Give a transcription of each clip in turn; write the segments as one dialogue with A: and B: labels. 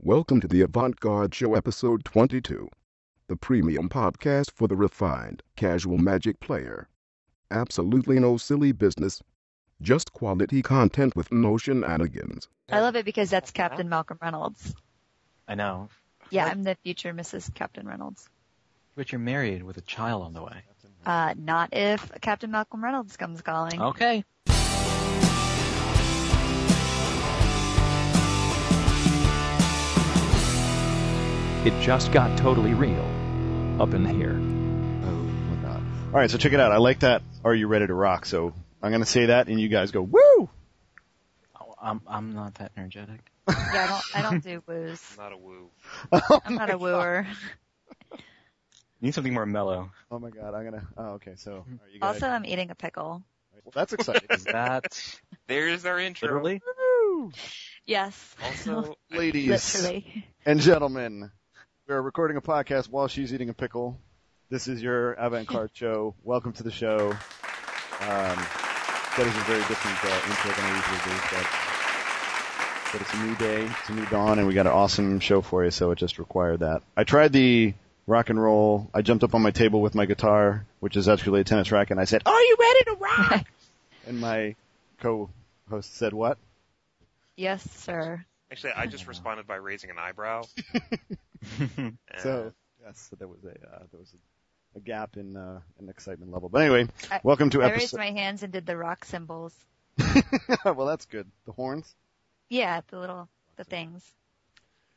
A: Welcome to the Avant Garde Show, episode 22, the premium podcast for the refined, casual magic player. Absolutely no silly business, just quality content with no shenanigans.
B: I love it because that's Captain Malcolm Reynolds.
C: I know.
B: Yeah, I'm the future Mrs. Captain Reynolds.
C: But you're married with a child on the way.
B: Uh, not if Captain Malcolm Reynolds comes calling.
C: Okay.
D: It just got totally real up in here.
E: Oh, my God. All right, so check it out. I like that. Are you ready to rock? So I'm gonna say that, and you guys go woo.
C: Oh, I'm I'm not that energetic.
B: Yeah, I don't, I don't do woos.
F: Not a woo.
B: I'm not a wooer.
C: Need something more mellow.
E: Oh my God, I'm gonna. Oh, okay. So are you guys?
B: Also, I'm eating a pickle.
E: well, that's exciting.
C: Is that
F: There's our intro.
C: literally?
E: Woo!
B: Yes.
F: Also,
E: Ladies
B: Literally.
E: and gentlemen, we are recording a podcast while she's eating a pickle. This is your avant-garde show. Welcome to the show. Um, that is a very different uh, intro than I usually do, but, but it's a new day, it's a new dawn, and we got an awesome show for you. So it just required that. I tried the rock and roll. I jumped up on my table with my guitar, which is actually a tennis racket, and I said, "Are you ready to rock?" and my co-host said, "What?"
B: Yes, sir.
F: actually, I just responded by raising an eyebrow. Uh,
E: So yes, so there was a uh, there was a, a gap in uh, an excitement level. But anyway,
B: I-
E: welcome to
B: I raised
E: episode.
B: my hands and did the rock symbols.
E: well, that's good. The horns.
B: Yeah, the little, the things.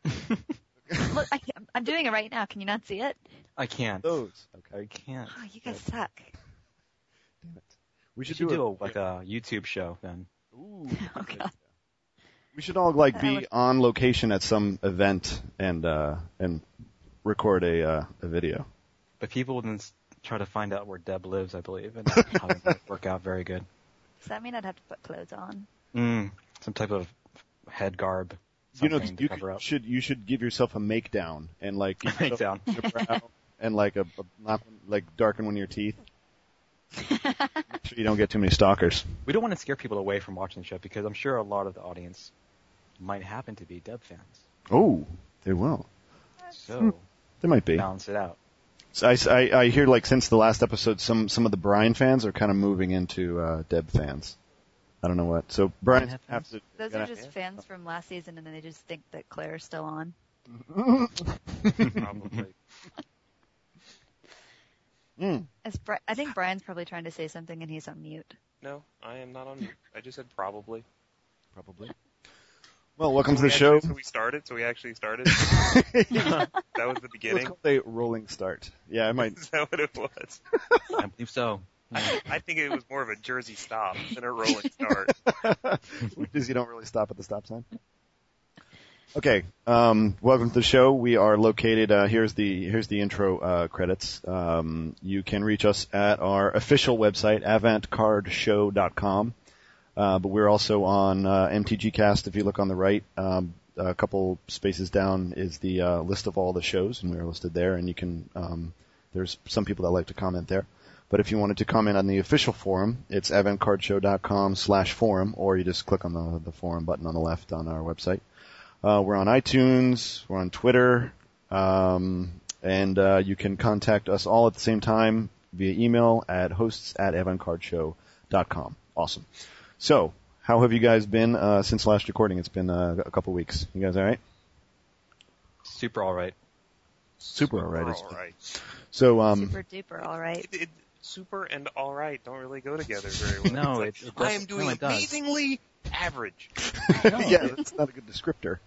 B: Look, I, I'm doing it right now. Can you not see it?
C: I can't.
E: Those.
C: I
E: Okay.
C: can't.
B: Oh, you guys suck.
E: Damn it. We
C: We
E: should,
C: should do,
E: a,
C: a, like a YouTube show then.
E: Ooh.
B: Oh, God.
E: We should all like
B: I
E: be
B: would-
E: on location at some event and uh, and record a uh, a video.
C: But people would then s- try to find out where Deb lives, I believe, and that probably won't work out very good.
B: Does that mean I'd have to put clothes on?
C: Mm, some type of head garb.
E: You know,
C: something to
E: you
C: cover
E: could-
C: up.
E: should you should give yourself a make down and like give
C: Make
E: yourself a brow and like a, a not- like darken one of your teeth. Make sure you don't get too many stalkers.
C: We don't want to scare people away from watching the show because I'm sure a lot of the audience might happen to be Deb fans.
E: Oh, they will.
C: So
E: They might be.
C: balance it out.
E: So I, I, I hear like since the last episode, some some of the Brian fans are kind of moving into uh, Deb fans. I don't know what. So Brian
C: Brian
E: have to.
B: Those
E: gonna-
B: are just fans from last season, and then they just think that Claire's still on.
F: probably.
E: Mm.
B: As Bri- I think Brian's probably trying to say something, and he's on mute.
F: No, I am not on. mute. I just said probably.
E: Probably. Well, welcome to
F: We
E: the show.
F: actually- So we started. So we actually started. that was the
E: It's
F: beginning.
E: called a rolling start. Yeah, I might.
F: Is that what it was?
C: I believe so.
F: I, I think it was more of a Jersey stop than a rolling start.
E: Which is you don't really stop at the stop sign. Okay. Um, welcome to the show. We are located. Uh, here's the here's the intro uh, credits. Um, you can reach us at our official website, avantcardshow.com. Uh, but we're also on uh, MTG Cast. If you look on the right, um, a couple spaces down is the uh, list of all the shows, and we're listed there. And you can um, there's some people that like to comment there. But if you wanted to comment on the official forum, it's avantcardshow.com slash forum, or you just click on the, the forum button on the left on our website. Uh, we're on iTunes, we're on Twitter, um, and uh, you can contact us all at the same time via email at hosts at avantcardshow.com. Awesome. So, how have you guys been uh, since last recording? It's been uh, a couple weeks. You guys all right?
C: Super all right.
E: Super all right.
F: all right.
E: So, um,
B: Super duper, all right.
F: It, it, super and all right don't really go together very well.
C: No,
F: It's
C: it-
F: like,
C: it does-
F: I am doing
C: no, it does.
F: amazingly average.
E: yeah, that's not a good descriptor.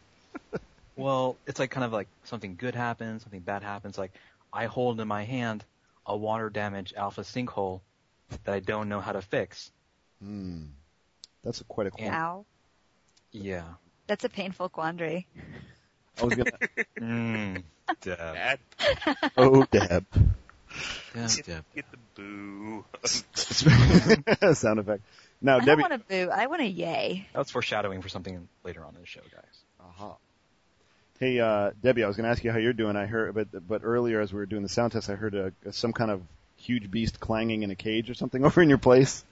C: Well, it's like kind of like something good happens, something bad happens. Like I hold in my hand a water damage alpha sinkhole that I don't know how to fix.
E: Hmm. That's a, quite a quote.
B: Ow.
C: Yeah.
B: That's a painful quandary.
E: I was gonna.
C: Mm. Deb.
F: That
E: Oh, Deb.
C: Deb, Deb.
F: get the boo.
E: Sound effect. Now,
B: I
E: Uh, Debbie.
B: don't want to boo. I want to yay.
C: That's foreshadowing for something later on in the show, guys.
E: Uh-huh. Hey, uh, Debbie, I was going to ask you how you're doing. I heard, but but earlier as we were doing the sound test, I heard a, some kind of huge beast clanging in a cage or something over in your place.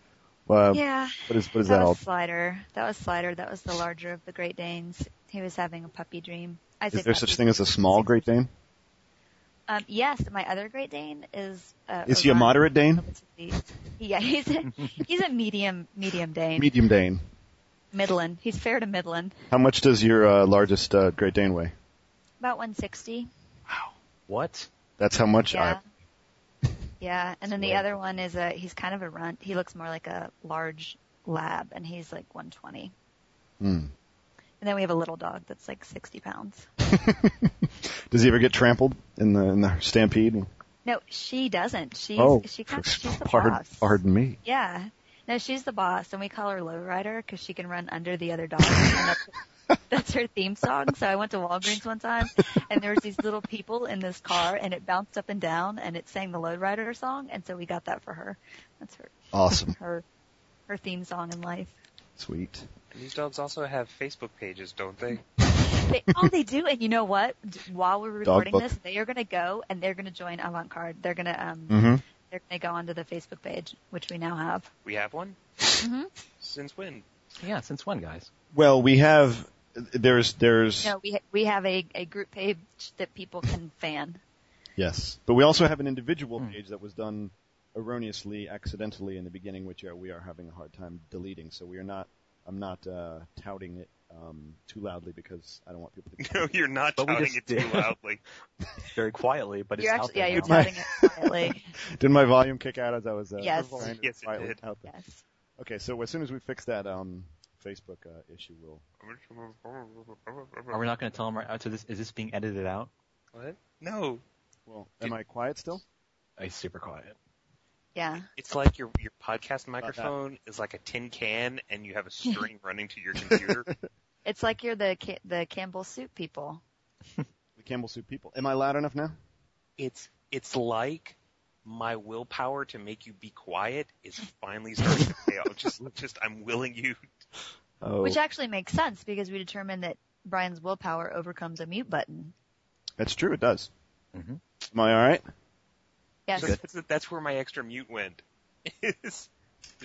E: Uh,
B: yeah.
E: What is what is
B: That
E: that all?
B: was Slider. That was Slider. That was the larger of the Great Danes. He was having a puppy dream. I
E: Is
B: think
E: there
B: that-
E: such thing as a small Great Dane?
B: Um, yes, my other Great Dane is. Uh,
E: Is he a
B: Orion.
E: moderate Dane?
B: Yeah, he's a, he's a medium medium Dane,
E: Medium Dane.
B: Midland. He's fair to Midland,
E: How much does your uh, largest uh, Great Dane weigh?
B: about 160.
C: What?
E: That's how much
B: Yeah.
E: I.
B: Yeah, and then the
C: Small.
B: other one is a he's kind of a runt. He looks more like a large lab, and he's like 120.
E: Hmm.
B: And then we have a little dog that's like 60 pounds.
E: Does he ever get trampled in the in the stampede?
B: No, she doesn't. She's
E: oh,
B: she kind of, she's the
E: pardon,
B: boss.
E: pardon me.
B: Yeah. No, she's the boss, and we call her Lowrider because she can run under the other dogs. and that's, that's her theme song. So I went to Walgreens one time, and there was these little people in this car, and it bounced up and down, and it sang the Lowrider song, and so we got that for her. That's her
E: Awesome,
B: her her theme song in life.
E: sweet.
F: And these dogs also have Facebook pages, don't they?
B: They, oh, they do, and you know what? D- While we're
E: Dog
B: recording
E: book.
B: this, they are going to go and they're going to join Avant Card. They're going to um
E: Mm-hmm.
B: they're going to go onto the Facebook page, which we now have.
F: We have one? Mm-hmm.
B: Mhm.
F: Since when?
C: Yeah, since when, guys?
E: Well, we have there's there's
B: No, we ha- we have a a group page that people can fan.
E: yes, Hmm. but we also have an individual page that was done erroneously, accidentally in the beginning, which uh, we are having a hard time deleting. So we are not. I'm not uh, touting it um, too loudly because I don't want people to.
F: No, you're not
C: But we
F: touting
C: just
F: it too
C: did.
F: loudly.
C: Very quietly, but it's
B: you're
C: out
B: actually
C: there
B: yeah, you're
C: now.
B: touting it quietly.
E: Did my volume kick out as I was? Uh,
B: Yes.
E: trying to
F: Yes, it
E: quietly
F: did.
E: tout that?
B: yes.
E: Okay, so as soon as we fix that um, Facebook uh, issue, we'll.
C: Are we not going to tell them right? So this is this being edited out?
F: What? No.
E: Well, am I quiet still?
C: It's super quiet.
B: Yeah.
F: It's like your your podcast
E: that.
F: microphone is like a tin can and you have a string running to your computer.
B: It's like you're the Ca- the Campbell soup people.
E: The Campbell Soup people. Am I loud enough now?
F: it's it's like my willpower to make you be quiet is finally starting to pay off. Just just I'm willing you
E: Oh,
B: Which actually makes sense because we determined that Brian's willpower overcomes a mute button.
E: that's true. It does.
C: Mhm.
E: Am I all right?
B: Yes.
F: So that's, that's where my extra mute went. Is- is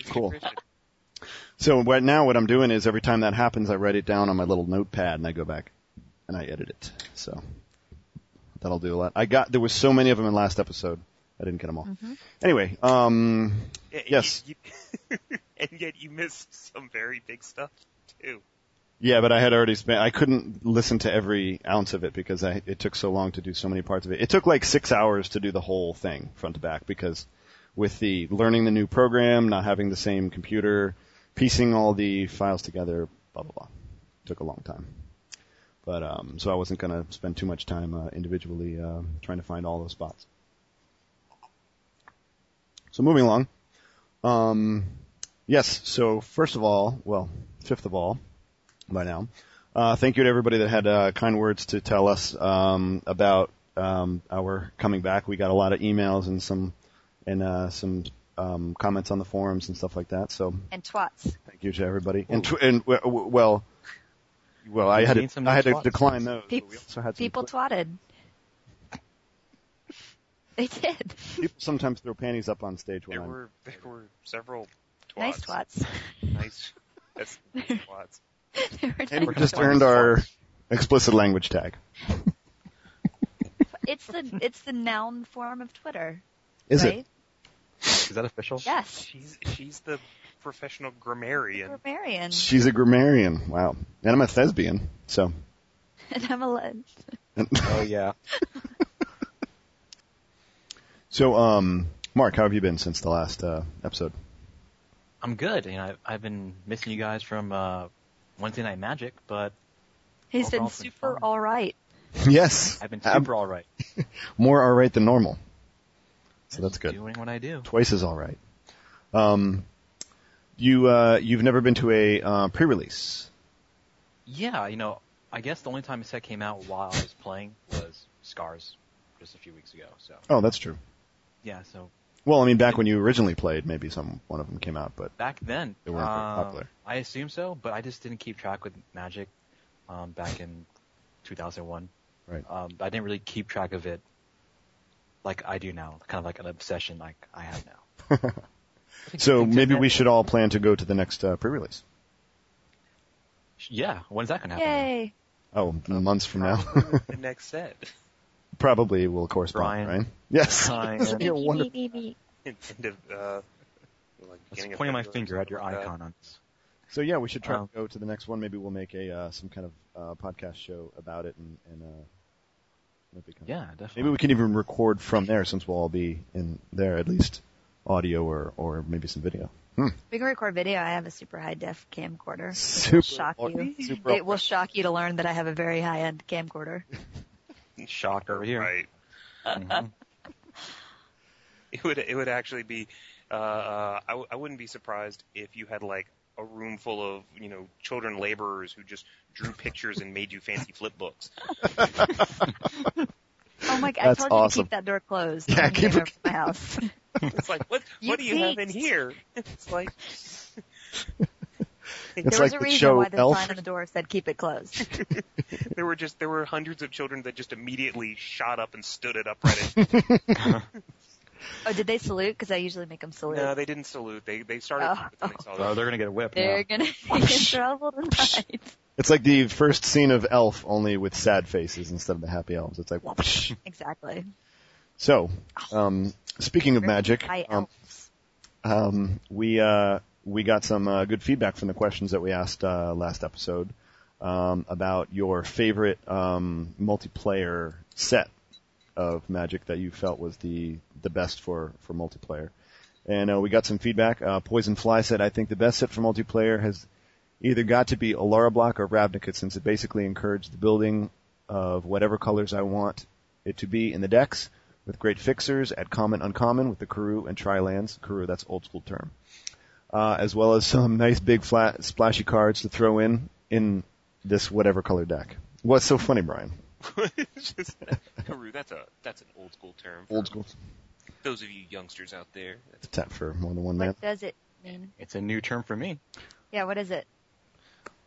E: Cool.
F: nutrition.
E: So right now, what I'm doing is every time that happens, I write it down on my little notepad and I go back and I edit it. So that'll do a lot. I got there was so many of them in last episode. I didn't get them all. Anyway, um,
F: Yeah,
E: Yes.
F: you- you- and yet you missed some very big stuff too.
E: yeah, but I had already spent. I couldn't listen to every ounce of it because I it took so long to do so many parts of it. It took like six hours to do the whole thing front to back because with the learning the new program, not having the same computer, piecing all the files together, blah blah blah. Took a long time. But um, so I wasn't gonna spend too much time uh, individually uh, trying to find all those spots. So moving along. Um, yes. So first of all, well, fifth of all, by now, uh, thank you to everybody that had uh, kind words to tell us um, about um, our coming back. We got a lot of emails and some and uh, some um, comments on the forums and stuff like that. So
B: And twats.
E: thank you to everybody. And, tw- and w- w- well, well, I
C: We
E: had
C: need
E: to,
C: some
E: I
C: new
E: had to
C: spots.
E: decline those. but
B: People,
E: we also had some
B: people twatted. They did.
E: people sometimes throw panties up on stage when
F: There
E: I'm
F: were there were several twats.
B: Nice twats.
F: Nice. That's twats.
B: They were
E: and we
B: nice
E: just
B: twats.
E: earned our explicit language tag.
B: It's the it's the noun form of Twitter.
E: Is
B: right?
E: it?
C: Is that official?
B: Yes.
F: She's she's the professional grammarian.
B: Grammarian.
E: She's a grammarian. Wow. And I'm a thespian. So
B: And I'm a le-
C: Oh yeah.
E: so um Mark, how have you been since the last uh, episode?
C: I'm good. You know, I've, I've been missing you guys from uh, Wednesday Night Magic, but
B: He's been
C: Overall, it's been
B: super
C: fun.
B: all right.
E: yes.
C: I've been
E: I'm
C: super all right.
E: more all right than normal. So that's
C: Just
E: good.
C: Doing what I do.
E: Twice is all right. Um you uh you've never been to a uh, pre-release.
C: Yeah, you know, I guess the only time a set came out while I was playing was Scars, just a few weeks ago. So
E: Oh, that's true.
C: yeah, so
E: Well, I mean back when you originally played, maybe some one of them came out, but
C: back then,
E: They weren't very
C: um,
E: popular.
C: I assume so, but I just didn't keep track with Magic um, back in 2001.
E: Right.
C: Um, I didn't really keep track of it like I do now, kind of like an obsession like I have now. I think- I
E: so
C: think
E: maybe
C: that-
E: we should all plan to go to the next uh, pre-release.
C: Yeah, when's that gonna happen?
B: Yay.
E: Oh,
C: Um,
E: months from now,
F: the next set.
E: probably will correspond.
C: Brian.
E: Right? Yes.
C: Brian.
E: It'll be a wonderful-
F: End of, uh, like
C: I was
F: beginning of
C: pointing my
F: February,
C: finger at your
F: something like that.
C: icon on this.
E: So yeah, we should try
C: Um,
E: to go to the next one. Maybe we'll make a uh, some kind of uh, podcast show about it, and, and uh, that'd be kind of-
C: Yeah, definitely.
E: Maybe we can even record from there since we'll all be in there at least, audio or or maybe some video.
B: We can record video. I have a super high def camcorder.
E: Super,
B: shock you.
E: super
B: It will shock you to learn that I have a very high end camcorder.
C: shock over here.
F: Right.
C: Mhm.
F: It would it would actually be. Uh, uh, I, w- I wouldn't be surprised if you had like a room full of you know children laborers who just drew pictures and made you fancy flip books.
B: Oh my! I
E: That's
B: told
E: awesome.
B: you to keep that door closed. when
E: Yeah,
B: you
E: keep
B: came
E: it-
B: over to my house.
F: It's like what
B: You
F: what do you have in
B: peeked.
F: here? It's like
E: It's
B: there
E: like
B: was a
E: the
B: reason
E: show
B: why the
E: Elf.
B: sign on the door said "keep it closed."
F: there were just there were hundreds of children that just immediately shot up and stood it upright. in.
B: oh, did they salute? Because I usually make them salute.
F: no, they didn't salute. They they started
B: Oh.
F: when they saw
C: Oh,
F: that.
C: they're gonna get a whip.
B: They're gonna be in trouble tonight.
E: It's like the first scene of Elf, only with sad faces instead of the happy elves. It's like whoosh.
B: Exactly.
E: So, um, speaking of magic,
B: By
E: um,
B: elves.
E: um, we uh, we got some uh, good feedback from the questions that we asked uh, last episode um, about your favorite um, multiplayer set of Magic that you felt was the the best for for multiplayer. And uh, we got some feedback. Uh, Poison Fly said, "I think the best set for multiplayer has either got to be Alara Block or Ravnica, since it basically encouraged the building of whatever colors I want it to be in the decks, with great fixers at common uncommon with the Karoo and Trilands. Karoo, that's old school term. Uh, as well as some nice big flat splashy cards to throw in in this whatever color deck. What's so funny, Brian?
F: It's just- Haru, that's a that's an old school term. for
E: Old school
F: Those of you youngsters out there, that's
E: tap for more than one man.
B: What does it mean?
C: It's a new term for me.
B: Yeah, what is it?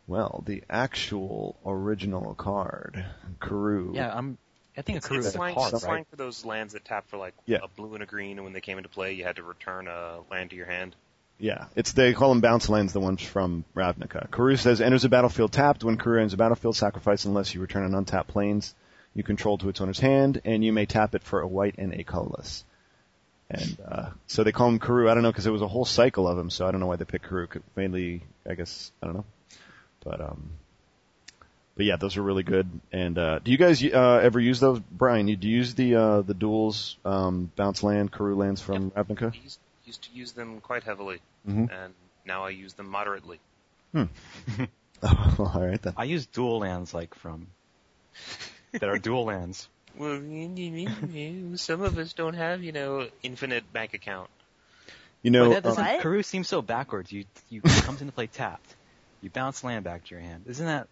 E: Well, the actual original card, Karoo.
C: Yeah, I'm. I think
F: it's,
C: a crew
F: it's
C: is a
F: slang,
C: card,
F: it's slang
C: right?
F: for those lands that tap for like
E: Yeah.
F: a blue and a green, and when they came into play, you had to return a land to your hand.
E: Yeah, it's they call them bounce lands, the ones from Ravnica. Karu says enters the battlefield tapped. When Karu enters the battlefield, sacrifice unless you return an untapped plains you control to its owner's hand, and you may tap it for a white and a colorless. And uh, so they call him Karu. I don't know because there was a whole cycle of him, so I don't know why they picked Karu. C- Mainly, I guess I don't know, but um, but yeah, those are really good. And uh, do you guys uh, ever use those, Brian? You do you use the uh, the duels um, bounce land, Karu lands from Ravnica?
F: I used, used to use them quite heavily,
E: Mhm.
C: Mm-hmm.
F: and now I use them moderately.
E: All right then.
C: I use dual lands like from that are dual lands.
F: Well, some of us don't have, you know, infinite bank account.
E: You know,
C: But that doesn't.
E: um,
B: What?
C: Karoo seems so backwards. You you it comes into play tapped. You bounce land back to your hand. Isn't that?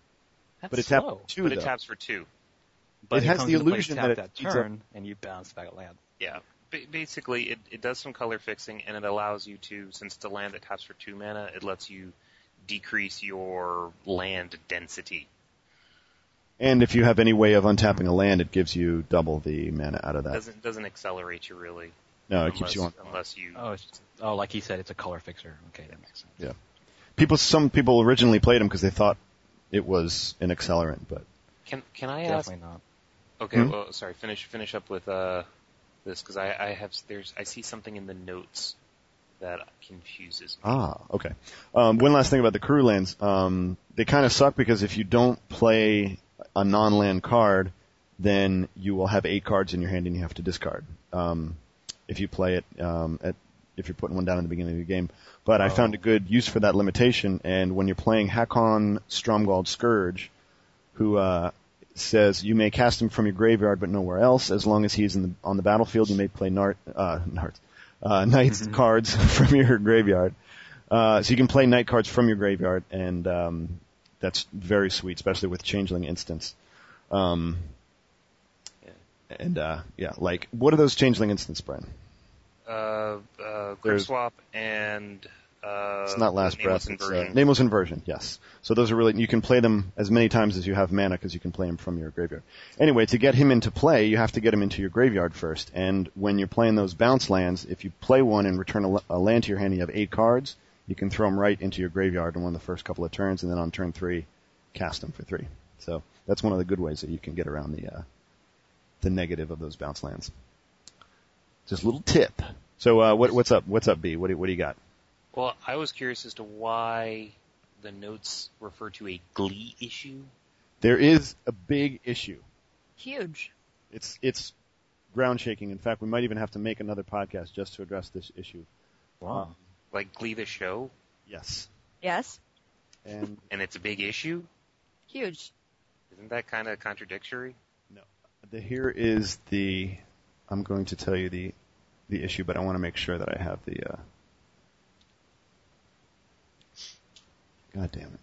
C: That's
E: But it tapped
C: slow.
E: two,
F: but
E: though.
F: it taps for two.
C: But
E: it has
C: comes
E: the
C: into play
E: illusion
C: tapped
E: that it speeds up.
C: turn and you bounce back land.
F: Yeah. Ba basically, it, it does some color fixing, and it allows you to, since it's a land that taps for two mana, it lets you decrease your land density.
E: and if you have any way of untapping a land, it gives you double the mana out of that.
F: Doesn't doesn't accelerate you really.
E: no, Oh, it
F: unless,
E: keeps you on.
F: Unless you
C: Oh, it's oh, like he said, it's a color fixer. Okay, that makes sense.
E: People, some people originally played them because they thought it was an accelerant, but
F: can can I ask?
C: Definitely not.
F: Okay,
E: Hmm?
F: well, sorry. Finish finish up with uh this because I I have there's I see something in the notes that confuses me.
E: ah, okay. Um, one last thing about the crew lands. Um, they kind of suck because if you don't play a non-land card, then you will have eight cards in your hand and you have to discard. Um, if you play it um, at if you're putting one down in the beginning of the game. But I found a good use for that limitation, and when you're playing Hakon Stromgald Scourge, who uh, says you may cast him from your graveyard but nowhere else, as long as he is in the, on the battlefield, you may play Nart, uh, Nart, uh, Knight's cards from your graveyard. Uh, so you can play Knight cards from your graveyard, and um, that's very sweet, especially with Changeling Instance. Um, and uh, yeah, like what are those Changeling Instance, Brian?
F: Uh, uh, Grip
E: There's-
F: Swap and uh,
E: It's not last
F: the
E: breath.
F: Nameless
E: It's, uh,
F: Inversion.
E: nameless inversion. Yes. So those are really you can play them as many times as you have mana because you can play them from your graveyard. Anyway, to get him into play, you have to get him into your graveyard first. And when you're playing those bounce lands, if you play one and return a, l- a land to your hand, and you have eight cards. You can throw them right into your graveyard in one of the first couple of turns, and then on turn three, cast them for three. So that's one of the good ways that you can get around the uh, the negative of those bounce lands. Just a little tip. So uh, what, what's up? What's up, B? What do, what do you got?
F: Well, I was curious as to why the notes refer to a glee issue.
E: There is a big issue.
B: Huge.
E: It's it's ground shaking. In fact, we might even have to make another podcast just to address this issue. Um,
C: Wow.
F: Like Glee the show,
E: Yes,
B: Yes.
E: and
F: and it's a big issue?
B: Huge.
F: Isn't that kind of contradictory?
E: the, here is the. I'm going to tell you the the issue, but I want to make sure that I have the. Uh, God damn it!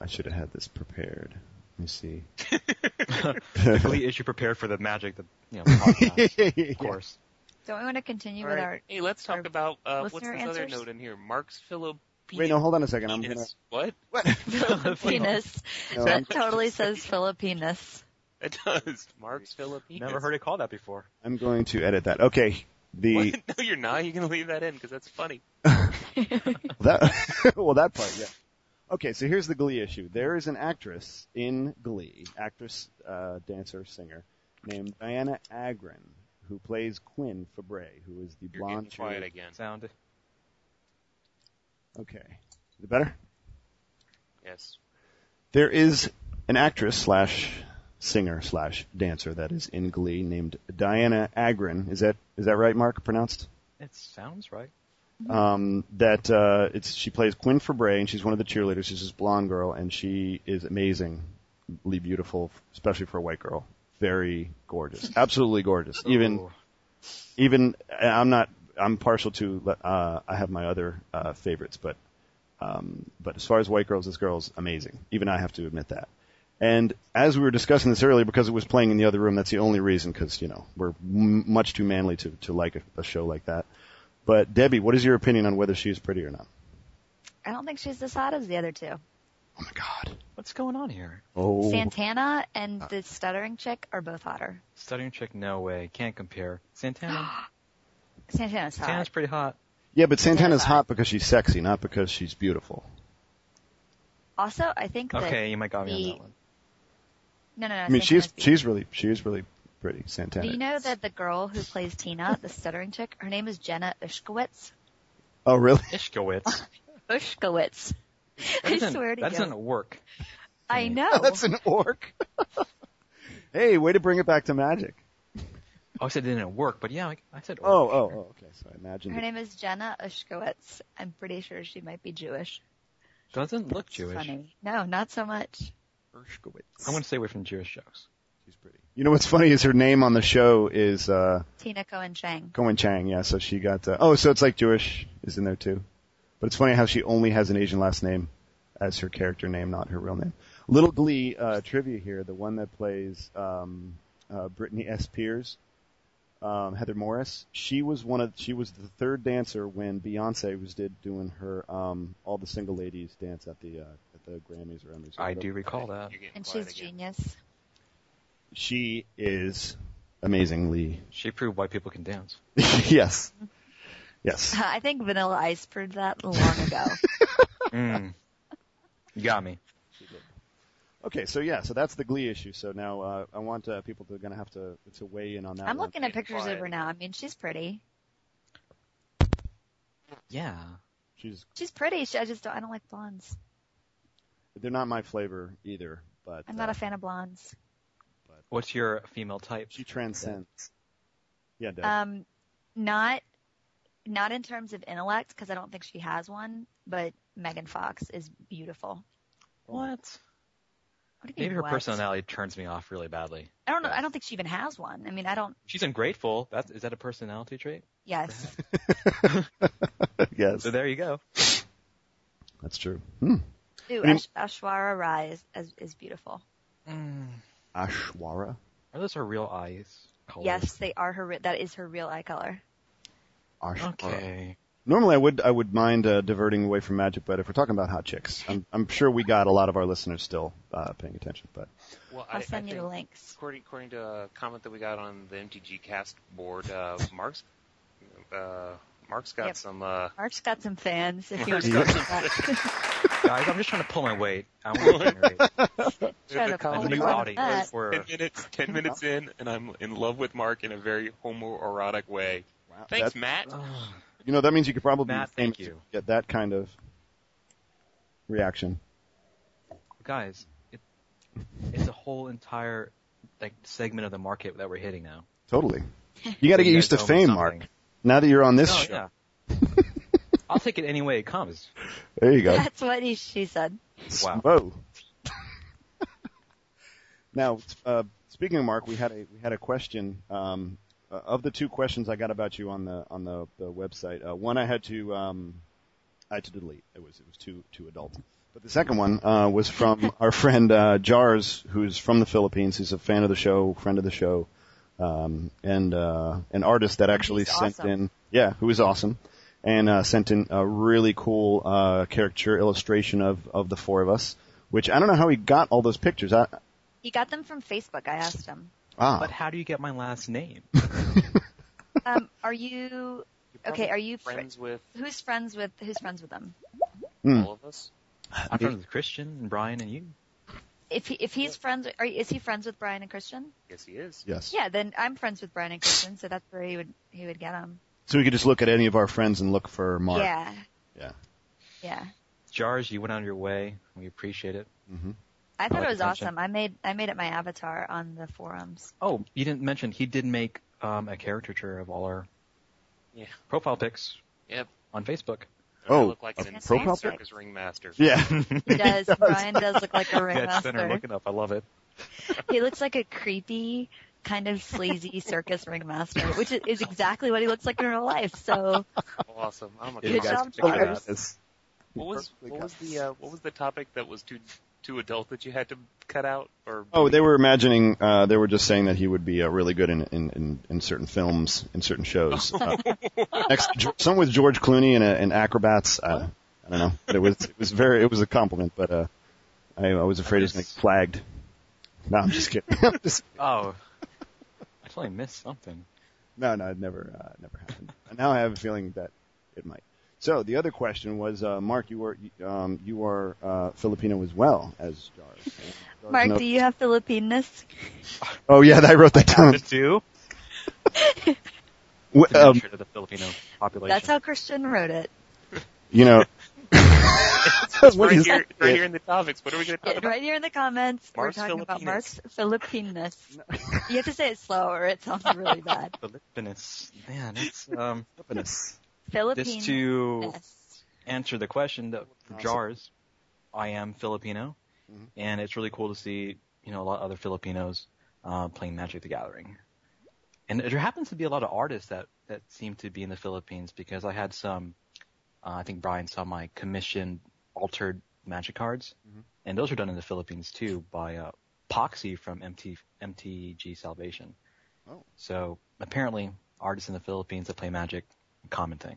E: I should have had this prepared. Let me see.
C: the Glee issue prepared for the magic, the you know, podcast, of course.
B: Don't we want to continue
F: All
B: with
F: right.
B: our?
F: Hey, let's
B: our
F: talk about uh, what's this
B: listener
F: other
B: answers?
F: note in here? Mark's Philip.
E: Wait, no, hold on a second. I'm gonna.
F: What?
B: Filipinas.
E: No, I'm-
B: that totally says Filipinas.
F: It does. Mark's Philippines.
C: Never heard it called that before.
E: I'm going to edit that. Okay. The
F: What? No, you're not. You're gonna leave that in because that's funny.
E: that well that part, yeah. Okay, so here's the Glee issue. There is an actress in Glee, actress, uh, dancer, singer, named Diana Agron, who plays Quinn Fabre, who is the
F: You're getting
E: blonde.
F: quiet
E: cheerleader.
F: again.
C: Sound.
E: Okay, is it better?
F: Yes.
E: There is an actress slash singer slash dancer that is in Glee named Diana Agron. Is that is that right, Mark? Pronounced?
C: It sounds right.
E: um, that uh, it's she plays Quinn Fabre, and she's one of the cheerleaders. She's this blonde girl, and she is amazingly beautiful, especially for a white girl. Very gorgeous, absolutely gorgeous. Even
C: Ooh.
E: even I'm not I'm partial to uh, I have my other uh, favorites, but um, but as far as white girls, this girl's amazing. Even I have to admit that. And as we were discussing this earlier, because it was playing in the other room, that's the only reason. Because you know we're m- much too manly to to like a, a show like that. But Debbie, what is your opinion on whether she's pretty or not?
B: I don't think she's as hot as the other two.
E: Oh my God.
C: What's going on here?
E: Oh.
B: Santana and
E: Uh.
B: the stuttering chick are both hotter.
C: Studying chick, no way. Can't compare. Santana.
B: Santana's hot.
C: Santana's pretty hot.
E: yeah, but Santana's hot because she's sexy, not because she's beautiful.
B: also, I think that
C: Okay, you might got me on
B: the-
C: that one.
B: no, no, no.
E: I mean, she's
B: Santana's beautiful.
E: she's really she's really pretty. Santana.
B: Do you know that the girl who plays Tina, the stuttering chick, her name is Jenna Ushkowitz?
E: Oh really?
C: Ishkowitz.
B: Ushkowitz.
C: That
B: I
C: doesn't-
B: swear to
C: That
B: you.
C: doesn't work.
B: I know.
E: That's an orc. hey, way to bring it back to magic.
C: Oh, I said it didn't work, but yeah, I, I said.
E: Oh, oh, oh, okay. So I imagined.
B: Her
E: it.
B: name is Jenna Ushkowitz. I'm pretty sure she might be Jewish.
C: Doesn't look
B: It's
C: Jewish.
B: Funny. No, not so much.
E: Ershkowitz.
C: I'm going to stay away from Jewish jokes.
E: She's pretty. You know what's funny is her name on the show is uh
B: Tina Cohen Chang.
E: Cohen Chang. Yeah, so she got. Uh, oh, so it's like Jewish is in there too. But it's funny how she only has an Asian last name as her character name, not her real name. Little Glee uh, trivia here: the one that plays um, uh, Brittany S. Pierce, um, Heather Morris. She was one of she was the third dancer when Beyonce was did doing her um, all the single ladies dance at the uh, at the Grammys or Emmys. or
C: I
E: whatever.
C: do recall that.
F: You're getting
B: And
F: quiet
B: she's
F: again.
B: genius.
E: She is amazingly
C: She proved why people can dance.
E: yes, yes.
B: I think Vanilla Ice proved that long ago.
C: Mm. You got me.
E: Okay, so yeah, so that's the Glee issue. So now uh, I want uh, people to going to have to to weigh in on that.
B: I'm
E: one.
B: looking at
F: getting
B: pictures of
F: quiet
B: her now. I mean, she's pretty.
C: Yeah.
E: She's
B: She's pretty. She, I just don't. I don't like blondes.
E: they're not my flavor either, but
B: I'm not
E: uh,
B: a fan of blondes.
C: What's your female type?
E: She transcends. Yeah, Deb.
B: Um, not, not in terms of intellect because I don't think she has one. But Megan Fox is beautiful.
C: What?
B: What do you mean,
C: Maybe her
B: what?
C: personality turns me off really badly.
B: I don't know. I don't think she even has one. I mean, I don't.
C: She's ungrateful. That's, is that a personality trait?
B: Yes.
E: yes,
C: So there you go.
E: that's true. Hmm.
B: Ooh,
E: I mean-
B: Ash- Ashwara Rai is, is, is beautiful.
E: Ashwara,
C: Are those her real eyes? Colors?
B: Yes, they are her. re- That is her real eye color.
E: Ashwara.
C: Okay.
E: Normally, I would I would mind uh, diverting away from magic, but if we're talking about hot chicks, I'm I'm sure we got a lot of our listeners still uh, paying attention. But
F: Well, I,
B: I'll
F: I
B: send you
F: think
B: the links.
F: According, according to a comment that we got on the MTG cast board, uh, Mark's, uh, Mark's got
B: Yep.
F: some, uh,
B: Mark's got some fans. If you want
F: Mark's
B: to
F: got
B: look at that.
C: guys. I'm just trying to pull my weight. I want to generate
B: Try to
C: a
B: pull
C: new
B: me out of
C: audience
B: that.
C: for
F: Ten minutes, ten minutes in, and I'm in love with Mark in a very homoerotic way.
E: Wow,
F: Thanks,
E: that-
F: Matt.
E: You know that means you could probably
C: Matt,
E: be famous
C: thank you.
E: if get that kind of reaction.
C: guys. It, it's a whole entire like segment of the market that we're hitting now.
E: Totally. You got to
C: You
E: get used to
C: guys owe me
E: fame, Mark.
C: something.
E: Now that you're on this
C: Oh
E: show,
C: yeah. I'll take it any way it comes.
E: there you go.
B: That's what he, she said.
C: Wow.
E: Whoa. now, uh, speaking of Mark, we had a we had a question. Um, uh, of the two questions I got about you on the on the, the website, uh, one I had to um, I had to delete. It was it was too too adult. But the second one uh, was from our friend uh, Jars, who's from the Philippines. He's a fan of the show, friend of the show, um, and uh, an artist that actually
B: He's
E: sent
B: awesome.
E: in. Yeah, who is awesome, and uh, sent in a really cool uh, caricature illustration of of the four of us. Which I don't know how he got all those pictures. I,
B: He got them from Facebook. I asked him.
C: But
E: ah,
C: how do you get my last name?
B: Um, are you okay? Are you fr-
F: friends with
B: who's friends with who's friends with them?
E: Hmm.
F: all of us?
C: I'm friends with Christian and Brian and you.
B: If he, if he's friends, are, is he friends with Brian and Christian?
F: Yes, he is.
E: yes.
B: Yeah, then I'm friends with Brian and Christian, so that's where he would he would get them.
E: So we could just look at any of our friends and look for Mark.
B: Yeah,
E: Yeah.
B: yeah.
C: Jars, you went on your way. We appreciate it.
B: I thought
C: like
B: it was
C: attention.
B: awesome. I made I made it my avatar on the forums.
C: Oh, you didn't mention he did make um, a caricature of all our
F: Yeah.
C: profile pics
F: Yep.
C: on Facebook.
E: Oh,
F: I look like an
B: a
F: insane
B: profile pic?
F: circus ringmaster.
E: Yeah.
B: He does. Brian does look like a
C: Dead center
B: ringmaster.
C: looking up. I love it.
B: He looks like a creepy, kind of sleazy circus ringmaster, which is- is exactly what he looks like in real life. So
F: Awesome. I'm a
C: Yeah,
B: Good
F: clown.
B: job,
C: picture
B: Jars.
C: that. It's-
F: What was
E: Perfectly
F: what
E: cut.
F: was the uh, what was the topic that was too too adult that you had to cut out or
E: Oh, they were imagining. Uh, they were just saying that he would be uh, really good in, in in in certain films, in certain shows. Uh, next, some with George Clooney and, uh, and acrobats. Uh, I don't know. But it was it was very it was a compliment, but uh, I, I was afraid it was going to get flagged. No, I'm just kidding. I'm just-
C: Oh, I totally missed something.
E: no, no, it never uh, never happened. And now I have a feeling that it might. So the other question was, uh, Mark, you were um, you are uh, Filipino as well as Jars. Jars
B: Mark,
E: knows-
B: do you have Filipineness?
E: oh yeah, I wrote that down.
C: The two?
E: W-
C: The
E: Um,
C: nature of the Filipino population.
B: That's how Christian wrote it.
E: you know.
F: right
E: what is
F: here right
E: it?
F: here in the topics? What are we going to talk about?
B: Right here in the comments,
F: Uh, Mark's
B: we're talking about
F: Filipinus.
B: Mark's Filipineness. you have to say it slow or it sounds really bad.
C: Filipinus. Man, it's, um,
B: Filipineness.
C: just to answer the question that for jars i am filipino
E: Mhm.
C: and it's really cool to see you know a lot of other filipinos uh, playing magic the gathering and there happens to be a lot of artists that that seem to be in the philippines because i had some uh, i think brian saw my commissioned altered magic cards and those are done in the philippines too by uh, poxy from MT, mtg salvation
E: Oh.
C: so apparently artists in the philippines that play magic common thing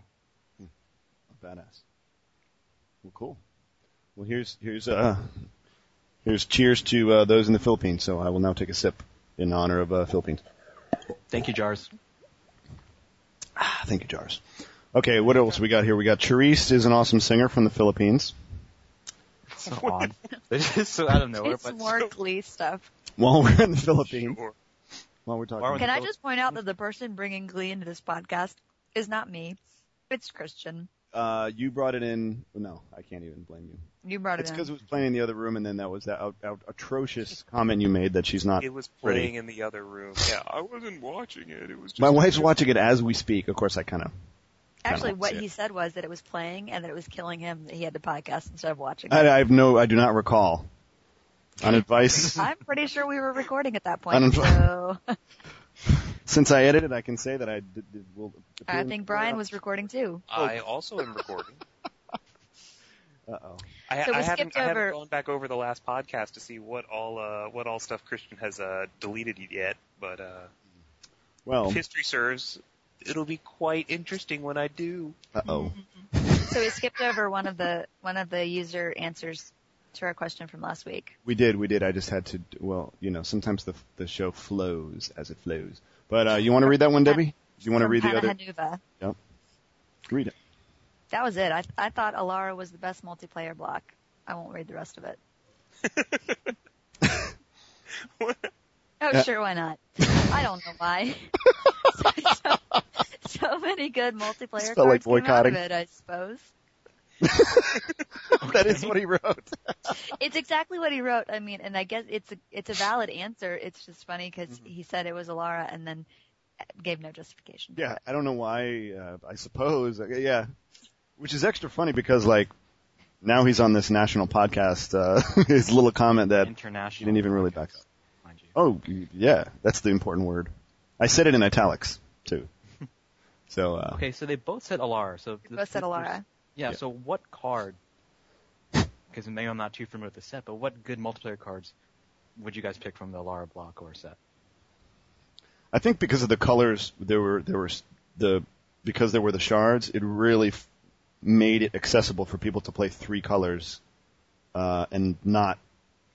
E: Badass. Well, cool. Well, here's here's uh here's cheers to uh, those in the Philippines. So I will now take a sip in honor of uh, Philippines.
C: thank you jars
E: Ah, thank you, Jars. Okay, what else we got here? We got Charisse is an awesome singer from the Philippines.
C: so odd. They're just so out of nowhere.
B: It's
C: But
B: more glee stuff.
E: While we're in the Philippines, while we're talking,
C: Why would-
B: Can I just point out that the person bringing glee into this podcast is not me. It's Christian.
E: uh, you brought it in. No, I can't even blame you.
B: You brought it
E: It's
B: in.
E: because it was playing in the other room, and then that was that out, out, atrocious comment you made that she's not.
F: It was
E: Pretty.
F: playing in the other room. Yeah, I wasn't watching it. It was just
E: My wife's watching it as we speak. Of course, I kind of
B: Actually,
E: Yeah.
B: what he said was that it was playing and that it was killing him that he had to podcast instead of watching.
E: I,
B: it.
E: I have no, I do not recall. On advice,
B: I'm pretty sure we were recording at that
E: I
B: point,
E: don't-
B: so
E: since I edited, I can say that I did. did will
B: I think Brian was recording too.
F: I also am recording.
E: Uh oh.
F: I,
B: So we
F: I haven't
B: skipped
F: I
B: over-
F: haven't gone back over the last podcast to see what all uh what all stuff Christian has uh deleted yet, but uh
E: Well,
F: if history serves, it'll be quite interesting when I do.
E: uh oh.
B: So we skipped over one of the one of the user answers to our question from last week.
E: We did, we did. I just had to. d- Well, you know, sometimes the the show flows as it flows. But uh you want to read that one, Debbie? Do you want to
B: from
E: read the other?
B: Panahanuva.
E: Read it.
B: That was it. I I thought Alara was the best multiplayer block. I won't read the rest of it. oh, sure, why not? I don't know why. so, so many good multiplayer
E: Felt like
B: cards came out
E: boycotting.
B: of it, I suppose.
E: that is what he wrote.
B: It's exactly what he wrote. I mean, and I guess it's a, it's a valid answer. It's just funny because
E: Mm-hmm.
B: he said it was Alara and then gave no justification.
E: Yeah, I don't know why. Uh, I suppose. Uh, yeah, which is extra funny because like now he's on this national podcast. Uh, his little comment that
C: International.
E: didn't even really back up.
C: mind you.
E: oh yeah, that's the important word. I said it in italics too. So uh,
C: Okay, so they both said Alara. So
B: They both said Alara.
C: Yeah,
E: Yeah.
C: So what card? Because maybe I'm not too familiar with the set, but what good multiplayer cards would you guys pick from the Alara block or set?
E: I think because of the colors, there were there were s- the because there were the shards, it really f- made it accessible for people to play three colors uh, and not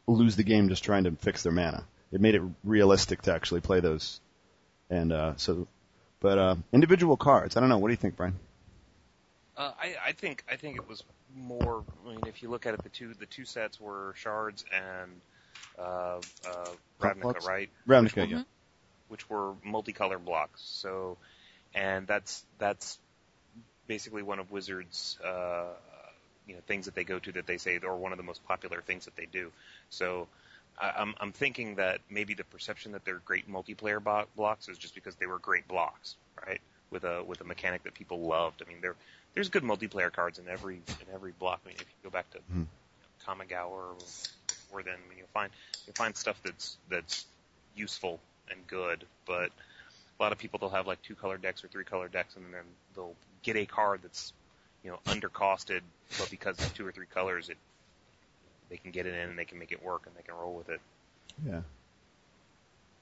E: lose the game just trying to fix their mana. It made it realistic to actually play those, and uh, so. But uh, individual cards, I don't know. What do you think, Brian?
F: Uh, I, I think I think it was more. I mean, if you look at it, the two the two sets were shards and uh, uh,
E: Block
F: Ravnica,
E: blocks?
F: right?
E: Ravnica, yeah.
F: Which were multicolor blocks. So, and that's that's basically one of Wizards' uh, you know things that they go to that they say are one of the most popular things that they do. So. I- I'm, I'm thinking that maybe the perception that they're great multiplayer bo- blocks is just because they were great blocks, right? With a with a mechanic that people loved. I mean, there there's good multiplayer cards in every in every block. I mean, if you go back to you know, Kamigawa or, or then, I mean, you'll find you'll find stuff that's that's useful and good. But a lot of people they'll have like two color decks or three color decks, and then they'll get a card that's you know undercosted, but because it's two or three colors, it they can get it in and they can make it work and they can roll with it.
E: Yeah.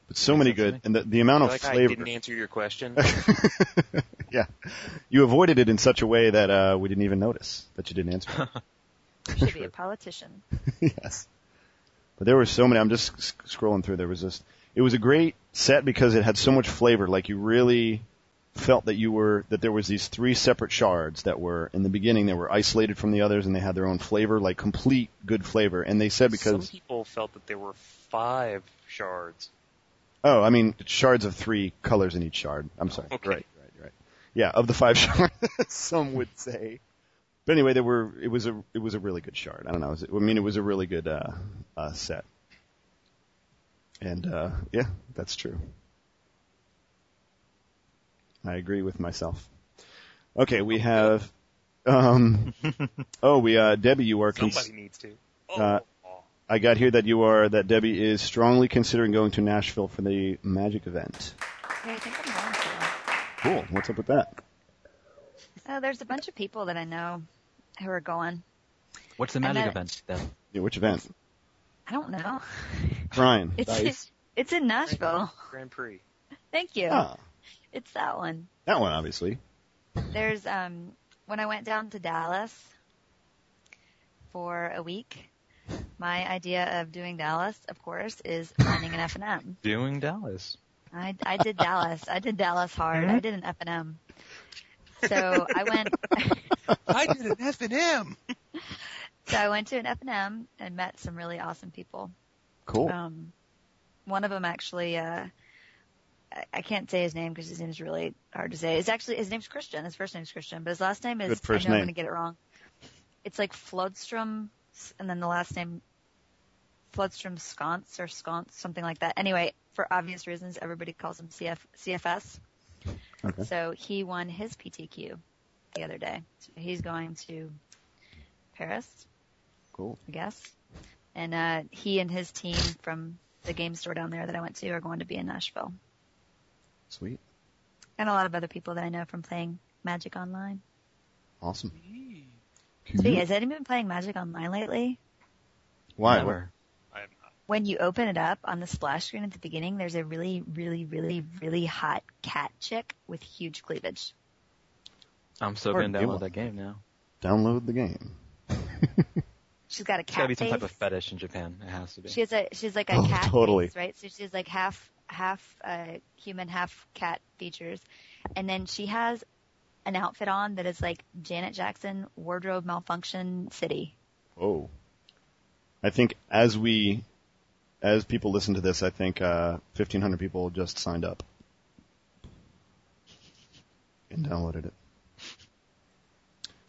E: But so many good, and the, the amount of
F: like I
E: Oh, flavor.
F: didn't e- answer your question.
E: yeah, you avoided it in such a way that uh, we didn't even notice that you didn't answer.
B: Should be a politician.
E: yes. But there were so many. I'm just sc- scrolling through. There was just. It was a great set because it had so much flavor. Like you really felt that you were that there was these three separate shards that were in the beginning they were isolated from the others and they had their own flavor, like complete good flavor. And they said because
F: some people felt that there were five shards.
E: oh, I mean shards of three colors in each shard. I'm sorry.
F: Okay.
E: Right, right, right. Yeah, of the five shards, some would say. But anyway, there were. It was a it was a really good shard. I don't know. It was- I mean, it was a really good uh, uh, set. And uh, yeah, that's true. I agree with myself. Okay, we have. Um, oh, we uh, Debbie, you are. Cons-
F: Somebody needs to. Oh,
E: Uh, I got here that you are that Debbie is strongly considering going to Nashville for the Magic event.
B: Yeah, I think I'm going to.
E: Cool. What's up with that?
B: Oh, there's a bunch of people that I know who are going.
C: What's the
B: And
C: magic
B: that-
C: event? Then?
E: Yeah, which event?
B: I don't know.
E: Brian.
B: It's
E: Dice.
B: it's in Nashville.
F: Grand Prix.
B: Thank you.
E: Ah,
B: It's that one.
E: that one obviously.
B: There's um when I went down to Dallas for a week, my idea of doing Dallas, of course, is running an F and M.
C: Doing Dallas.
B: I I did Dallas. I did Dallas hard. I did an F and M. So I went
F: I did an F and M.
B: so I went to an F and M and met some really awesome people.
E: Cool.
B: Um, one of them actually, uh, I, I can't say his name because his name is really hard to say. It's actually, his name's Christian. His first name's Christian, but his last name is,
E: Good first
B: I know
E: name.
B: I'm going to get it wrong. It's like Flodstrom and then the last name Floodstrom Sconce or Sconce, something like that. Anyway, for obvious reasons, everybody calls him CF, CFS.
E: Okay.
B: So he won his PTQ the other day. So he's going to Paris.
E: Cool.
B: I guess. And uh, he and his team from the game store down there that I went to are going to be in Nashville.
E: Sweet.
B: And a lot of other people that I know from playing Magic Online.
E: Awesome.
B: Speaking, has anyone been playing Magic Online lately?
E: Why?
C: Never.
F: I am not.
B: When you open it up on the splash screen at the beginning, there's a really, really, really, really hot cat chick with huge cleavage.
C: I'm so
E: Or
C: going to
E: Gimli.
C: download that game now.
E: Download the game.
B: She's got a
C: It's got
B: cat
C: to be some
B: face.
C: type of fetish in Japan. It has to be.
B: She has a she's like a
E: Oh,
B: cat
E: totally.
B: face, right? So she's like half half uh, human, half cat features, and then she has an outfit on that is like Janet Jackson wardrobe malfunction city.
E: Oh. I think as we, as people listen to this, I think uh, 1,500 people just signed up and downloaded it.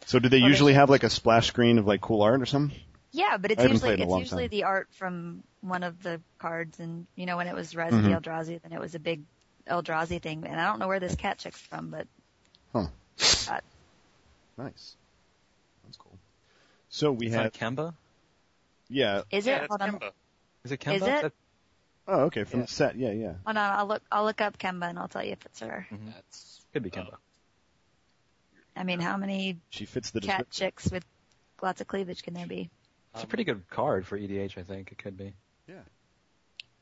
E: So, do they
B: Okay.
E: usually have like a splash screen of like cool art or something?
B: Yeah, but
E: I
B: it's
E: haven't
B: usually
E: played in a
B: it's
E: long
B: usually
E: time.
B: the art from one of the cards, and you know when it was Rise
E: Mm-hmm.
B: of the Eldrazi, then it was a big Eldrazi thing, and I don't know where this cat chick's from, but
E: Huh.
B: Uh,
E: Nice. That's cool. So we
C: It's
E: have
C: not Kemba.
E: yeah.
B: is
F: yeah,
B: it?
F: that's
B: Hold on,
F: Kemba.
C: Is it Kemba?
B: Is it?
C: That-
E: Oh, okay. From the set. Yeah, yeah.
B: hold on, I'll look I'll look up Kemba and I'll tell you if it's her.
F: That's
C: could be Kemba.
B: I mean, how many
E: She fits the
B: cat
E: description.
B: chicks with lots of cleavage can there be?
C: it's a pretty good card for EDH. I think it could be.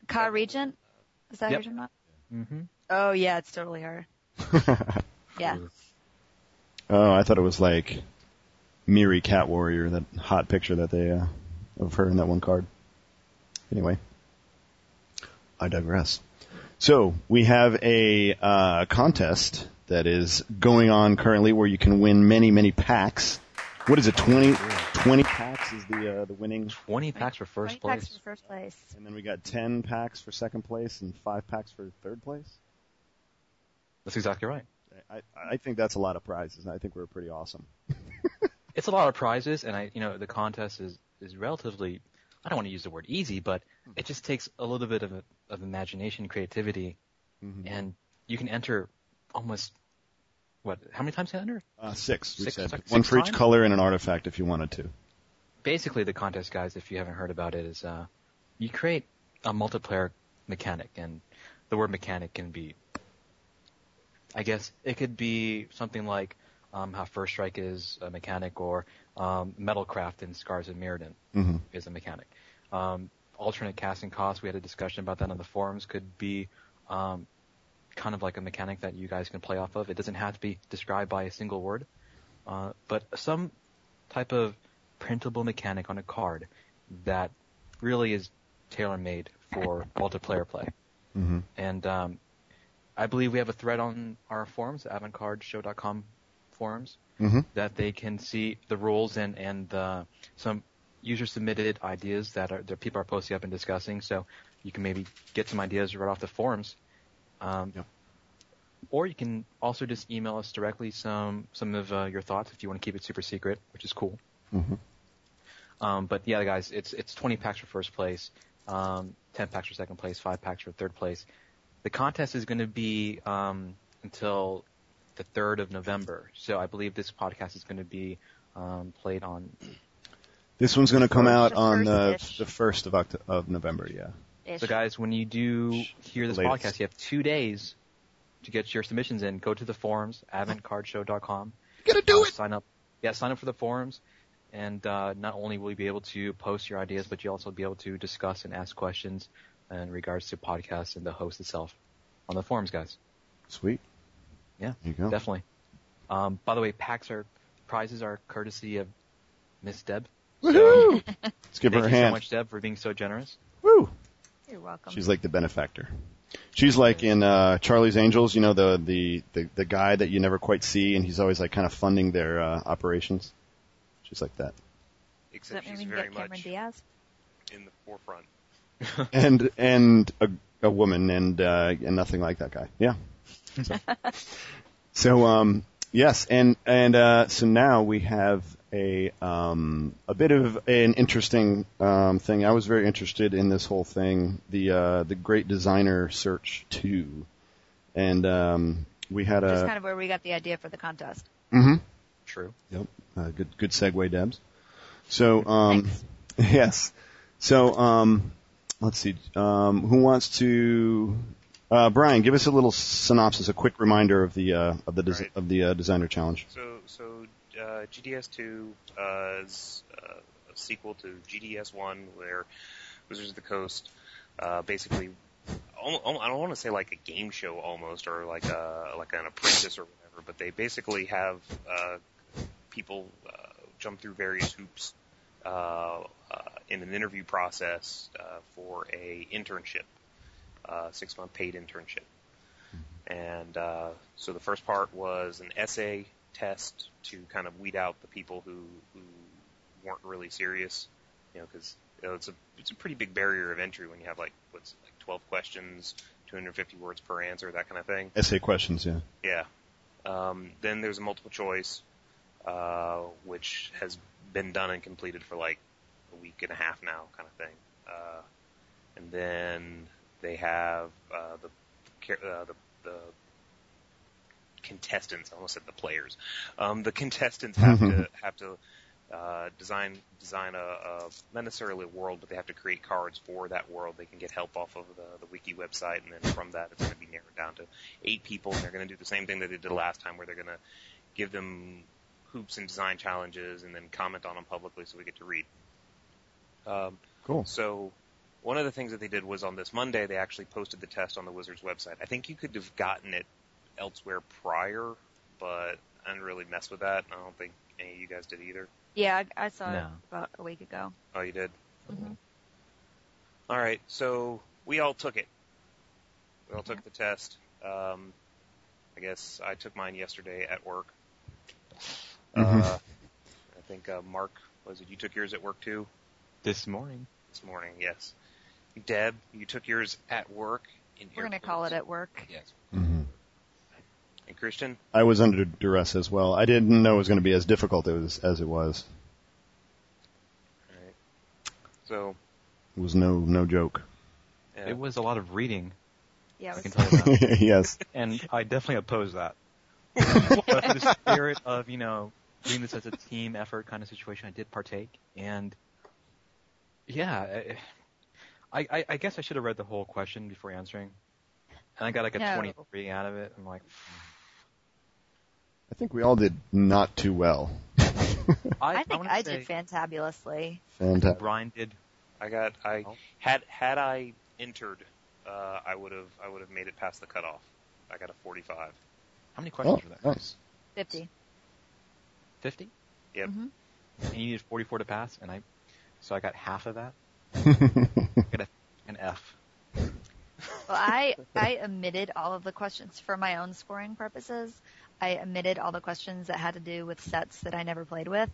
B: Car Regent, is that
C: Yep.
B: her or not?
C: Mm-hmm.
B: Oh yeah, it's totally her. yeah,
E: Oh, I thought it was like Miri Cat Warrior, that hot picture that they uh, of her in that one card. Anyway, I digress. So we have a uh, contest that is going on currently where you can win many, many packs. What is it? 20, 20 packs is the uh, the winning,
C: Twenty packs for first
B: Twenty packs
C: place.
B: for first place.
E: and then we got ten packs for second place and five packs for third place.
C: That's exactly right.
E: I, I think that's a lot of prizes, and I think we're pretty awesome.
C: It's a lot of prizes, and I, you know, the contest is is relatively. I don't want to use the word easy, but it just takes a little bit of of imagination, creativity, and you can enter almost. What? How many times can I enter?
E: Uh, six, we
C: Six-
E: said.
C: six-
E: one
C: six
E: for each
C: times?
E: color and an artifact if you wanted to.
C: basically the contest, guys, if you haven't heard about it, is uh, you create a multiplayer mechanic, and the word mechanic can be, I guess, it could be something like um, how First Strike is a mechanic, or um, Metalcraft in Scars of Mirrodin is a mechanic. Um, alternate casting costs, we had a discussion about that on the forums, could be um, kind of like a mechanic that you guys can play off of. It doesn't have to be described by a single word, uh, but some type of printable mechanic on a card that really is tailor made for multiplayer play. And um, I believe we have a thread on our forums, avantcardshow.com forums, that they can see the rules and and uh, some user submitted ideas that are that people are posting up and discussing. So you can maybe get some ideas right off the forums. Um,
E: Yeah.
C: Or you can also just email us directly some some of uh, your thoughts if you want to keep it super secret, which is cool. Um, but yeah, guys, it's it's 20 packs for first place, um, 10 packs for second place, five packs for third place. The contest is going to be um, until the 3rd of November. So I believe this podcast is going to be um, played on.
E: This one's going to come out
B: The
E: on the,
B: first-ish.
E: the 1st of, Oct- of November, yeah.
B: Ish.
C: So guys, when you do hear this
E: Latest.
C: podcast, you have two days to get your submissions in. Go to the forums, avantcardshow.com.
E: You gotta do
C: Uh, Sign up. Yeah, sign up for the forums. And uh, not only will you be able to post your ideas, but you'll also be able to discuss and ask questions in regards to podcasts and the host itself on the forums, guys.
E: Sweet.
C: Yeah,
E: There you go.
C: definitely. Um, by the way, packs are prizes are courtesy of Miss Deb. So,
E: Let's give
C: thank
E: her a
C: you
E: hand.
C: so much, Deb, for being so generous.
E: Woo!
B: You're welcome.
E: She's like the benefactor. She's like in uh, Charlie's Angels, you know, the, the, the, the guy that you never quite see, and he's always like kind of funding their uh, operations. She's like that.
B: Does that
F: Except
B: mean
F: she's
B: we can
F: very
B: get Cameron
F: much
B: Diaz?
F: in the forefront.
E: and and a, a woman and uh, and nothing like that guy. Yeah. So, so um yes, and and uh, so now we have a um a bit of an interesting um thing. I was very interested in this whole thing, the uh the Great Designer Search two, and um we
C: uh,
E: had
B: Which is
E: a Mm-hmm.
B: kind of where we got the idea for the contest.
C: True.
E: Yep. Uh, good good segue, Debs. So um, yes. So um, let's see. Um, who wants to? Uh, Brian, give us a little synopsis, a quick reminder of the uh, of the des-
F: Right.
E: of the uh, designer challenge.
F: So, so uh, GDS2 uh, is uh, a sequel to GDS1, where Wizards of the Coast uh, basically, al- al- I don't want to say like a game show almost, or like a like an apprentice or whatever, but they basically have uh, people uh, jump through various hoops uh, uh, in an interview process uh, for a internship, uh, six month paid internship. And uh, so the first part was an essay test to kind of weed out the people who, who weren't really serious, you know, because you know, it's a it's a pretty big barrier of entry when you have like what's like 12 questions, 250 words per answer, that kind of thing.
E: Essay questions, yeah.
F: Yeah. Um, then there's a multiple choice, uh, which has been done and completed for like a week and a half now, kind of thing. Uh, and then they have uh, the, ca- uh, the the contestants. I almost said the players. Um, the contestants have to have to uh, design design a, a not necessarily a world, but they have to create cards for that world. They can get help off of the, the wiki website, and then from that, it's going to be narrowed down to eight people. And they're going to do the same thing that they did last time, where they're going to give them hoops and design challenges, and then comment on them publicly, so we get to read. Um,
E: Cool.
F: so one of the things that they did was on this Monday they actually posted the test on the Wizards website. I think you could have gotten it elsewhere prior, but I didn't really mess with that. and I don't think any of you guys did either.
B: Yeah, I, I saw it
C: No. Mm-hmm.
B: about a week ago.
F: Oh, you did.
B: Mhm.
F: All right, so we all took it. We all took the test. Um, I guess I took mine yesterday at work. Uh, I think uh, Mark was it? You took yours at work too.
C: This morning.
F: this morning. Yes, Deb, you took yours at work. In
B: We're gonna
F: air
B: call it
F: quotes.
B: at work.
F: Yes.
E: Mm-hmm.
F: And Christian,
E: I was under duress as well. I didn't know it was going to be as difficult as, as it was.
F: so
E: It was no no joke.
F: uh,
C: It was a lot of reading.
B: Yeah,
C: I
B: it
C: can
B: was,
C: tell you that.
E: yes.
C: and I definitely oppose that. but the spirit of you know doing this as a team effort kind of situation, I did partake, and yeah, I, I, I guess I should have read the whole question before answering, and I got like a
B: No.
C: 23 out of it. I'm like,
E: I think we all did not too well.
C: I,
B: I think
C: wanna
B: I,
C: say
B: did fantabulously.
E: Fantastic.
C: Brian did.
F: I got I
C: Oh.
F: had had I entered, uh, I would have I would have made it past the cutoff. I got a 45.
C: How many questions
E: Oh,
C: were there?
E: nice.
B: Fifty.
C: 50.
F: Yep.
B: Mhm.
C: And you needed 44 to pass, and I, so I got half of that. I got a, an F.
B: Well, I I omitted all of the questions for my own scoring purposes. I omitted all the questions that had to do with sets that I never played with.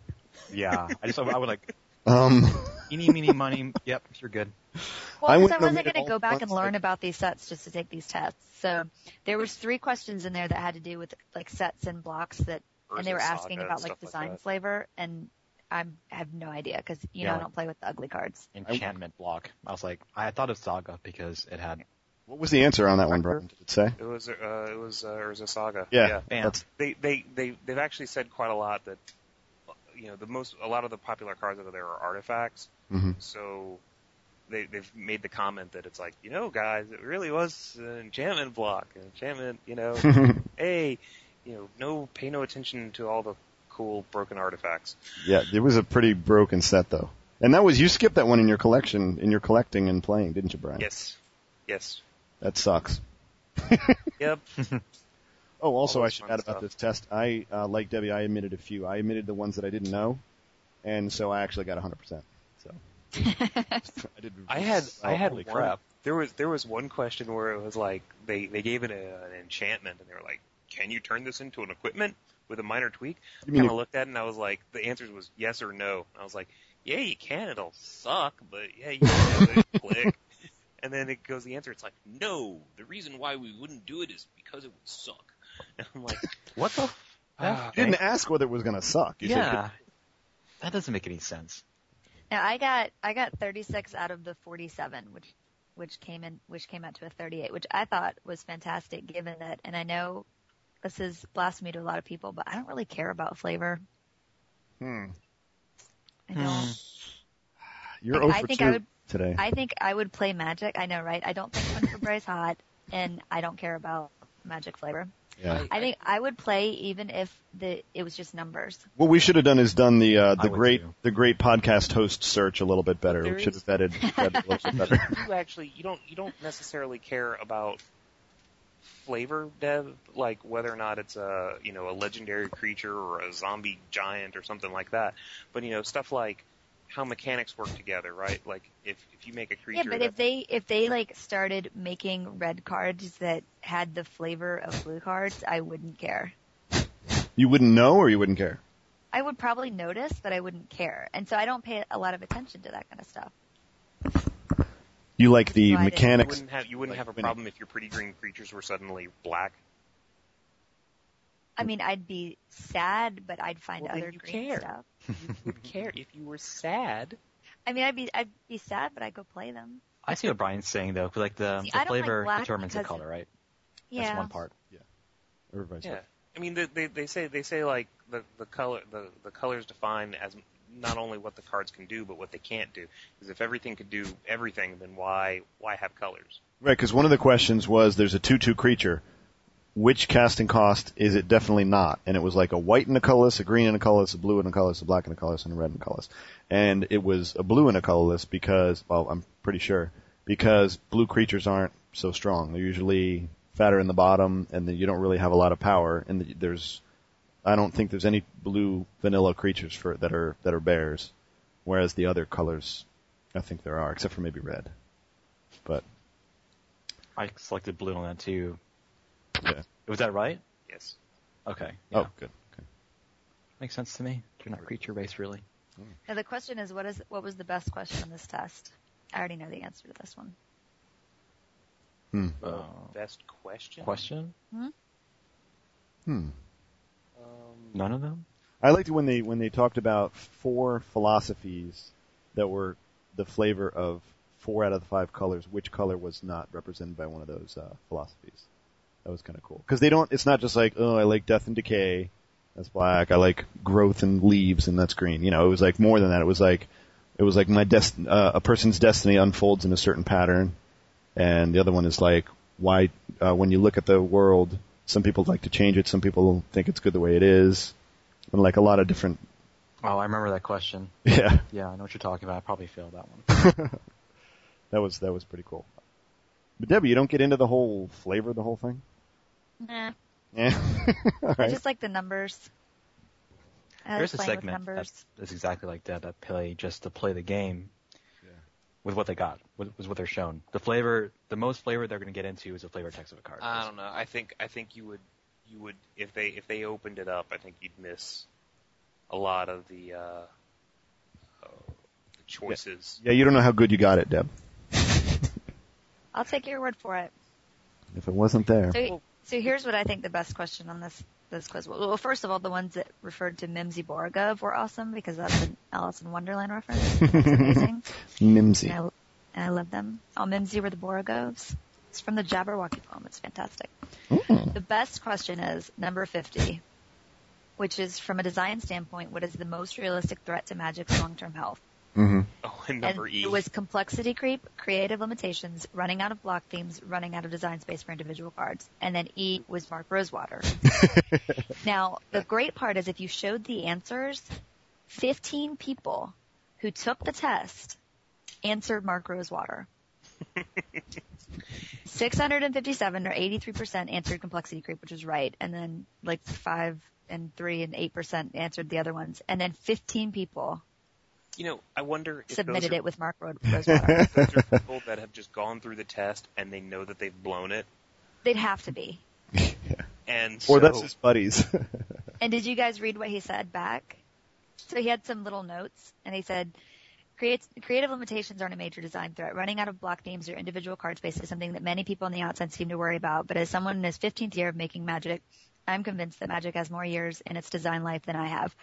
C: Yeah, I just I, would like
E: Um,
C: eeny meeny money. Yep, you're good.
B: Well,
E: I
B: because I,
E: wouldn't
B: wasn't
E: omit
B: going
E: all
B: to go
E: the
B: back
E: ones
B: and
E: that-
B: learn about these sets just to take these tests. So there was three questions in there that had to do with like sets and blocks that,
F: Urza
B: and they were
F: Saga
B: asking
F: and
B: about like
F: stuff
B: design
F: that.
B: flavor, and I'm, I have no idea because you
C: Yeah,
B: know I
C: like-
B: don't play with the ugly cards.
C: enchantment block. I was like, I thought of Saga because it had
E: what was the answer on that one, Brian? Did it say?
F: It was uh, it was uh, Urza Saga.
E: Yeah.
F: yeah.
C: bam.
E: That's-
F: They they they they've actually said quite a lot that you know the most a lot of the popular cards out there are artifacts.
E: Mhm.
F: So they, they've made the comment that it's like, you know, guys, it really was an enchantment block, an enchantment, you know, hey, you know, no, pay no attention to all the cool broken artifacts.
E: Yeah, it was a pretty broken set though. And that was you skipped that one in your collection, in your collecting and playing, didn't you, Brian?
F: Yes, yes,
E: That sucks.
F: yep.
E: Oh, also
F: All
E: I
F: those
E: should
F: fun
E: add about
F: stuff.
E: this test. I, uh, like Debbie, I admitted a few. I admitted the ones that I didn't know, and so I actually got 100. percent So I did.
F: I had I
E: oh,
F: had
E: holy
F: one.
E: crap.
F: There was there was one question where it was like they they gave it a, an enchantment and they were like, can you turn this into an equipment with a minor tweak? I
E: You mean
F: kind of looked at it and I was like, the answer was yes or no. I was like, yeah, you can. It'll suck, but yeah, you can. click. And then it goes the answer. It's like, no. The reason why we wouldn't do it is because it would suck. And I'm like,
C: what the? F-
F: Ah,
E: You didn't ask whether it was going to suck. You said,
C: yeah, that doesn't make any sense.
B: Now I got I got 36 out of the 47, which which came in which came out to a 38, which I thought was fantastic given that. And I know this is blasphemy to a lot of people, but I don't really care about flavor.
E: Hmm.
B: I don't.
E: You're
B: Like, I
E: over
B: think
E: two
B: I would-
E: today.
B: I think I would play Magic. I know, right? I don't think Fun for Bray's hot, and I don't care about Magic flavor.
E: yeah.
B: I think I would play even if the it was just numbers.
E: What we should have done is done the uh,
C: I
E: the
C: would
E: great
C: too.
E: the great podcast host search a little bit better.
F: There
E: We should
F: is-
E: have vetted, vetted a little bit better.
F: you actually you don't you don't necessarily care about flavor dev like whether or not it's a you know a legendary creature or a zombie giant or something like that but you know stuff like how mechanics work together right like if if you make a creature
B: Yeah, but
F: that-
B: if they if they like started making red cards that had the flavor of blue cards, I wouldn't care.
E: You wouldn't know, or you wouldn't care.
B: I would probably notice, but I wouldn't care. And so I don't pay a lot of attention to that kind of stuff.
E: You like the
B: No, I didn't.
F: You
E: mechanics?
F: wouldn't have you wouldn't
E: Like
F: have a
E: Winnie.
F: problem if your pretty green creatures were suddenly black.
B: I mean, I'd be sad, but I'd find
G: Well, then
B: other
G: you
B: green
G: care.
B: stuff.
G: You would care if you were sad.
B: I mean, I'd be I'd be sad, but I go play them.
C: I see what Brian's saying though, 'cause, like the,
B: See, I don't
C: the
B: like
C: flavor
B: black
C: determines the
B: because
C: color, right?
B: Yeah.
C: That's one part.
E: Or vice
F: Yeah,
E: versa.
F: I mean they, they they say they say like the the color the the colors define as not only what the cards can do but what they can't do. Because if everything could do everything, then why why have colors?
E: Right, because one of the questions was there's a 2 2 creature. Which casting cost is it definitely not? And it was like a white and a colorless, a green and a colorless, a blue and a colorless, a black and a colorless, and a red and a colorless. And it was a blue and a colorless because, well, I'm pretty sure, because blue creatures aren't so strong. They're usually fatter in the bottom, and then you don't really have a lot of power. And the, there's, I don't think there's any blue vanilla creatures for that are that are bears, whereas the other colors, I think there are, except for maybe red. But
C: I selected blue on that too.
E: yeah.
C: Was that right?
F: Yes.
C: Okay.
E: Oh, good. Okay.
C: Makes sense to me. You're not creature based really.
B: Now the question is, what is what was the best question on this test? I already know the answer to this one.
C: Uh,
F: Best question.
C: question?
E: Hmm.
F: Um,
C: None of them?
E: I liked when they when they talked about four philosophies that were the flavor of four out of the five colors. Which color was not represented by one of those uh, philosophies? That was kind of cool because they don't. It's not just like oh, I like death and decay. That's black. I like growth and leaves, and that's green. You know, it was like more than that. It was like it was like my dest- uh, a person's destiny unfolds in a certain pattern, and the other one is like why uh, when you look at the world, some people like to change it, some people think it's good the way it is, and like a lot of different
C: Oh, I remember that question.
E: yeah.
C: Yeah, I know what you're talking about. I probably failed that one.
E: That was that was pretty cool. But Debbie, you don't get into the whole flavor of the whole thing.
B: Nah,
E: Yeah. All
B: I
E: right.
B: just like the numbers. I like
C: There's a
B: playing with
C: segment
B: numbers.
C: that's, that's exactly like that. That play just to play the game with what they got, with, with what they're shown. The flavor, the most flavor they're going to get into is the flavor text of a card.
F: I don't know. I think I think you would you would if they if they opened it up, I think you'd miss a lot of the uh, uh, the choices.
E: Yeah, you don't know how good you got it, Deb.
B: I'll take your word for it.
E: If it wasn't there.
B: So, so here's what I think the best question on this this quiz. was. Well, first of all, the ones that referred to Mimsy Borgov were awesome because that's an Alice in Wonderland reference. That's amazing.
E: Mimsy.
B: and, I, and I love them. All Mimsy were the Borgovs. It's from the Jabberwocky poem. It's fantastic. The best question is number 50, which is from a design standpoint, what is the most realistic threat to Magic's long-term health?
F: Oh, and number
B: and
F: E.
B: it was complexity creep, creative limitations, running out of block themes, running out of design space for individual cards. And then E was Mark Rosewater. now, the great part is if you showed the answers, 15 people who took the test answered Mark Rosewater. 657 or 83% answered complexity creep, which was right. And then like 5 and 3 and 8% answered the other ones. And then 15 people
F: you know, I wonder if those
B: submitted
F: are,
B: it with Mark Ro- Rosewater.
F: those are people that have just gone through the test and they know that they've blown it.
B: They'd have to be.
F: And
E: Or
F: so,
E: that's his buddies.
B: And did you guys read what he said back? So he had some little notes, and he said, Creates, creative limitations aren't a major design threat. Running out of block names or individual card space is something that many people on the outside seem to worry about. But as someone in his 15th year of making Magic, I'm convinced that Magic has more years in its design life than I have.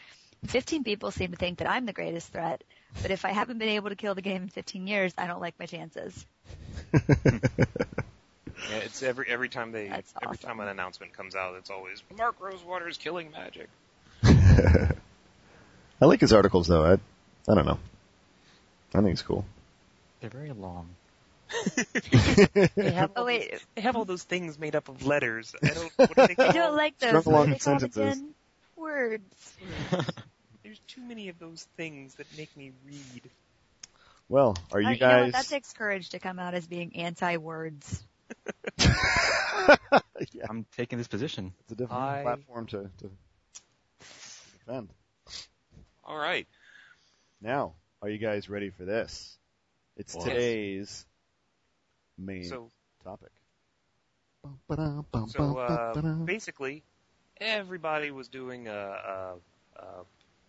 B: 15 people seem to think that I'm the greatest threat, but if I haven't been able to kill the game in 15 years, I don't like my chances.
F: yeah, it's every every time they
B: That's
F: every
B: awesome.
F: time an announcement comes out, it's always Mark Rosewater is killing magic.
E: I like his articles though. I I don't know. I think it's cool.
C: They're very long.
F: They have
B: Oh, wait.
F: they have all those things made up of letters. I don't. What do they
B: I
F: call
B: don't
F: them?
B: like those.
E: Struggle
B: What are
E: on
B: they called
E: sentences.
B: again? Words.
F: There's too many of those things that make me read.
E: Well, are
B: Uh,
E: you
B: know what?
E: guys?
B: that takes courage to come out as being anti-words.
E: yeah,
C: I'm taking this position.
E: it's a different
F: I-
E: platform to, to defend.
F: All right.
E: Now, are you guys ready for this? It's
C: What?
E: today's main
F: So
E: topic.
F: so uh, basically, everybody was doing uh, uh, uh,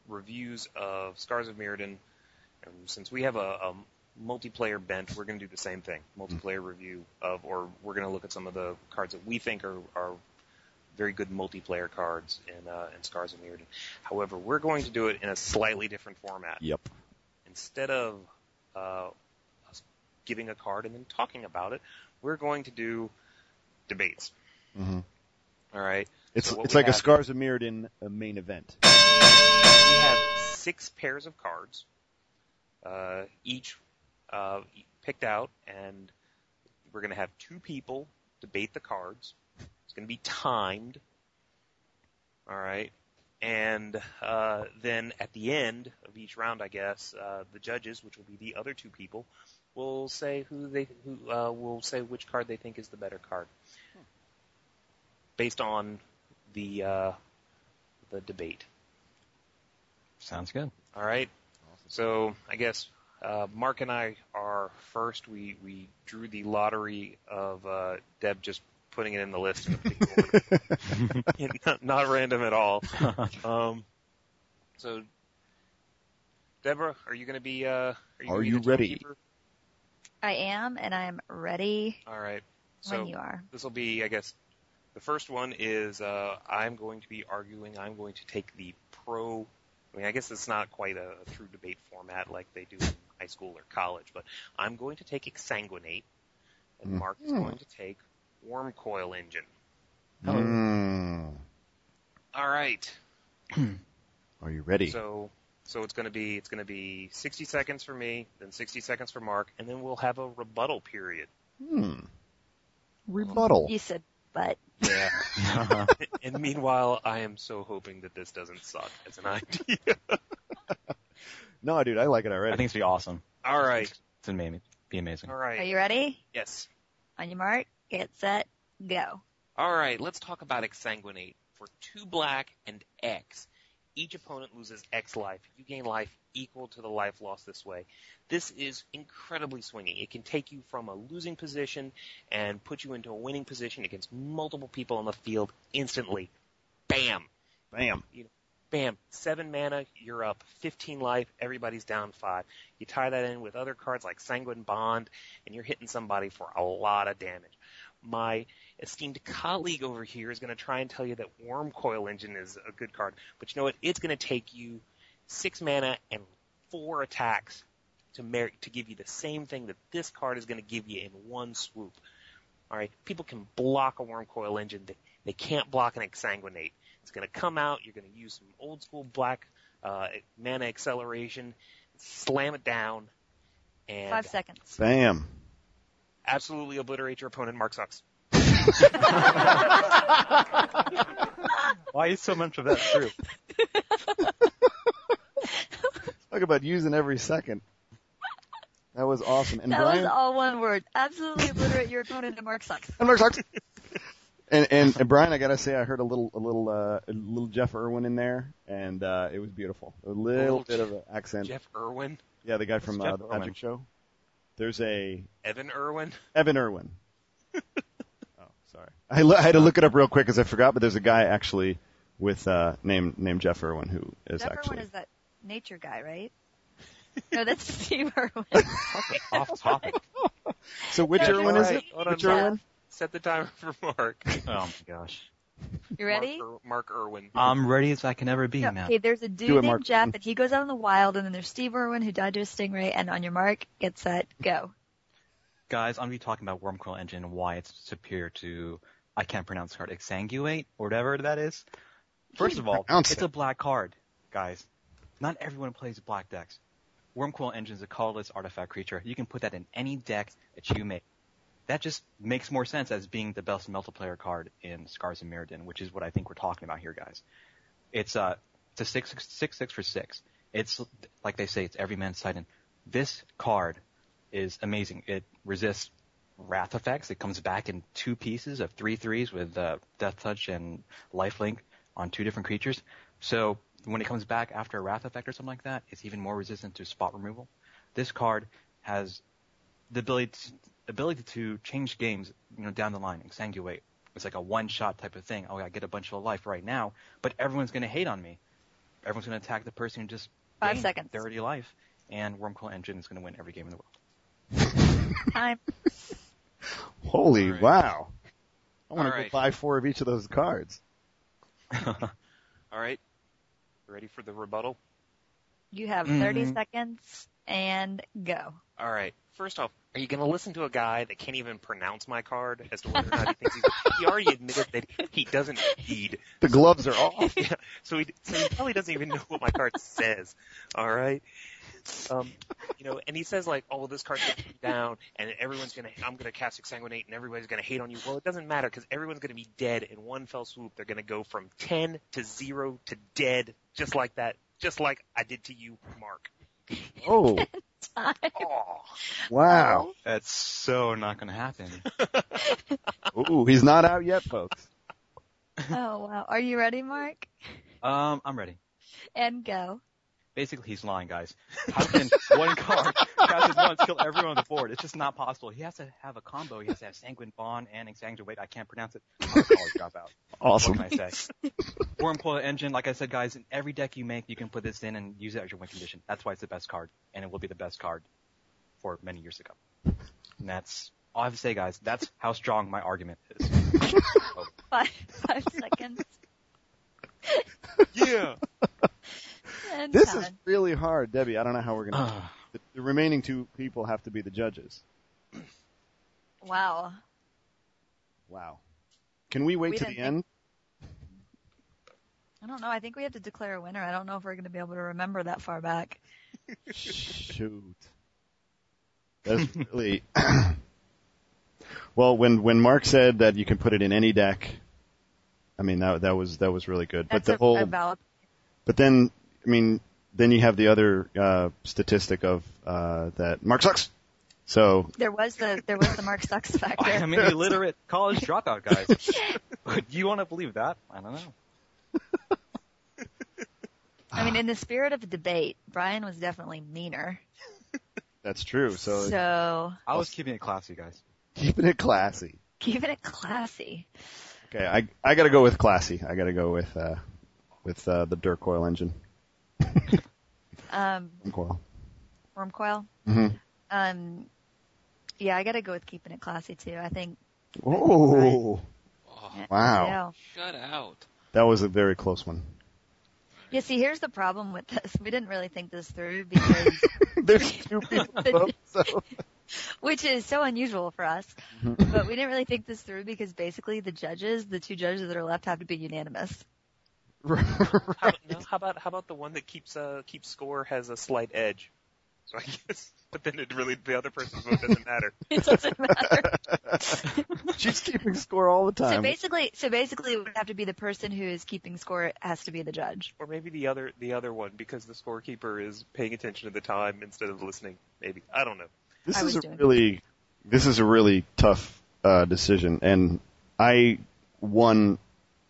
F: reviews of Scars of Mirrodin, and since we have a, a multiplayer bent, we're going to do the same thing. Multiplayer review of, or we're going to look at some of the cards that we think are, are very good multiplayer cards in, uh, in Scars of Mirrodin. However, we're going to do it in a slightly different format.
E: Yep.
F: Instead of uh, us giving a card and then talking about it, we're going to do debates.
E: Mhm.
F: All right.
E: It's
F: So what
E: it's
F: we
E: like a
F: have-
E: Scars of Mirrodin uh, main event.
F: We have six pairs of cards, uh, each uh, e- picked out, and we're going to have two people debate the cards. It's going to be timed. All right. And uh, then at the end of each round, I guess uh, the judges, which will be the other two people, will say who they who uh, will say which card they think is the better card, based on the uh, the debate.
C: Sounds good.
F: All right. So I guess uh, Mark and I are first. We we drew the lottery of uh, Deb just putting it in the list in a particular order. not, not random at all. Um, so Deborah, are you going to be? Uh, are
E: Are
F: you, gonna be
E: you
F: the
E: ready?
F: gatekeeper?
B: I am, and I'm ready
F: All right.
B: when
F: So
B: you are.
F: this will be, I guess, the first one is uh, I'm going to be arguing. I'm going to take the pro. I mean, I guess it's not quite a, a true debate format like they do in high school or college, but I'm going to take exsanguinate, and Mark is going to take warm coil engine.
E: Mm.
F: All right.
E: Are you ready?
F: So so it's going to be it's going to be 60 seconds for me, then 60 seconds for Mark, and then we'll have a rebuttal period.
E: Hmm. Rebuttal.
B: You said, but
F: Yeah. and meanwhile, I am so hoping that this doesn't suck as an idea.
E: No, dude, I like it
C: I
E: already.
C: think it's gonna be awesome.
F: All right.
C: It's gonna be ama- be amazing.
F: All
B: are
F: right.
B: you ready?
F: Yes.
B: On your mark, get set, go.
F: All right. Let's talk about exsanguinate. For two black and X, each opponent loses X life. You gain life equal to the life lost this way. This is incredibly swingy. It can take you from a losing position and put you into a winning position against multiple people on the field instantly. Bam.
E: Bam.
F: Bam, seven mana, you're up. 15 life, everybody's down five. You tie that in with other cards like Sanguine Bond, and you're hitting somebody for a lot of damage. My esteemed colleague over here is going to try and tell you that Worm Coil Engine is a good card, but you know what? It's going to take you six mana and four attacks to mer- to give you the same thing that this card is going to give you in one swoop. All right, people can block a Worm Coil Engine, they, they can't block an Exsanguinate. It's going to come out. You're going to use some old school black uh, mana acceleration, slam it down, and
B: Five seconds.
E: Bam.
F: absolutely obliterate your opponent. Mark sucks.
C: Why is so much of that true?
E: Talk about using every second. That was awesome. And
B: That
E: Brian
B: was all one word. Absolutely obliterate your opponent and Mark sucks.
E: and Mark Sox. And, and and Brian, I gotta say, I heard a little a little uh, a little Jeff Irwin in there, and uh, it was beautiful. A little
F: Oh,
E: bit of an accent.
F: Jeff Irwin,
E: Yeah, the guy from
C: Jeff
E: uh, the
C: Irwin.
E: Magic Show. There's a
F: Evan Irwin.
E: Evan Irwin. oh, sorry. I, lo- I had to look it up real quick because I forgot, but there's a guy actually with uh, named named Jeff Irwin who is
B: Jeff
E: actually
B: Irwin is that nature guy, right? no, that's Steve Irwin.
C: Off topic.
E: So which
B: Yeah,
E: Irwin is
B: right.
E: it?
F: Hold on,
E: Which
F: Mark.
E: Irwin?
F: Set the timer for Mark.
C: Oh my gosh.
B: You ready?
F: Mark, Ir- Mark Irwin.
C: I'm ready as I can ever be,
B: No,
C: man.
B: okay, there's a dude
E: Do it,
B: named
E: Mark.
B: Jeff, and he goes out in the wild, and then there's Steve Irwin who died to a stingray. And on your mark, get set, go.
C: Guys, I'm gonna be talking about Wormcoil Engine and why it's superior to I can't pronounce the card exsanguate or whatever that is. First of all,
E: pronounce
C: it's a black card, guys. Not everyone plays black decks. Wormcoil Engine is a colorless artifact creature. You can put that in any deck that you make. That just makes more sense as being the best multiplayer card in Scars and Mirrodin, which is what I think we're talking about here, guys. It's uh, it's a six six six six for six. It's like they say, it's every man's Titan. This card is amazing. It resists wrath effects. It comes back in two pieces of three threes with uh, death touch and lifelink on two different creatures. So when it comes back after a wrath effect or something like that, it's even more resistant to spot removal. This card has the ability to, ability to change games, you know, down the line, exsanguate. It's like a one-shot type of thing. Oh, I get a bunch of life right now, but everyone's going to hate on me. Everyone's going to attack the person who just
B: Five
C: gained
B: seconds.
C: 30 life, and Wormcoil Engine is going to win every game in the world.
B: Time.
E: Holy
F: Alright.
E: wow! I want to
F: Alright.
E: go buy four of each of those cards.
F: All right. Ready for the rebuttal?
B: You have
E: Mm-hmm.
F: Mhm.
B: 30 seconds and go.
F: All right. First off, are you going to listen to a guy that can't even pronounce my card as to whether or not he thinks he's, he already admitted that he doesn't read.
E: The gloves are off.
F: Yeah, so he so he probably doesn't even know what my card says. All right. Um, you know, and he says like, "Oh, well, this card's gonna be down, and everyone's gonna, I'm gonna cast exsanguinate, and everybody's gonna hate on you." Well, it doesn't matter because everyone's gonna be dead in one fell swoop. They're gonna go from ten to zero to dead, just like that, just like I did to you, Mark.
E: Oh
B: Time.
F: Oh,
E: wow!
C: That's so not going to happen.
E: Ooh, he's not out yet, folks.
B: Oh wow. Are you ready, Mark?
C: Um, I'm ready.
B: And go.
C: Basically, he's lying, guys. How can one card cast at once kill everyone on the board? It's just not possible. He has to have a combo. He has to have Sanguine Bond and Exsanguinate. I can't pronounce it. I'm a college dropout.
E: Awesome.
C: What can I say? Wormcoil Engine, like I said, guys, in every deck you make, you can put this in and use it as your win condition. That's why it's the best card, and it will be the best card for many years to come. And that's all I have to say, guys. That's how strong my argument is. Oh.
B: Five five seconds
F: yeah.
B: and
E: This
B: time.
E: is really hard, Debbie. I don't know how we're gonna.
C: Ah.
E: the, the remaining two people have to be the judges.
B: Wow.
E: Wow. Can we wait
B: We
E: to
B: didn't
E: the
B: think-
E: end?
B: I don't know. I think we have to declare a winner. I don't know if we're going to be able to remember that far back.
E: Shoot. That's really. well, when when Mark said that you can put it in any deck, I mean that that was that was really good.
B: That's
E: but the
B: a,
E: whole
B: a valid.
E: But then, I mean, then you have the other uh, statistic of uh, that Mark sucks. So
B: There was the there was the Mark sucks
C: I
B: factor.
C: am an illiterate college dropout, guys. Would you want to believe that? I don't know.
B: I mean, in the spirit of debate, Brian was definitely meaner.
E: that's true. So,
B: So
C: I was keeping it classy, guys.
E: keeping it classy.
B: keeping it classy.
E: Okay, I I gotta go with classy. I gotta go with uh, with uh, the dirt coil engine.
B: Um,
E: Coil.
B: worm coil.
E: Mhm.
B: Um, yeah, I got to go with keeping it classy too. I think.
E: Oh, wow,
B: Yeah.
H: Shut out.
E: that was a very close one.
B: Yeah. See, here's the problem with this. We didn't really think this through because,
E: There's two people. vote, so
B: which is so unusual for us,
E: Mm-hmm.
B: but we didn't really think this through because basically the judges, the two judges that are left, have to be unanimous.
F: How, no, how about how about the one that keeps uh keeps score has a slight edge? So I guess, but then it really the other person's vote doesn't matter.
B: It doesn't matter.
E: she's keeping score all the
B: So
E: time.
B: basically, so basically, it would have to be the person who is keeping score has to be the judge.
F: Or maybe the other the other one because the scorekeeper is paying attention to the time instead of listening. Maybe I don't know.
E: This
B: I
E: is
B: was
E: a
B: doing.
E: really, this is a really tough uh, decision, and I won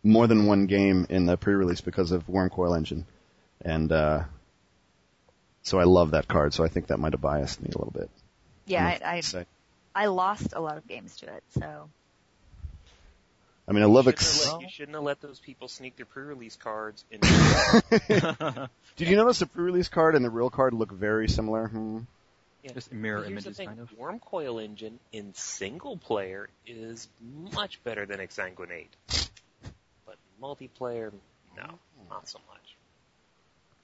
E: more than one game in the pre-release because of Worm Coil Engine, and uh, so I love that card. So I think that might have biased me a little bit.
B: Yeah,
E: Mm-hmm.
B: I, I,
E: So-
B: I lost a lot of games to it, so
E: I mean, I love
F: You
E: ex-
F: shouldn't, have let, you shouldn't have let those people sneak their pre-release cards. In.
E: Did you notice the pre-release card and the real card look very similar? Hmm.
C: Just mirror
F: Here's the
C: images,
F: thing:
C: kind of.
F: Worm Coil Engine in single player is much better than Exsanguinate, but multiplayer, no, not so much.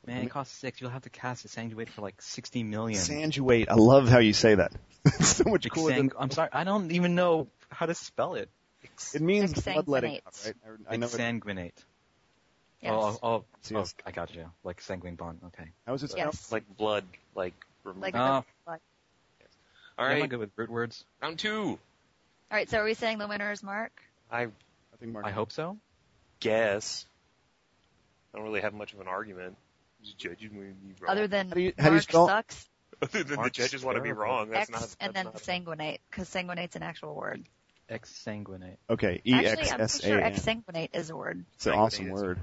C: Man, it costs six. You'll have to cast a Sanguate for like 60 million.
E: Sanduate. I love how you say that. it's so much cooler.
C: Exang-
E: Than,
C: I'm sorry, I don't even know how to spell it.
E: it means bloodletting,
B: Exsanguinate.
E: right? I, I know. It,
C: Exsanguinate.
B: yes.
C: Oh, oh, oh,
E: Yes.
C: I got you. Like sanguine bond. Okay.
E: how is it spelled?
B: yes,
F: Like blood, like remove.
B: like,
C: Uh,
B: like-
F: All
C: Am I
F: right,
C: good with root words?
F: round two.
B: all right. So are we saying the winner is Mark?
F: I
E: I think Mark.
C: I hope so.
F: guess. I don't really have much of an argument. The judges want to be wrong.
B: Other than
E: How do you- how do you
B: Mark
E: spell-
B: sucks,
F: Other than the
C: Mark's
F: judges want to be
C: terrible.
F: wrong. That's
B: X,
F: not. That's
B: and then
F: not
B: sanguinate because sanguinate's an actual word.
C: Exsanguinate.
E: Okay. E
B: Actually,
E: X
B: I'm
E: S
B: pretty sure
E: A. N.
B: exsanguinate is a word.
E: It's an
F: Sanguinate
E: awesome
F: is a
E: word.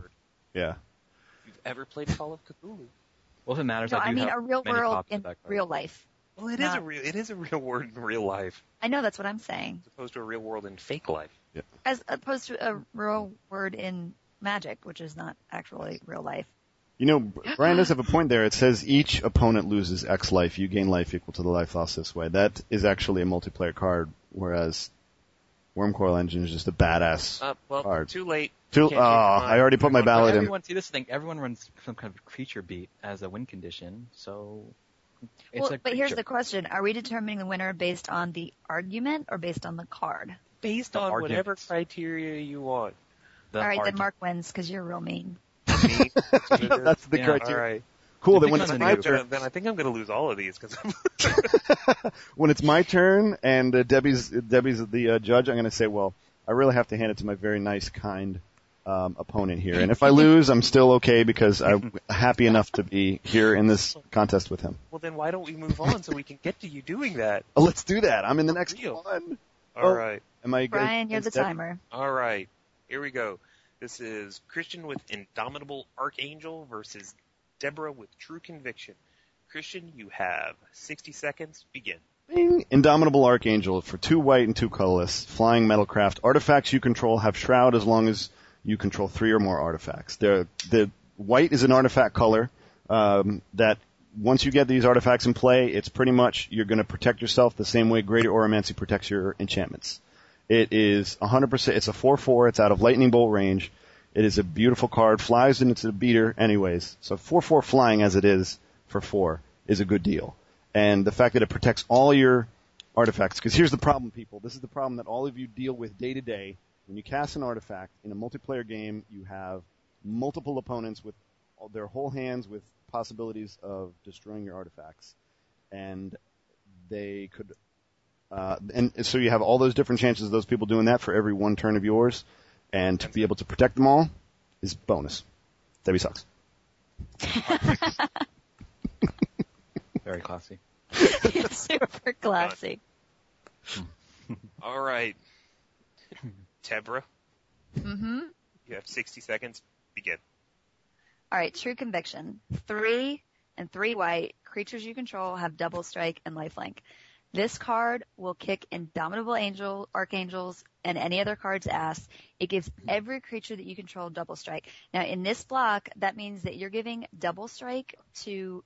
E: Yeah.
F: If you've ever played Call of Cthulhu?
C: Well, if it matters,
B: No,
C: I do
B: I mean
C: have
B: a real
C: many
B: world
C: copies of
B: in
C: that card.
B: real life.
F: Well, it is
B: Not-
F: a real. It is a real word in real life,
B: I know that's what I'm saying,
F: as opposed to a real world in fake life.
B: as opposed to a real word in magic, which is not actually real life.
E: You know, Brian does have a point there. It says each opponent loses X life. You gain life equal to the life lost this way. That is actually a multiplayer card, whereas Wormcoil Engine is just a badass.
F: Uh, well,
E: Hard.
F: too late.
E: Two,
F: can't
E: oh,
F: change mine.
E: I already put my
F: Everyone-
E: ballot in.
C: everyone see this thing. Everyone runs some kind of creature beat as a win condition, so it's
B: well,
C: a
B: but here's
C: creature.
B: the question: Are we determining the winner based on the argument or based on the card?
G: Based
C: The
G: on whatever
C: arguments.
G: criteria you want.
C: The
B: All right,
C: arg-
B: then Mark wins because you're real mean.
F: Me?
E: That's the
C: Yeah,
E: criteria.
F: All right.
E: Cool. Then
C: Depends
E: when
C: on
E: it's
C: the
E: my
C: new-
E: turn,
F: Then, then I think I'm going to lose all of these because I'm
E: when it's my turn, and uh, Debbie's Debbie's the uh, judge, I'm going to say, well, I really have to hand it to my very nice, kind um, opponent here. And if I lose, I'm still okay because I'm happy enough to be here in this contest with him.
F: well. Then why don't we move on so we can get to you doing that?
E: Oh, let's do that. I'm in the next
F: Deal.
E: one.
F: All
E: Oh.
F: right.
E: Am I
B: Brian, you're the
E: against Deb-
B: timer.
F: All right, here we go. This is Christian with Indomitable Archangel versus Deborah with True Conviction. Christian, you have 60 seconds. Begin.
E: Bing. Indomitable Archangel for two white and two colorless. Flying metal craft. Artifacts you control have shroud as long as you control three or more artifacts. They're, the white is an artifact color um, that once you get these artifacts in play, it's pretty much you're going to protect yourself the same way Greater Oromancy protects your enchantments. It is 100%. It's a 4-4. It's out of lightning bolt range. It is a beautiful card. Flies and it's a beater, anyways. So 4-4 flying as it is for four is a good deal. And the fact that it protects all your artifacts. Because here's the problem, people. This is the problem that all of you deal with day to day. When you cast an artifact in a multiplayer game, you have multiple opponents with all- their whole hands with possibilities of destroying your artifacts, and they could uh, and so you have all those different chances of those people doing that for every one turn of yours, and to be able to protect them all is bonus. Debbie sucks.
C: very classy.
B: You're super classy.
F: All right, Deborah,
B: Mm-hmm.
F: you have 60 seconds. Begin.
B: All right, true conviction. Three and three white creatures you control have double strike and lifelink. This card will kick Indomitable Angel, Archangels, and any other card's ass. It gives every creature that you control double strike. Now, in this block, that means that you're giving double strike to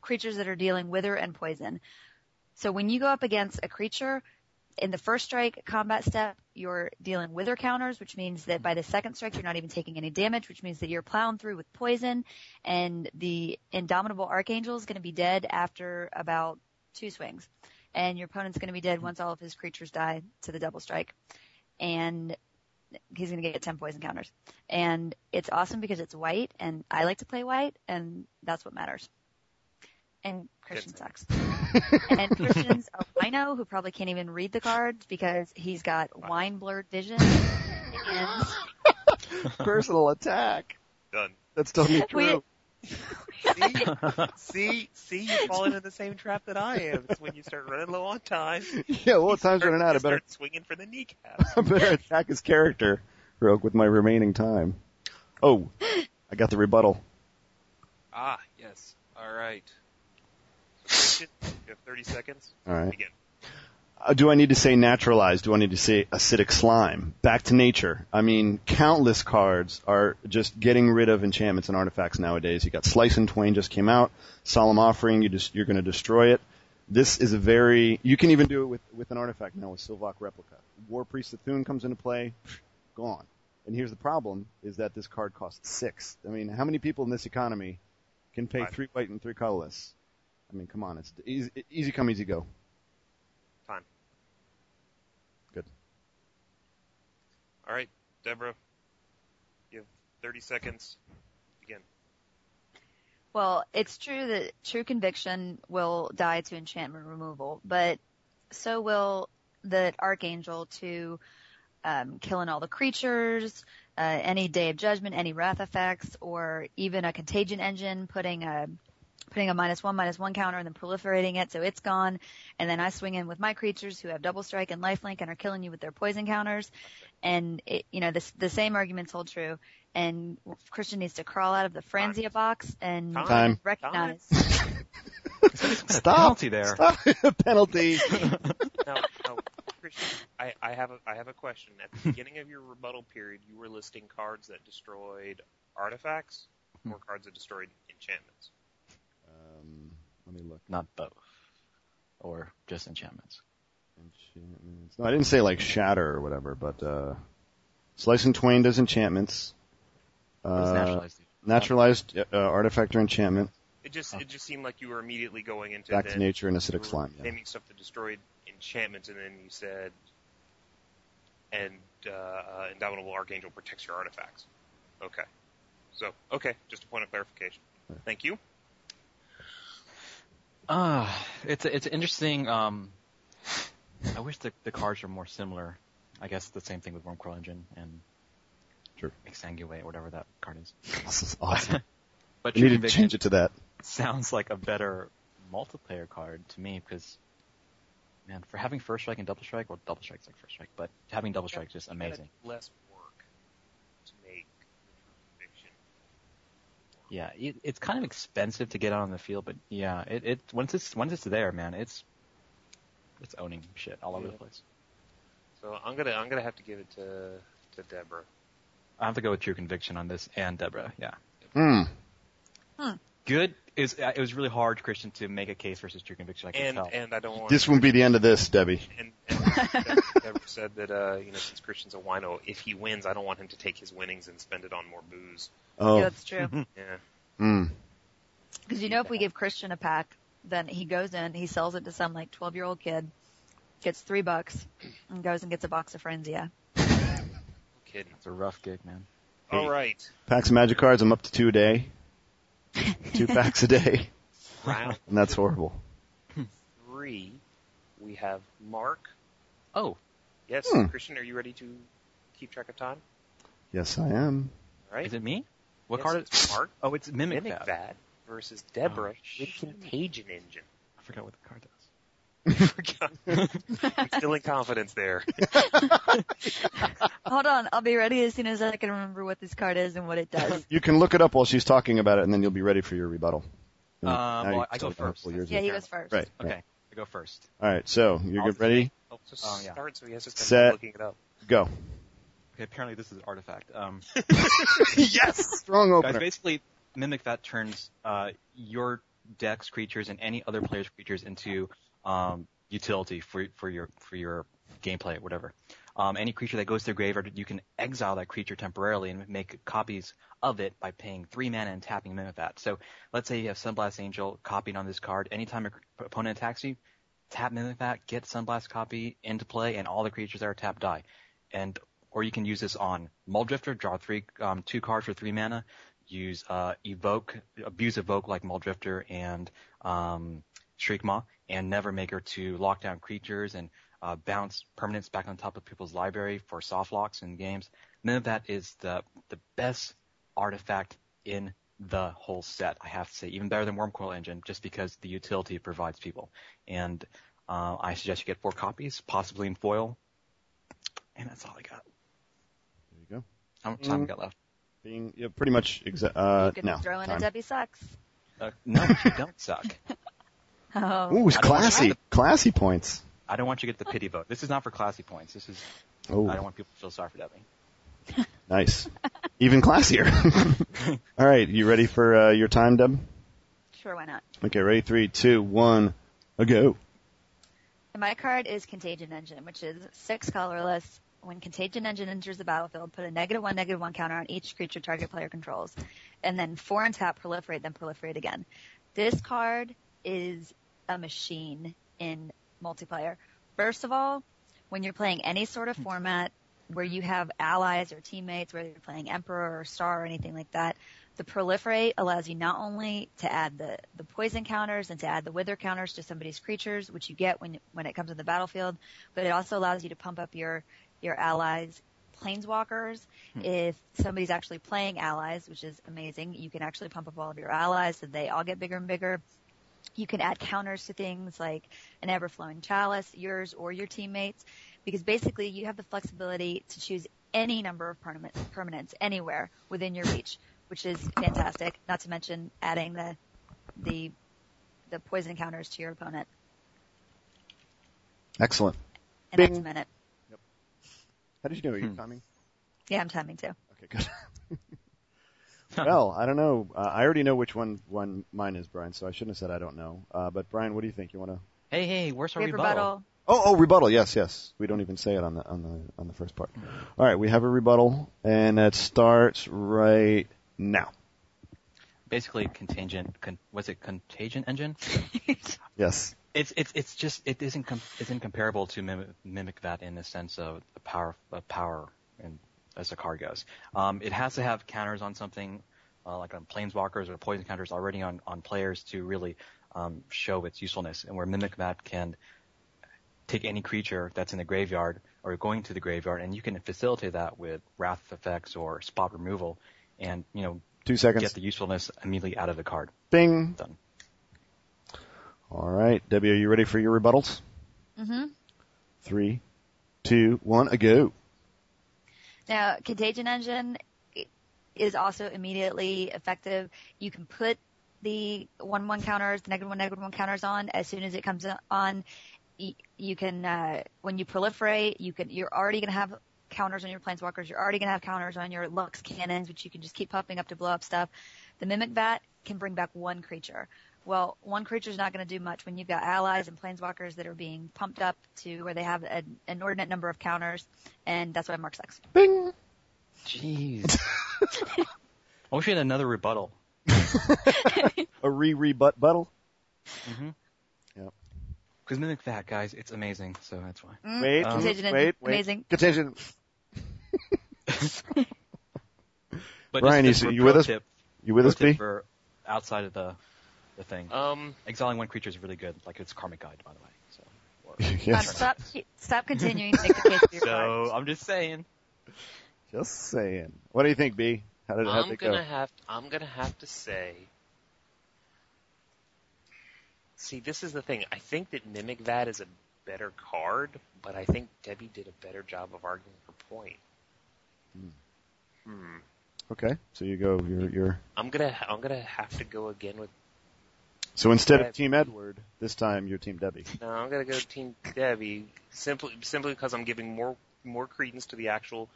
B: creatures that are dealing wither and poison. So when you go up against a creature, in the first strike combat step, you're dealing wither counters, which means that by the second strike, you're not even taking any damage, which means that you're plowing through with poison, and the indomitable archangel is going to be dead after about two swings, and your opponent's going to be dead once all of his creatures die to the double strike, and he's going to get 10 poison counters. And it's awesome because it's white, and I like to play white, and that's what matters. And Christian sucks. and Christian's a wino who probably can't even read the cards because he's got wine blurred vision. And
E: Personal attack.
F: Done.
E: That's totally
B: we,
E: true.
F: See, see, see, you've fallen in the same trap that I am. It's when you start running low on time.
E: yeah, well, time's running out. I
F: You
E: better,
F: start swinging for the kneecaps.
E: I better attack his character, Rogue, with my remaining time. Oh, I got the rebuttal.
F: Ah, yes. All right. Christian, you have 30 seconds.
E: All right.
F: Begin.
E: Uh, do I need to say naturalized? Do I need to say acidic slime? Back to nature. I mean, countless cards are just getting rid of enchantments and artifacts nowadays. You got Slice and Twain just came out. Solemn Offering, you just, you're going to destroy it. This is a very, you can even do it with, with an artifact now with Sylvok Replica. War Priest of Thune comes into play, gone. And here's the problem, is that this card costs six. I mean, how many people in this economy can pay
F: Right.
E: three white and three colorless? I mean, come on, it's easy, easy come, easy go.
F: Time.
E: Good.
F: All right, Deborah, you have 30 seconds. Begin.
B: Well, it's true that true conviction will die to enchantment removal, but so will the archangel to um, killing all the creatures, uh, any day of judgment, any wrath effects, or even a contagion engine putting a putting a minus one minus one counter and then proliferating it so it's gone. And then I swing in with my creatures who have double strike and lifelink and are killing you with their poison counters. And it, you know this, the same arguments hold true. And Christian needs to crawl out of the Franzia box and
F: Time.
E: Time.
B: recognize.
E: Stop.
C: Penalty there.
E: Stop. Penalty.
F: Now, now Christian, I, I have a, I have a question. At the beginning of your rebuttal period, you were listing cards that destroyed artifacts.
E: Hmm.
F: or cards that destroyed enchantments.
E: Um, let me look.
C: not both, or just enchantments.
E: Enchantments. No, I didn't say like shatter or whatever, but uh, slice and twain does enchantments.
C: It's
E: Uh,
C: naturalized.
E: naturalized uh, artifact or enchantment.
F: It just it just seemed like you were immediately going into
E: Oh. Back to
F: that
E: nature and
F: you
E: acidic
F: were
E: slime. Yeah.
F: naming stuff that destroyed enchantments, and then you said, and uh, uh, Indomitable Archangel protects your artifacts. Okay, so okay, just a point of clarification. Thank you.
C: Uh, it's a, it's an interesting. Um, I wish the the cards were more similar. I guess the same thing with Wormcoil Engine and
E: Sure.
C: Exsanguinate, whatever that card is.
E: This is awesome.
C: But
E: I need
C: True
E: to
C: Conviction
E: change it to that.
C: sounds like a better multiplayer card to me because, man, for having first strike and double strike, well, double strike's like first strike, but having double strike is just amazing.
F: Kinda Less work to make the true conviction.
C: Yeah, it, it's kind of expensive to get out on the field, but yeah, it, it once it's once it's there, man, it's it's owning shit all over the place.
F: So I'm gonna I'm gonna have to give it to to Deborah.
C: I have to go with True Conviction on this and Deborah. Yeah,
E: Hmm.
C: good is uh, it was really hard, Christian, to make a case versus True Conviction. I can
F: And
C: tell.
F: and I don't want
E: This won't be the end of this, Debbie.
F: and, and Deborah said that uh, you know since Christian's a wino, if he wins, I don't want him to take his winnings and spend it on more booze.
B: Yeah,
E: Oh.
B: that's true.
F: Yeah,
E: Hmm.
B: Because you know, if we give Christian a pack, then he goes in, he sells it to some like 12 year old kid, gets three bucks, and goes and gets a box of Frenzia.
F: no kidding.
C: it's a rough gig, man.
F: All right,
E: Packs of magic cards. I'm up to two a day. two packs a day,
F: round
E: and that's horrible.
F: three, we have Mark.
C: Oh,
F: Yes,
E: Hmm.
F: Christian, are you ready to keep track of time?
E: Yes, I am.
F: All right.
C: is it me? What
F: Yes,
C: card? Is,
F: it's Mark
C: oh, it's Mimic,
F: Mimic
C: Fab.
F: that versus
C: Oh,
F: Deborah with
C: shit.
F: Contagion Engine.
C: I forgot what the card does.
F: I'm still in confidence there.
B: Hold on, I'll be ready as soon as I can remember what this card is and what it does.
E: You can look it up while she's talking about it, and then you'll be ready for your rebuttal.
C: Uh,
E: Now
C: well,
E: you
C: I go
E: still have a
C: first.
E: couple years
B: yeah,
E: of-
B: he goes first.
E: Right.
C: Okay,
E: right.
C: I go first.
E: All right. So you're
C: I'll
E: good- ready?
F: Oh, so
C: Oh, yeah.
F: start, so he has to
E: Set.
F: start looking it up.
E: Go.
C: Okay, apparently this is an artifact. Um,
E: yes. Strong
C: guys,
E: opener.
C: basically, Mimic that turns uh, your deck's creatures and any other player's creatures into um, utility for for your for your gameplay, whatever. Um, any creature that goes to the graveyard, you can exile that creature temporarily and make copies of it by paying three mana and tapping Mimic that. So let's say you have Sunblast Angel copied on this card. Anytime your opponent attacks you, tap Mimic that, get Sunblast copy into play, and all the creatures that are tapped die. And or you can use this on Mull Drifter, draw three um, two cards for three mana, use uh, evoke, abuse evoke like Mull Drifter and um, Shriek Maw, and Nevermaker to lock down creatures and uh, bounce permanents back on top of people's library for soft locks in games. None of that is the the best artifact in the whole set. I have to say, even better than Wormcoil Engine, just because the utility it provides people. And uh, I suggest you get four copies, possibly in foil. And that's all I got.
E: There you go.
C: How much
E: Mm.
C: time we got left?
E: Being yeah, pretty much exa- uh,
B: you can
E: now.
B: throw in a
E: Time.
B: Debbie sucks.
C: Uh, no, you don't suck.
B: Oh,
E: Ooh, it's
C: I don't want
E: classy.
C: to-
E: Classy points.
C: I don't want you to get the pity vote. This is not for classy points. This is I don't
E: Oh,
C: want people to feel sorry for Debbie.
E: nice. Even classier. All right. You ready for uh, your time, Deb?
B: sure, why not?
E: Okay. Ready? Three, two, one, a go.
B: And my card is Contagion Engine, which is six colorless. When Contagion Engine enters the battlefield, put a negative one, negative one counter on each creature target player controls. And then four and tap, proliferate, then proliferate again. This card is a machine in multiplayer. First of all, when you're playing any sort of format where you have allies or teammates, whether you're playing Emperor or Star or anything like that, the proliferate allows you not only to add the, the poison counters and to add the wither counters to somebody's creatures, which you get when when it comes on the battlefield, but it also allows you to pump up your your allies planeswalkers. If somebody's actually playing allies, which is amazing, you can actually pump up all of your allies so they all get bigger and bigger. You can add counters to things like an ever-flowing chalice, yours or your teammates, because basically you have the flexibility to choose any number of permanent, permanents anywhere within your reach, which is fantastic. Not to mention adding the the the poison counters to your opponent,
E: Excellent.
B: and
E: Bing.
B: that's a minute.
C: Hmm.
E: How did you know you were coming?
B: Yeah, I'm timing too.
E: Okay, good. well, I don't know. Uh, I already know which one one mine is, Brian. So I shouldn't have said I don't know. Uh, but Brian, what do you think? You want to?
C: Hey, hey, where's our
B: We have
C: rebuttal?
B: rebuttal.
E: Oh, oh, rebuttal. Yes, yes. We don't even say it on the on the on the first part. All right, we have a rebuttal, and it starts right now.
C: Basically, contingent. Con, was it contagion engine?
E: Yes.
C: It's it's it's just it isn't com- it's incomparable to mimic, mimic that in the sense of the power of power and as the car goes. Um, it has to have counters on something uh, like on planeswalkers or poison counters already on on players to really um, show its usefulness. And where mimic that can take any creature that's in the graveyard or going to the graveyard, and you can facilitate that with wrath effects or spot removal, and you know
E: Two seconds.
C: get the usefulness immediately out of the card.
E: Bing.
C: Done.
E: All right, Debbie, are you ready for your rebuttals?
B: Mm-hmm.
E: Three, two, one, a go.
B: Now, Contagion Engine is also immediately effective. You can put the one one counters, the negative one negative one counters on as soon as it comes on. Y- You can uh, when you proliferate, you can you're already going to have counters on your planeswalkers. You're already going to have counters on your Lux cannons, which you can just keep popping up to blow up stuff. The Mimic Bat can bring back one creature. Well, one creature's not going to do much when you've got allies and planeswalkers that are being pumped up to where they have an inordinate number of counters, and that's why Mark sucks.
E: Bing.
C: Jeez. I wish we had another rebuttal.
E: A re rebut buttle.
C: Because mimic that, guys, it's amazing. So that's why.
B: Mm,
E: Wait,
C: Um,
B: Contagion Engine,
E: wait, wait.
B: amazing.
E: Contagion.
C: But
E: Brian,
C: just
E: you-
C: a
E: you
C: pro
E: with us?
C: Tip,
E: You with
C: pro
E: us,
C: tip
E: B?
C: For outside of the the thing,
F: Um,
C: exiling one creature is really good. Like it's karmic guide, by the way. So. or-
B: Um,
E: yes.
B: stop, stop continuing to make the case for your card.
C: So uh, I'm just saying.
E: Just saying. What do you think, B? How did how'd
F: I'm
E: it
F: gonna
E: go?
F: have I'm gonna have to say. See, this is the thing. I think that Mimic Vat is a better card, but I think Debbie did a better job of arguing her point. Hmm.
E: Okay, so you go. You're, you're.
F: I'm gonna I'm gonna have to go again with
E: So instead of
F: Deb.
E: Team Edward, this time you're Team Debbie.
F: no. I'm gonna go Team Debbie simply simply because I'm giving more more credence to the actual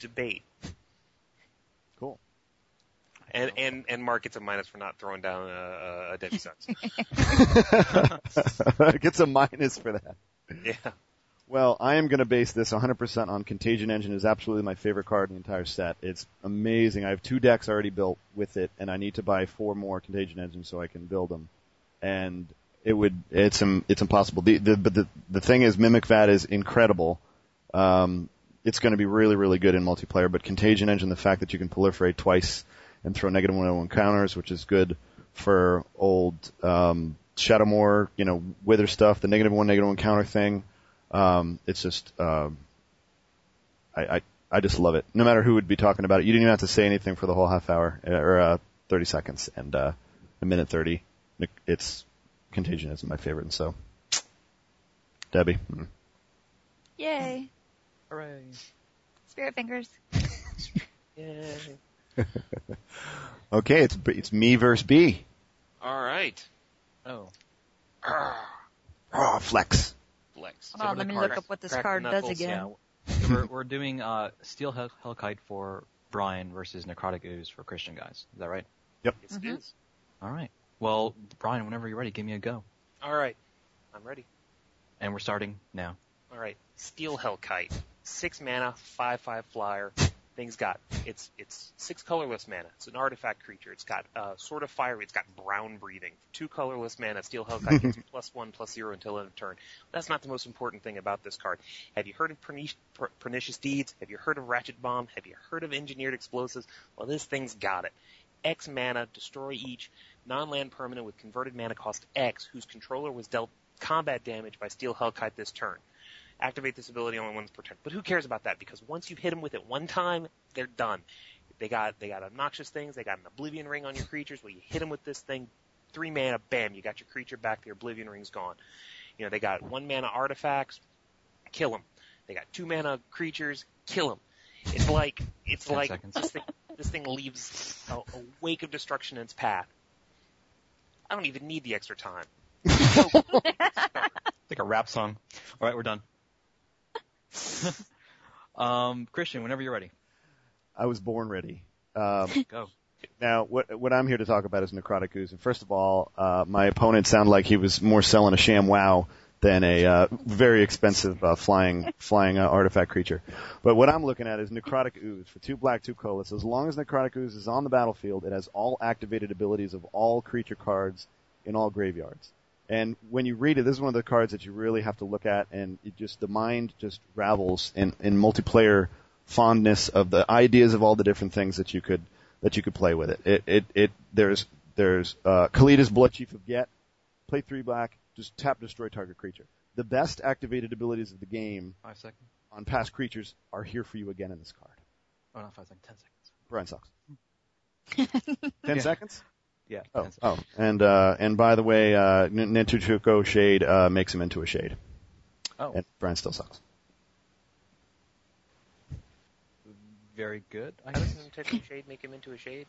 F: debate.
E: Cool.
F: And and and Mark, it's a minus for not throwing down a, a Debbie Sucks.
E: Gets a minus for that.
F: yeah.
E: Well, I am going to base this 100% on Contagion Engine is absolutely my favorite card in the entire set. It's amazing. I have two decks already built with it, and I need to buy four more Contagion Engines so I can build them. And it would it's um, it's impossible. The, the but the the thing is, Mimic Vat is incredible. Um, it's going to be really really good in multiplayer. But Contagion Engine, the fact that you can proliferate twice and throw negative one oh one counters, which is good for old um, Shadowmoor, you know, Wither stuff, the negative one negative one counter thing. Um, it's just, um, I, I, I just love it. No matter who would be talking about it, you didn't even have to say anything for the whole half hour uh, or uh, 30 seconds and uh, a minute 30. It's Contagion is my favorite, and so Debbie, mm.
B: Yay.
C: Hooray.
B: Spirit fingers.
F: Yeah.
E: okay, it's B- it's me versus B.
F: All right.
C: Oh.
E: Oh, flex.
F: Flex.
B: Hold on,
C: one
B: let
C: of the
B: me
C: cards-
B: look up what this
F: cracked
B: card does
F: knuckles,
B: again.
C: So we're, we're doing uh, Steel Hell- Hellkite for Brian versus Necrotic Ooze for Christian guys. Is that right?
F: Yes, it
B: Mhm.
F: is.
C: All right. Well, Brian, whenever you're ready, give me a go.
F: All right. I'm ready.
C: And we're starting now.
F: All right. Steel Hellkite. Six mana, five five flyer. Thing's got it's it's six colorless mana. It's an artifact creature. It's got uh, sort of fiery. It's got brown breathing. Two colorless mana. Steel Hellkite gets plus one plus zero until end of turn. That's not the most important thing about this card. Have you heard of Pernicious, Pernicious Deeds? Have you heard of Ratchet Bomb? Have you heard of Engineered Explosives? Well, this thing's got it. X mana, destroy each non-land permanent with converted mana cost X, whose controller was dealt combat damage by Steel Hellkite this turn activate this ability only once per turn. But who cares about that? Because once you hit them with it one time, they're done. They got they got obnoxious things. They got an oblivion ring on your creatures. Well, you hit them with this thing, three mana, bam, you got your creature back. The oblivion ring's gone. You know they got one mana artifacts, kill them. They got two mana creatures, kill them. It's like it's
C: Ten
F: like
C: seconds.
F: this thing this thing leaves a, a wake of destruction in its path. I don't even need the extra time.
C: It's like a rap song. All right, we're done. um, Christian, whenever you're ready,
E: I was born ready. Um,
C: go.
E: Now, what what I'm here to talk about is necrotic ooze. And first of all, uh, my opponent sounded like he was more selling a sham wow than a uh, very expensive uh, flying flying uh, artifact creature. But what I'm looking at is necrotic ooze for two black, two colorless. As long as necrotic ooze is on the battlefield, it has all activated abilities of all creature cards in all graveyards. And when you read it, this is one of the cards that you really have to look at, and it just the mind just ravels in, in multiplayer fondness of the ideas of all the different things that you could that you could play with it. It it, it there's there's uh, Kalida's Blood Chief of Get, play three black, just tap destroy target creature. The best activated abilities of the game
C: Five seconds.
E: on past creatures are here for you again in this card.
C: Oh, not five seconds. Ten seconds.
E: Brian sucks. Ten seconds.
C: Yeah.
E: Oh,
C: 10 seconds.
E: oh, and uh, and by the way, uh, N- Nintuchuko Shade uh, makes him into a shade,
C: Oh,
E: and Brian still sucks.
C: very good. I
F: How does
C: guess.
F: an intentional shade make him into a shade?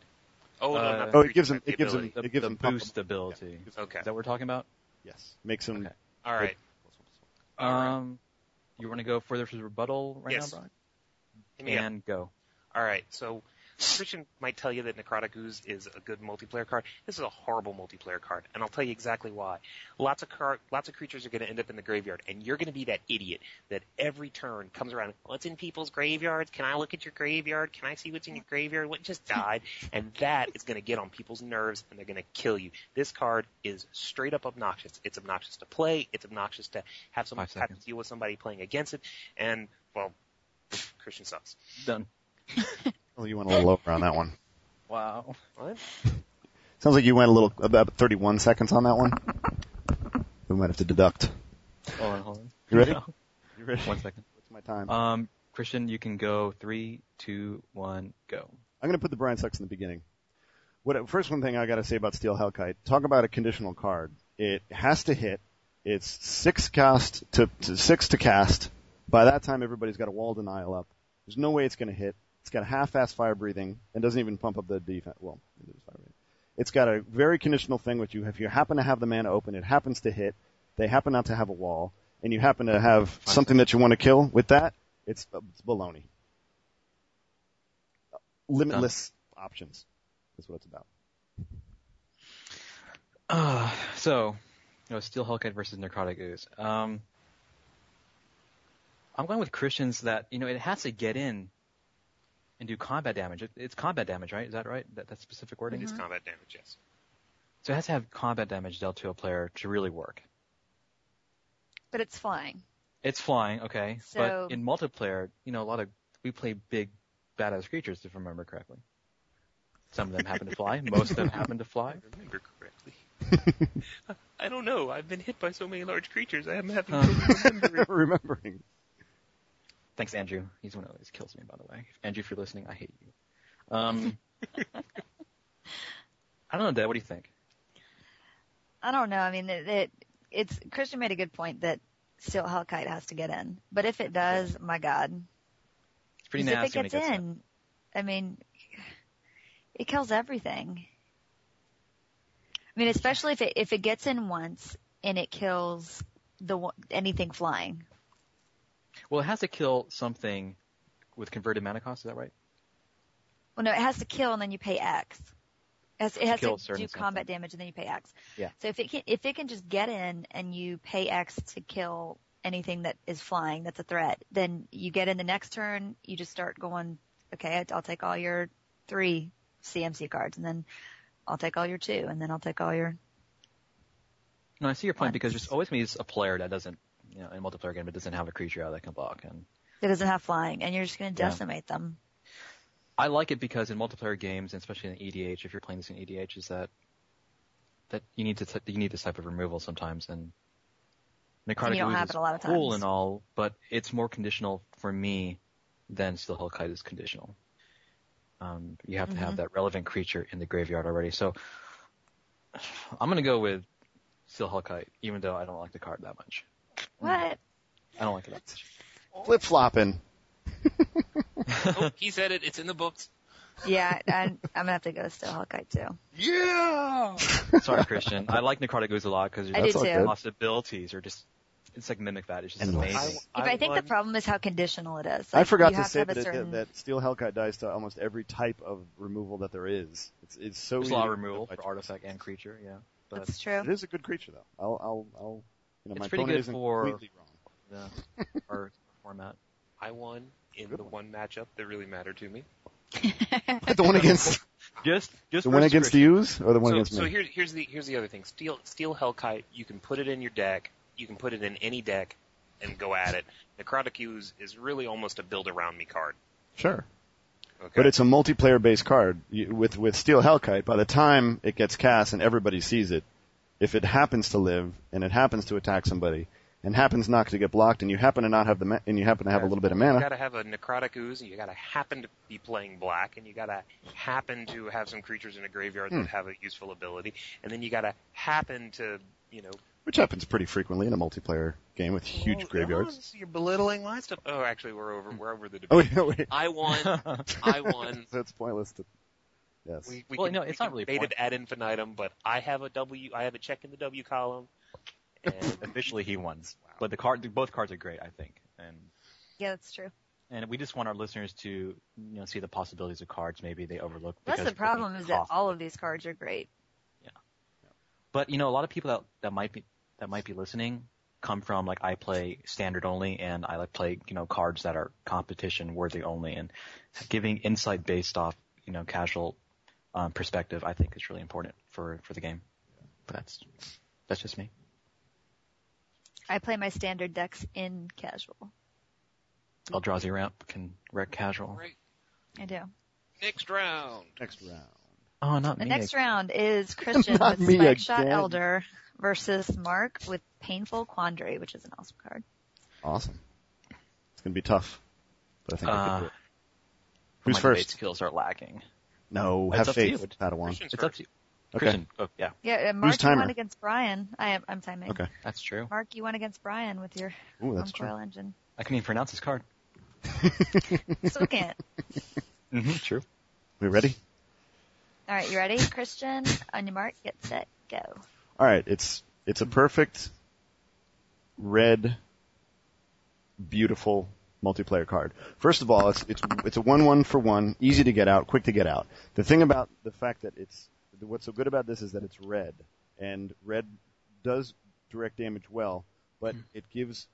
F: Oh, no,
C: Uh,
F: not the
E: Oh, it
F: creature,
E: gives him
F: but the
E: it gives him
F: ability.
C: The,
E: it gives
C: the
E: him
C: boost
E: comp-
C: ability.
F: Okay.
C: Is that what we're talking about?
E: Yes, makes him.
C: Okay.
F: All right. Alright.
C: Um, you want to go further to rebuttal right
F: Yes.
C: now, Brian?
F: Hit me up.
C: And go.
F: All right, so Christian might tell you that Necrotic Ooze is a good multiplayer card. This is a horrible multiplayer card, and I'll tell you exactly why. Lots of car- lots of creatures are going to end up in the graveyard, and you're going to be that idiot that every turn comes around. What's in people's graveyards? Can I look at your graveyard? Can I see what's in your graveyard? What just died? And that is going to get on people's nerves, and they're going to kill you. This card is straight up obnoxious. It's obnoxious to play. It's obnoxious to have someone
C: Five
F: have to
C: seconds.
F: deal with somebody playing against it. And well, Christian sucks.
C: Done.
E: Oh, you went a little over on that one.
C: Wow.
F: What?
E: Sounds like you went a little about 31 seconds on that one. We might have to deduct.
C: Hold on, hold on.
E: You ready?
C: No.
E: You ready?
C: One second.
E: What's my time?
C: Um, Christian, you can go three, two, one, go.
E: I'm going to put the Brian Sucks in the beginning. What first one thing I got to say about Steel Hellkite? Talk about a conditional card. It has to hit. It's six cast to, to six to cast. By that time, everybody's got a wall denial up. There's no way it's going to hit. It's got a half-ass fire breathing and doesn't even pump up the defense. Well, it is fire breathing. It's got a very conditional thing which you if you happen to have the mana open, it happens to hit. They happen not to have a wall, and you happen to have something that you want to kill with that. It's, it's baloney. Limitless options is what it's about.
C: Uh, so, you know, Steel Hellcat versus Necrotic Ooze. Um, I'm going with Christian's that, you know, it has to get in and do combat damage. It, it's combat damage, right? Is that right? That, that specific wording?
F: It
E: Mm-hmm.
F: is combat damage, yes.
C: So it has to have combat damage dealt to a player to really work.
B: But it's flying.
C: It's flying, okay.
B: So-
C: But in multiplayer, you know, a lot of we play big badass creatures, if I remember correctly. Some of them happen to fly. Most of them happen to fly.
F: remember correctly. I don't know. I've been hit by so many large creatures. I am having
C: Uh.
F: trouble remembering.
E: Remembering.
C: Thanks, Andrew. He's one of those kills me, by the way. Andrew, if you're listening, I hate you. Um, I don't know, Dad. What do you think?
B: I don't know. I mean, it, it it's Christian made a good point that Steel Hellkite has to get in. But if it does, my God,
C: It's pretty
B: 'Cause
C: nasty
B: if
C: when
B: it
C: it
B: gets
C: gets in.
B: in, I mean, it kills everything. I mean, especially if it if it gets in once and it kills the one- anything flying.
C: Well, it has to kill something with converted mana cost. Is that right?
B: Well, no, it has to kill and then you pay X. It has, it has
C: kill
B: to,
C: a certain
B: do combat damage and then you pay X.
C: Yeah.
B: So if it can if it can just get in and you pay X to kill anything that is flying that's a threat, then you get in the next turn. You just start going. Okay, I'll take all your three CMC cards, and then I'll take all your two, and then I'll take all your.
C: No, I see your point
B: Once.
C: because there's always going to be a player that doesn't, you know, in a multiplayer game, that doesn't have a creature out that can block. And
B: That doesn't have flying, and you're just going to
C: Yeah.
B: decimate them.
C: I like it because in multiplayer games, and especially in EDH, if you're playing this in EDH, is that that you need to t- you need this type of removal sometimes, and
B: And
C: Necrotic
B: you don't
C: Ooze
B: have
C: is
B: it a lot of
C: cool
B: times.
C: and all, but it's more conditional for me than Steel Hellkite is conditional. Um, you have to
B: Mm-hmm.
C: have that relevant creature in the graveyard already, so I'm gonna go with Steel Hellkite, even though I don't like the card that much.
B: What?
C: I don't like it that much.
E: Flip flopping.
F: oh, he said it. It's in the books.
B: Yeah, I, I'm gonna have to go still Hawkeye too.
F: Yeah.
C: Sorry, Christian. I like Necrotic Ooze a lot because
B: I do
C: there's
E: all
B: too.
E: good.
C: possibilities are just it's like mimic that. It's just
E: Endless.
C: amazing.
B: If I, think the problem is how conditional it is.
E: I
B: Like,
E: forgot
B: you
E: to
B: have
E: say
B: have a
E: that, it-
B: certain-
E: that, that Steel Hellcat dies to almost every type of removal that there is. It's, it's so
C: There's a
E: easy
C: lot
E: to
C: of removal
E: identify
C: for artifact and creature. Yeah, but
B: That's true.
E: It is a good creature though. I'll, I'll, I'll you know,
C: It's
E: my
C: pretty
E: opponent
C: good
E: isn't
C: for-
E: completely wrong.
C: yeah, our format.
F: I won in
E: Good
F: the one matchup that really mattered to me.
E: the one against
C: Just just
E: the one
C: versus
E: against the
C: Christian.
E: U's or the one
F: so,
E: against
F: so
E: me.
F: here- here's the here's the other thing. Steel Steel Hellkite, you can put it in your deck. You can put it in any deck and go at it. Necrotic Ooze is really almost a build around me card.
E: Sure.
F: Okay.
E: But it's a multiplayer based card You- with with Steel Hellkite. By the time it gets cast and everybody sees it, if it happens to live and it happens to attack somebody and happens not to get blocked and you happen to not have the ma- and you happen to have a little bit of
F: you
E: mana,
F: gotta have a necrotic ooze, and you gotta happen to be playing black, and you gotta happen to have some creatures in a graveyard
E: Hmm.
F: that have a useful ability, and then you gotta happen to, you know,
E: which happens pretty frequently in a multiplayer game with huge
F: Oh,
E: graveyards.
F: oh, you're belittling my stuff. Oh, actually, we're over. We're over the debate.
E: Oh yeah, wait.
H: I won. I won.
E: So it's pointless to. Yes.
F: We, we
C: Well,
F: can,
C: no,
F: we
C: it's
F: can
C: not really a
F: debate
C: point.
F: it ad infinitum, but I have a W. I have a check in the W column. And
C: Officially, he won. But the card, both cards are great, I think, and
B: yeah, that's true.
C: and we just want our listeners to you know see the possibilities of cards maybe they overlook.
B: That's
C: because
B: the problem is that
C: cost.
B: all of these cards are great.
C: But you know, a lot of people that that might be that might be listening come from like I play standard only, and I like play you know cards that are competition worthy only, and giving insight based off you know casual um, perspective, I think is really important for for the game. But that's that's just me.
B: I play my standard decks in casual.
C: Eldrazi ramp can wreck casual.
H: Right.
B: I do.
H: Next round.
E: Next round.
C: Oh, not
B: The
C: me.
B: next round is Christian
E: Not
B: with
E: me
B: Spike Shot
E: again.
B: Elder versus Mark with Painful Quandary, which is an awesome card.
E: Awesome. It's gonna be tough, but I think we can
C: Uh,
E: do it. Who's
C: my
E: first?
C: debate skills are lacking.
E: No,
C: It's
E: have
C: up to
E: faith,
C: you.
E: Padawan.
C: It's
F: Christian's
C: up
F: first.
C: to you.
E: Okay.
C: Christian, oh, yeah,
B: Yeah, uh, Mark you
E: timer?
B: won against Brian. I am I'm timing.
E: Okay.
C: that's true.
B: Mark, you won against Brian with your
E: Ooh, that's true.
B: uncoil engine.
C: I can even pronounce this card.
B: Still can't.
C: Mm-hmm, true.
E: We ready?
B: All right, you ready? Christian, on your mark, get set, go.
E: All right, it's it's a perfect red, beautiful multiplayer card. First of all, it's it's it's a one one for one, easy to get out, quick to get out. The thing about the fact that it's what's so good about this is that it's red, and red does direct damage well, but it gives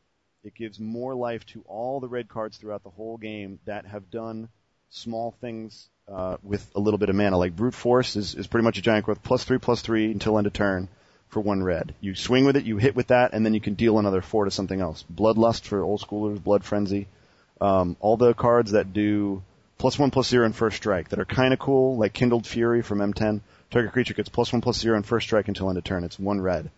E: it gives more life to all the red cards throughout the whole game that have done small things uh, with a little bit of mana. Like brute force is, is pretty much a giant growth plus three plus three until end of turn for one red. You swing with it, you hit with that, and then you can deal another four to something else. Bloodlust for old schoolers, blood frenzy. Um, all the cards that do plus one plus zero and first strike that are kind of cool, like kindled fury from M10. Target creature gets plus one plus zero and first strike until end of turn. It's one red.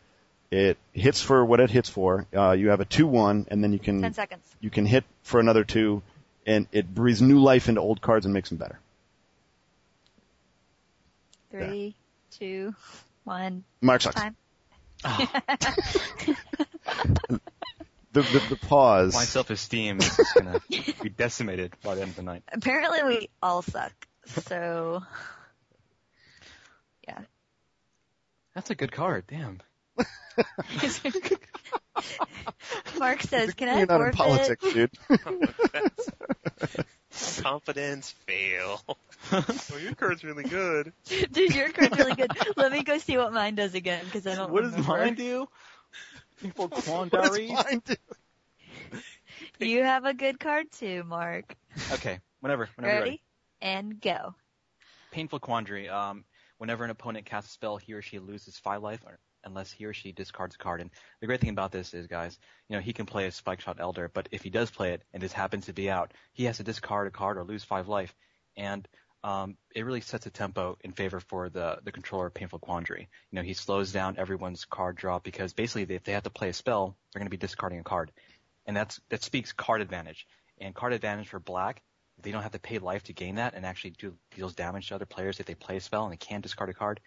E: It hits for what it hits for. Uh, you have a two one, and then you can
B: Ten seconds.
E: you can hit for another two, and it breathes new life into old cards and makes them better.
B: Three, two, one.
E: Mark sucks.
B: Time.
E: The, the, the pause.
C: My self-esteem is just gonna be decimated by the end of the night.
B: Apparently we all suck. So yeah.
C: That's a good card, damn.
B: Mark says, "Can I
E: You're not in
B: forfeit?"
E: politics, dude.
F: Confidence fail. well, your card's really good.
B: Dude, your card's really good. Let me go see what mine does again because I don't.
C: What does
B: remember.
C: mine do? People
E: That's
C: quandary.
E: fine, dude.
B: You have a good card too, Mark.
C: Okay, whenever, whenever
B: Ready?
C: you're ready.
B: and go.
C: Painful quandary. Um, whenever an opponent casts a spell, he or she loses five life or, unless he or she discards a card. And the great thing about this is, guys, you know, he can play a spike shot elder, but if he does play it and just happens to be out, he has to discard a card or lose five life, and um, it really sets a tempo in favor for the the controller of painful quandary. You know, he slows down everyone's card draw because basically, if they have to play a spell, they're going to be discarding a card, and that's that speaks card advantage. And card advantage for black they don't have to pay life to gain that and actually do deals damage to other players if they play a spell and they can discard a card.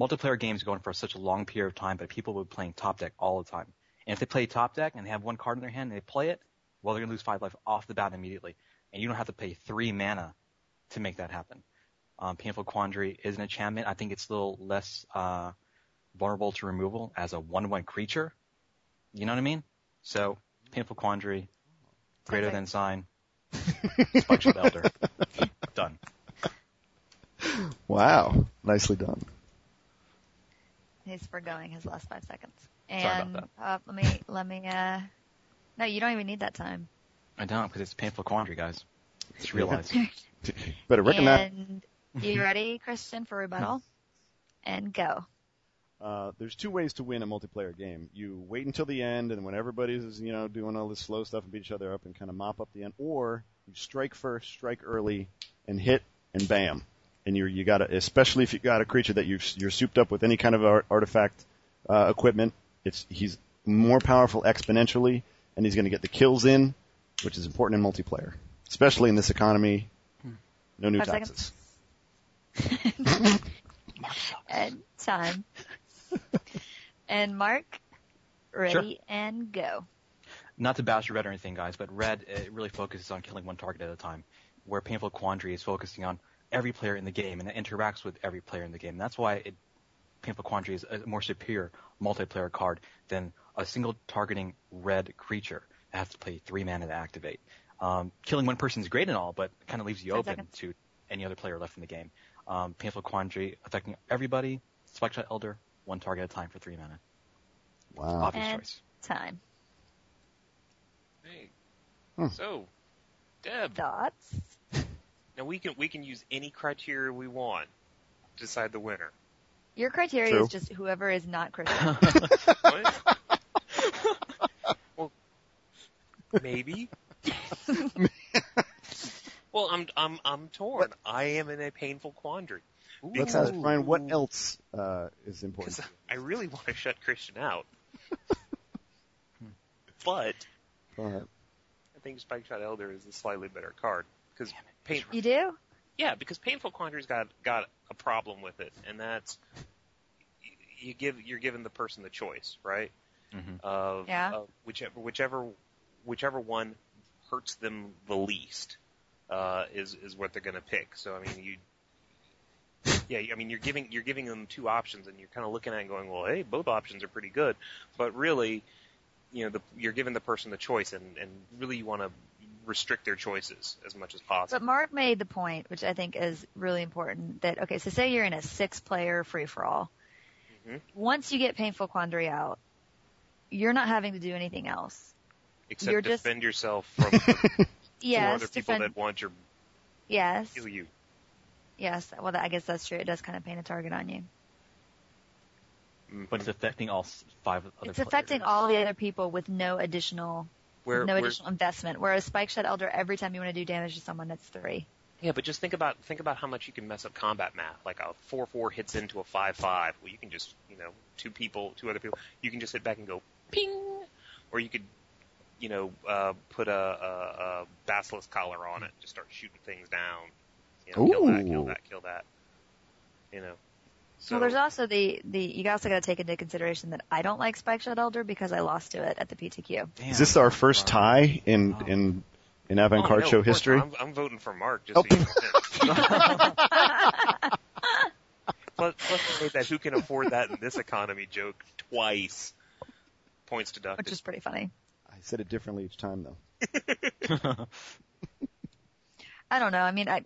C: Multiplayer games going for such a long period of time, but people were playing top deck all the time. And if they play top deck and they have one card in their hand and they play it, well, they're going to lose five life off the bat immediately. And you don't have to pay three mana to make that happen. Um, Painful Quandary is an enchantment. I think it's a little less uh, vulnerable to removal as a 1 1 creature. You know what I mean? So, Painful Quandary, Greater
B: like-
C: Than Sign, Functional Elder. Done.
E: Wow. Nicely done.
B: He's foregoing his last five seconds. And
C: Sorry about
B: Uh, let me let me. Uh, no, you don't even need that time.
C: I don't, because it's Painful Quandary, guys. Just realize.
E: Better recognize.
B: And you ready, Christian, for rebuttal? And go.
E: Uh, there's two ways to win a multiplayer game. You wait until the end, and when everybody's you know doing all this slow stuff and beat each other up and kind of mop up the end, or you strike first, strike early, and hit, and bam, and you're you got to especially if you got a creature that you've you're souped up with any kind of art, artifact uh, equipment, it's he's more powerful exponentially, and he's going to get the kills in, which is important in multiplayer, especially in this economy. No new
B: Hmm. Five seconds.
E: taxes.
B: And time. and Mark, ready and go.
C: not to bash red or anything, guys, but red it really focuses on killing one target at a time, where Painful Quandary is focusing on every player in the game and it interacts with every player in the game. That's why it, Painful Quandary is a more superior multiplayer card than a single targeting red creature that has to play three mana to activate. Um, killing one person is great and all, but it kind of leaves you
B: Ten
C: open
B: seconds.
C: to any other player left in the game. Um, Painful Quandary affecting everybody, Spectre Elder, one target at a time for three mana.
E: Wow.
C: Obvious
B: And-
C: choice.
B: Time.
H: Hey.
E: Hmm.
H: So, Deb,
B: Thoughts?
F: Now we can we can use any criteria we want to decide the winner.
B: Your criteria
E: True.
B: is just whoever is not Christian.
F: What? well, maybe. well, I'm I'm I'm torn. I am in a painful quandary
E: Let's ask Brian what else uh, is important.
F: because I really want to shut Christian out, but
E: But-
F: I think Spike Shot Elder is a slightly better card because pain,
B: you do?
F: yeah, because painful quandary's got got a problem with it, and that's y- you give you're giving the person the choice, right?
C: Mhm.
F: Of,
B: Yeah.
F: of whichever whichever whichever one hurts them the least uh, is is what they're going to pick. So I mean you. Yeah, I mean you're giving you're giving them two options, and you're kind of looking at it and going, well, hey, both options are pretty good, but really, you know, the, you're giving the person the choice, and and really you want to restrict their choices as much as possible.
B: But Mark made the point, which I think is really important, that okay, so say you're in a six player free for all.
F: Mhm.
B: Once you get painful quandary out, you're not having to do anything else.
F: except
B: You're just-
F: defend yourself from the two
B: Yes,
F: other people
B: defend-
F: that want your
B: yes,
F: kill you.
B: yes. Well, that, I guess that's true. It does kind of paint a target on you.
C: But it's affecting all s- five other
B: it's affecting
C: players.
B: all the other people with no additional,
F: Where,
B: no
F: where-
B: additional investment. Whereas Spike Shot Elder, every time you want to do damage to someone, that's three.
F: yeah, but just think about think about how much you can mess up combat math. Like a four four hits into a five five. Well, you can just you know two people, two other people. You can just hit back and go ping, or you could you know uh, put a, a, a basilisk collar on it, just start shooting things down. You know, kill that, kill
E: Ooh.
F: that, kill that. You know. So
B: well, there's also the the you also got to take into consideration that I don't like Spike Shot Elder because I lost to it at the PTQ.
C: Damn.
E: Is this our first
C: Wow.
E: tie in in in
F: Oh,
E: avant
F: no,
E: card
F: of
E: show
F: course,
E: history?
F: I'm, I'm voting for Mark just
E: Oh.
F: so you know. plus, plus you made that who can afford that in this economy joke twice. Points deducted.
B: which is pretty funny.
E: I said it differently each time though.
B: I don't know. I mean, I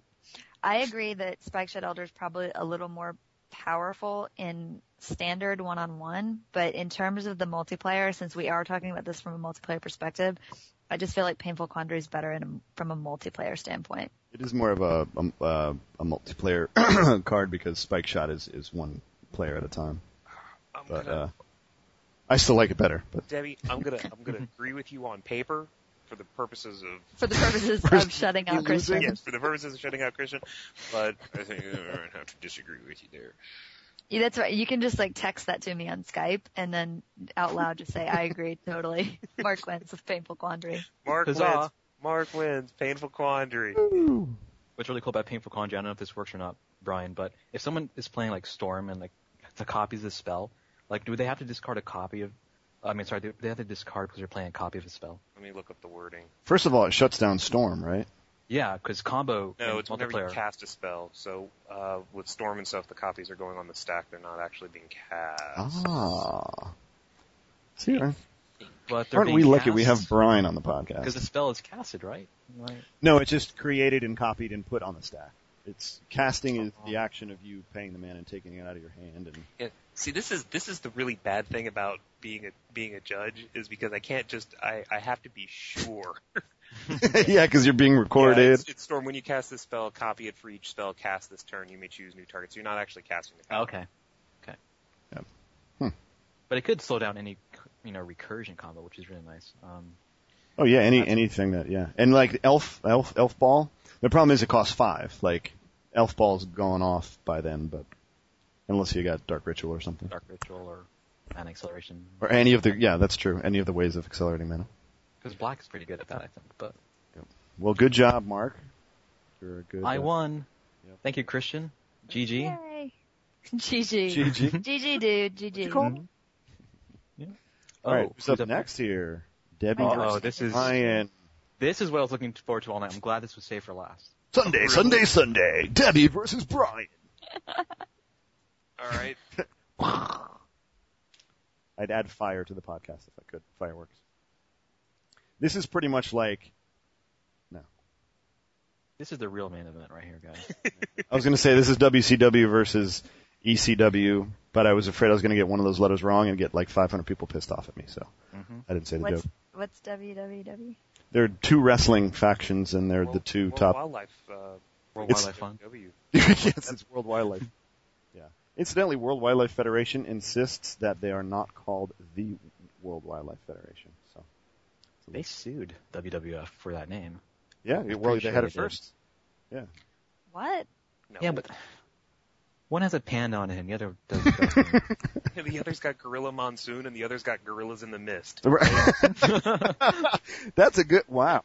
B: I agree that Spike Shot Elder is probably a little more powerful in standard one on one, but in terms of the multiplayer, since we are talking about this from a multiplayer perspective, I just feel like Painful Quandary is better in a, from a multiplayer standpoint.
E: It is more of a a, uh, a multiplayer card because Spike Shot is is one player at a time.
F: I'm
E: But
F: gonna,
E: uh, I still like it better. But
F: Debbie, I'm gonna I'm gonna agree with you on paper for the purposes of
B: For the purposes of shutting out Christian.
F: yes for the purposes of shutting out Christian, but I think I'm gonna have to disagree with you there.
B: Yeah, that's right. You can just like text that to me on Skype and then out loud just say, I agree totally. Mark wins with Painful Quandary.
F: Mark
C: Huzzah.
F: wins. Mark wins. Painful quandary.
C: what's really cool about Painful Conjure, I don't know if this works or not, Brian, but if someone is playing like Storm and like the copies the spell, like do they have to discard a copy of? I mean, sorry, do they have to discard because they're playing a copy of a spell?
F: Let me look up the wording.
E: first of all, it shuts down Storm, right?
C: Yeah, because combo
F: No,
C: in
F: it's whenever you
C: multiplayer.
F: cast a spell. So uh, with storm and stuff, the copies are going on
C: Ah.
F: the stack. They're not actually being cast.
E: Ah. See, I
C: But they're
E: Aren't
C: being
E: we lucky
C: cast,
E: we have Brian on the podcast?
C: Because the spell is casted, right? Like,
E: No, it's just created and copied and put on the stack. It's casting is the
F: Uh-huh.
E: action of you paying the man and taking it out of your hand. And
F: Yeah. See, this is this is the really bad thing about being a being a judge is because I can't just I I have to be sure.
E: yeah, because you're being
F: Yeah,
E: recorded.
F: it's, it's Storm. When you cast this spell, copy it for each spell cast this turn. You may choose new targets. You're not actually casting the
C: oh, okay. Okay.
E: Yep. Hmm.
C: But it could slow down any you know recursion combo, which is really nice. Um,
E: oh yeah, any anything that yeah, and like elf elf elf ball. The problem is it costs five. Like elf ball's gone off by then, but unless you got dark ritual or something,
C: dark ritual or an acceleration.
E: or any of the yeah, that's true. Any of the ways of accelerating mana.
C: Because black is pretty good at that, I think. But
E: Well, good job, Mark. You're a good.
C: I
E: uh,
C: won.
E: Yep.
C: Thank you, Christian. GG.
B: Yay. GG.
E: GG.
B: GG, dude. GG.
E: All right, who's
C: Oh, who's
E: up next here? Debbie.
C: Uh-oh,
E: versus
C: this is-
E: Ryan.
C: This is what I was looking forward to all night. I'm glad this was saved for last.
E: Sunday, Sunday, Sunday. Debbie versus Brian.
F: All right.
E: I'd add fire to the podcast if I could. Fireworks. This is pretty much like
C: This is the real main event right here, guys.
E: I was going to say this is WCW versus ECW, but I was afraid I was going to get one of those letters wrong and get like 500 people pissed off at me, so I didn't say the
B: What's
E: joke.
B: what's www?
E: There are two wrestling factions, and they're the two
F: World
E: top.
F: Wildlife. Uh,
C: World
E: It's-
C: Wildlife Fund.
F: W.
E: yes, it's World Wildlife. Yeah. Incidentally, World Wildlife Federation insists that they are not called the World Wildlife Federation. So
C: They sued WWF for that name.
E: yeah, well,
C: pretty
E: they
C: sure
E: had
C: they
E: it
C: did.
E: first.
B: What?
F: No.
C: Yeah, but one has a panda on him, the other doesn't. doesn't.
F: the other's got Gorilla Monsoon, and the other's got Gorillas in the Mist.
E: That's a good wow.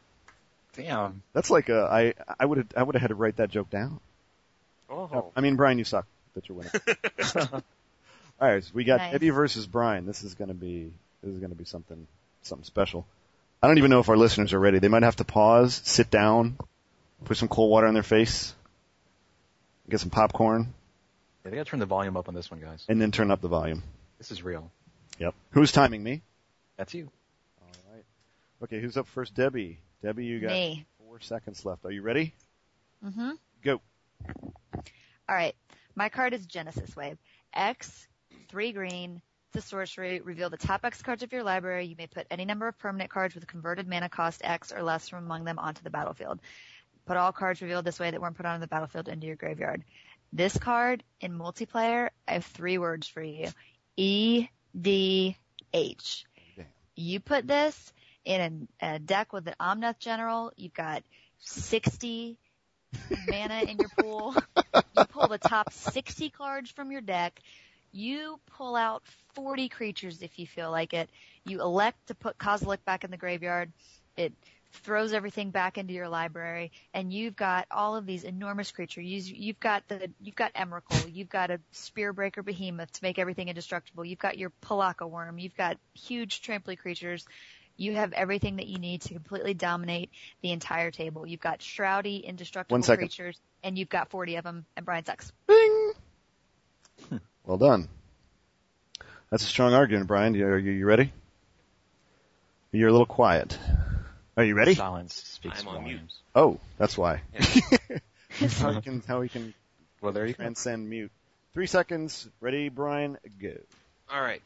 C: Damn.
E: That's like a I I would I would have had to write that joke down.
F: Oh,
E: I mean, Brian, you suck. That's your winner. All right, so we got
B: Nice.
E: Eddie versus Brian. This is gonna be this is gonna be something something special. I don't even know if our listeners are ready. They might have to pause, sit down, put some cold water on their face, get some popcorn,
C: Yeah, they gotta turn the volume up on this one, guys.
E: and then turn up the volume.
C: This is real.
E: Yep. Who's timing me?
C: That's you.
E: All right. Okay, who's up first? Debbie. Debbie, you got
B: Me.
E: four seconds left. Are you ready?
B: Mm-hmm.
E: Go.
B: All right. My card is Genesis Wave. X, three green. It's a sorcery. Reveal the top X cards of your library. You may put any number of permanent cards with converted mana cost X or less from among them onto the battlefield. Put all cards revealed this way that weren't put onto the battlefield into your graveyard. This card in multiplayer, I have three words for you. E, D, H.
E: Damn.
B: You put this in a, a deck with an Omnath General. You've got 60 mana in your pool. You pull the top 60 cards from your deck. You pull out 40 creatures if you feel like it. You elect to put Kozilek back in the graveyard. It throws everything back into your library and you've got all of these enormous creatures. You've, you've got the, you've got Emrakul, you've got a Spearbreaker Behemoth to make everything indestructible. You've got your Palaka Worm, you've got huge tramply creatures. You have everything that you need to completely dominate the entire table. You've got Shroudy, indestructible
E: One second.
B: creatures, and you've got 40 of them, and Brian sucks.
E: Bing. Well done. That's a strong argument, Brian. You- Are you, you ready? You're a little quiet. Are you ready?
C: Silence speaks
F: I'm on
C: volumes.
F: mute.
E: Oh, that's why. how he can how he can
C: Well, there you go.
E: transcend mute. Three seconds. Ready, Brian? Go.
F: All right.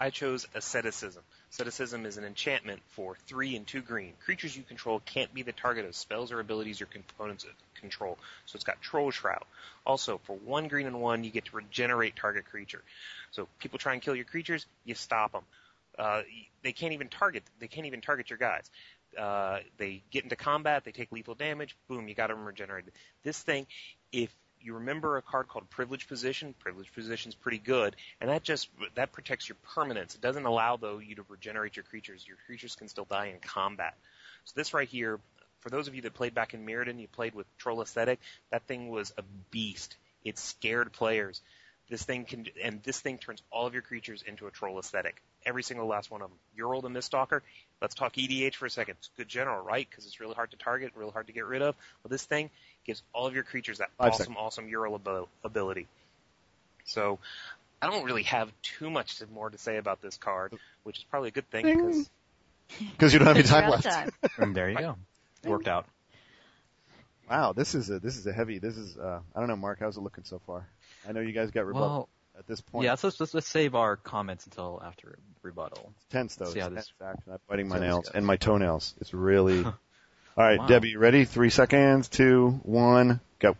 F: I chose Asceticism. Asceticism is an enchantment for 3 and 2 green. Creatures you control can't be the target of spells or abilities your components control. So it's got Troll Shroud. Also, for 1 green and 1, you get to regenerate target creature. So people try and kill your creatures, you stop them. Uh, they can't even target. They can't even target your guys. Uh, they get into combat. They take lethal damage. Boom! You got them regenerated. This thing, if you remember a card called Privileged Position, Privileged Position's pretty good, and that just that protects your permanence. It doesn't allow though you to regenerate your creatures. Your creatures can still die in combat. So this right here, for those of you that played back in Mirrodin, you played with Troll Aesthetic. That thing was a beast. It scared players. This thing can, and this thing turns all of your creatures into a troll aesthetic. Every single last one of them. Your old and Mistalker. Let's talk EDH for a second. It's a good general, right? Because it's really hard to target, real hard to get rid of. Well, this thing gives all of your creatures that
E: Five
F: awesome,
E: seconds.
F: awesome Ural abil- ability. So, I don't really have too much to- more to say about this card, which is probably a good thing because
E: because you don't have any
B: Because you're
E: time
B: out of
E: left.
B: time.
C: And there you go. Worked out.
E: Wow, this is a this is a heavy. This is uh, I don't know, Mark. How's it looking so far? I know you guys got rebuttal
C: Well,
E: at this point.
C: yeah. So let's, let's let's save our comments until after rebuttal.
E: tense though.
C: See
E: It's
C: how this-
E: tense action. I'm biting
C: see
E: my
C: how this
E: nails
C: goes.
E: and my toenails. It's really. All right,
C: Wow.
E: Debbie, you ready? Three seconds, two, one, go.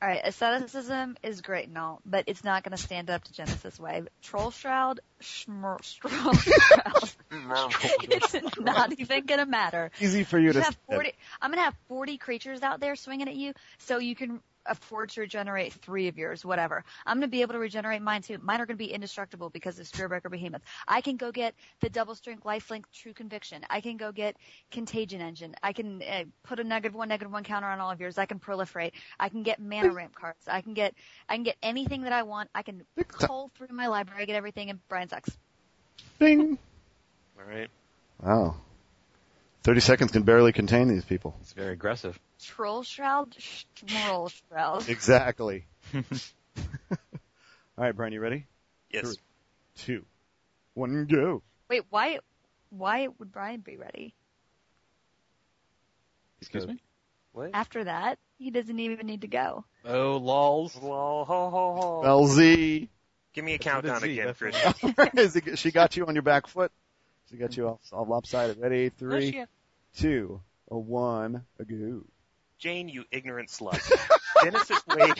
B: All right, asceticism is great and all, but it's not going to stand up to Genesis Wave. Troll Shroud, shmur, troll Shroud. it's not even going to matter.
E: Easy for you
B: You
E: to.
B: have 40, I'm going to have 40 creatures out there swinging at you, so you can afford to regenerate three of yours, whatever. I'm going to be able to regenerate mine too. Mine are going to be indestructible because of Spearbreaker Behemoth. I can go get the Double Strength Lifelink True Conviction. I can go get Contagion Engine. I can uh, put a negative one, negative one counter on all of yours. I can proliferate. I can get mana ramp cards. I can get, I can get anything that I want. I can cull through my library, get everything, and Brian sucks.
E: Bing.
F: All right.
E: Wow. Thirty seconds can barely contain these people.
C: It's very aggressive.
B: Troll Shroud, Troll Shroud.
E: Exactly. All right, Brian, you ready?
F: Yes.
E: Three, two, one, go.
B: Wait, why? Why would Brian be ready?
C: Excuse me.
B: After that, he doesn't even need to go.
C: Oh, lols.
F: Lol, ho, ho, ho.
E: LZ.
F: Give me a
C: That's what
F: countdown
C: it's Z,
F: again,
C: that's
F: Chris.
C: what
E: Is it- she got you on your back foot. She got you all, all lopsided. Ready? Three,
G: shit.
E: two, a one, a go.
F: Jane, you ignorant slut. Genesis Wave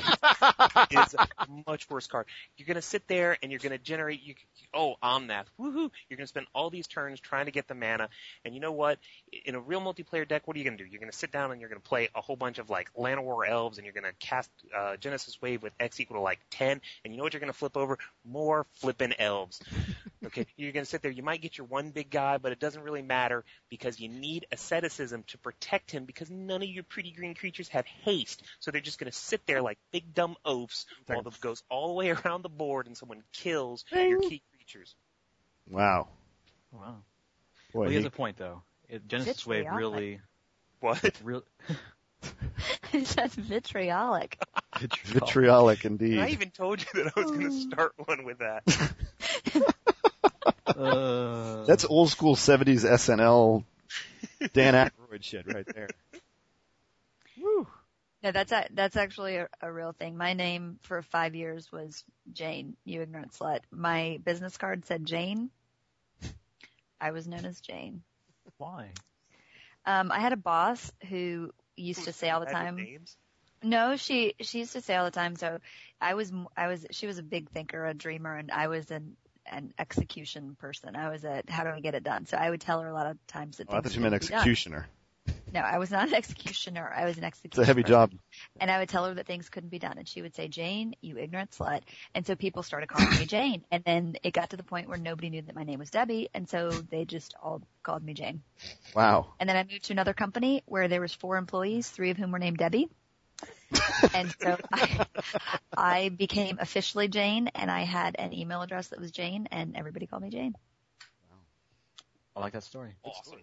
F: is a much worse card. You're gonna sit there and you're gonna generate. You, oh, Omnath, woohoo! You're gonna spend all these turns trying to get the mana, and you know what? In a real multiplayer deck, what are you gonna do? You're gonna sit down and you're gonna play a whole bunch of like Llanowar Elves, and you're gonna cast uh, Genesis Wave with X equal to like ten, and you know what? You're gonna flip over more flippin' Elves. Okay, you're gonna sit there. You might get your one big guy, but it doesn't really matter because you need asceticism to protect him because none of your pretty green creatures have haste. So they're just going to sit there like big dumb oafs while the goes all the way around the board and someone kills your key creatures.
E: Wow.
C: Wow.
E: Boy,
C: Well, he
E: he-
C: has a point though. It, Genesis
B: It's
C: Wave
B: chaotic.
C: really,
F: What?
C: really.
B: That's vitriolic.
E: Oh. Vitriolic indeed.
F: I even told you that I was going to
B: Mm.
F: start one with that.
C: Uh,
E: That's old school 70s SNL Dan Aykroyd shit right there.
B: No, that's a, that's actually a, a real thing. My name for five years was Jane, you ignorant slut. My business card said Jane. I was known as Jane.
C: why?
B: Um, I had a boss who used to say all the
F: Magic
B: time.
F: Names?
B: No, she she used to say all the time. So I was I was she was a big thinker, a dreamer, and I was an an execution person. I was a how do we get it done? So I would tell her a lot of times that.
E: Oh, I thought
B: things
E: you meant
B: needed to be done.
E: executioner.
B: No, I was not an executioner. I was an
E: It's
B: executioner.
E: a heavy job.
B: And I would tell her that things couldn't be done, and she would say, "Jane, you ignorant slut." And so people started calling me Jane, and then it got to the point where nobody knew that my name was Debbie, and so they just all called me Jane.
E: Wow.
B: And then I moved to another company where there was four employees, three of whom were named Debbie. and so I, I became officially Jane, and I had an email address that was Jane, and everybody called me Jane.
C: I like that story.
F: Awesome.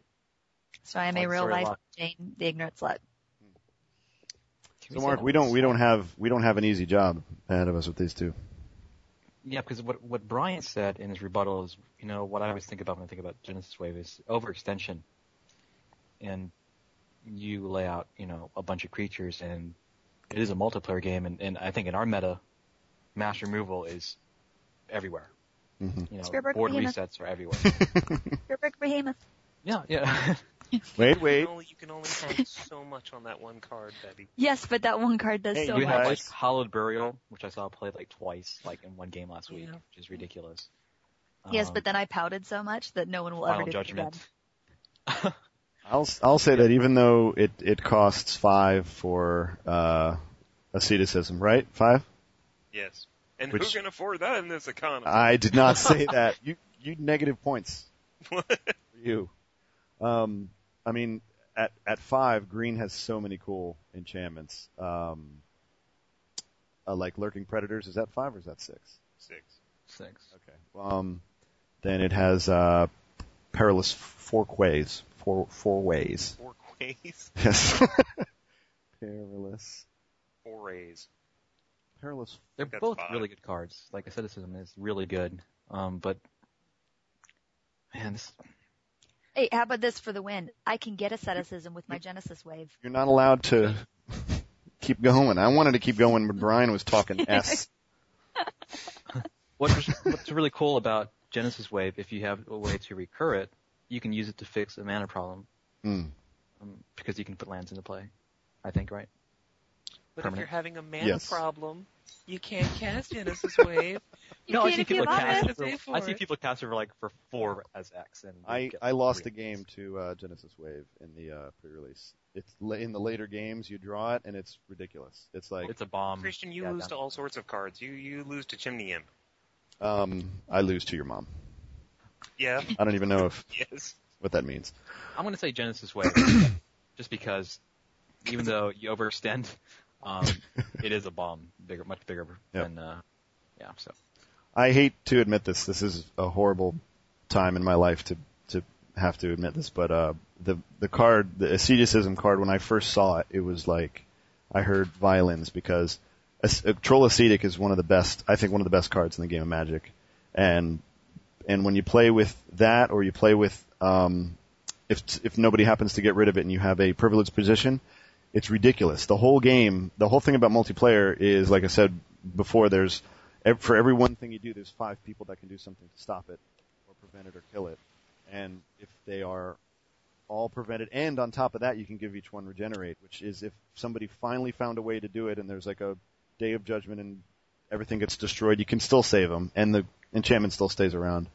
B: So I am
C: Like
B: a
C: the
B: real
C: story a
B: life
C: lot.
B: Jane, the ignorant slut.
C: Can
E: So
C: say
E: Mark,
C: that
E: we
C: one?
E: don't we don't have we don't have an easy job ahead of us with these two.
C: Yeah, because what what Brian said in his rebuttal is, you know, what I always think about when I think about Genesis Wave is overextension, and you lay out, you know, a bunch of creatures, and it is a multiplayer game, and, and I think in our meta, mass removal is everywhere.
E: Mm-hmm.
C: You know,
B: Spearbreaker
C: board
B: Behemoth.
C: resets are everywhere.
B: You're a brick behemoth.
C: yeah, yeah.
E: Wait,
F: You
E: wait.
F: can only, you can only have so much on that one card, Debbie.
B: Yes, but that one card does
E: Hey,
B: so
C: we
B: much.
C: have like
E: guys.
C: Hollowed Burial, which I saw played like twice, like in one game last week,
F: Yeah.
C: which is ridiculous.
B: yes,
C: Um,
B: but then I pouted so much that no one will
C: Final
B: ever do that again.
C: Judgment.
E: I'll I'll say that even though it it costs 5 for uh asceticism, right? 5?
F: Yes. And
E: Which-
F: who can afford that in this economy?
E: I did not say that. You you negative points.
F: What?
E: for you. Um, I mean, at at five, green has so many cool enchantments. Um, uh, like lurking predators. Is that five or is that six?
F: Six.
C: Six.
E: Okay. Um, then it has uh, perilous fork ways. Four four ways.
F: Four quays.
E: Yes. perilous.
F: Four rays.
E: Perilous.
C: They're
F: That's
C: both
F: fine.
C: really good cards. Like asceticism is really good, um, but man, this,
B: Hey, how about this for the win? I can get asceticism with my Genesis wave.
E: You're not allowed to keep going. I wanted to keep going, but Brian was talking S.
C: What's, what's really cool about Genesis Wave, if you have a way to recur it, you can use it to fix a mana problem
E: Hmm.
C: um, because you can put lands into play. I think, right?
G: But if
C: Permanent.
G: you're having a mana
E: Yes.
G: problem, you can't cast Genesis Wave.
B: You
C: I
B: can't
C: see
B: if you
C: people
B: love
C: cast
B: it.
G: it. Pay
C: for,
G: for
C: I see
G: it.
C: people cast it for like for four as X. And they
E: I,
C: get
E: I lost
C: three
E: a game to uh, Genesis Wave in the uh, pre-release. It's la- in the later games you draw it and it's ridiculous. It's like
C: It's a bomb.
F: Christian, you
C: Um, Yeah,
F: lose
C: down
F: to
C: the
F: all
C: line.
F: sorts of cards. You you lose to Chimney Imp.
E: um, I lose to your mom.
F: Yeah.
E: I don't even know if
F: yes.
E: what that means.
C: I'm going to say Genesis Wave, just because even though you overextend, um, it is a bomb, bigger, much bigger
E: Yeah.
C: than, uh, yeah. So
E: I hate to admit this. This is a horrible time in my life to to have to admit this, but uh, the the card, the asceticism card, when I first saw it, it was like I heard violins because As- uh, Troll Ascetic is one of the best, I think, one of the best cards in the game of Magic, and and when you play with that or you play with um, if if nobody happens to get rid of it and you have a privileged position, it's ridiculous. The whole game, the whole thing about multiplayer is, like I said before, there's ev- for every one thing you do, there's five people that can do something to stop it or prevent it or kill it. And if they are all prevented, and on top of that, you can give each one regenerate, which is if somebody finally found a way to do it, and there's like a day of judgment and everything gets destroyed, you can still save them, and the enchantment still stays around.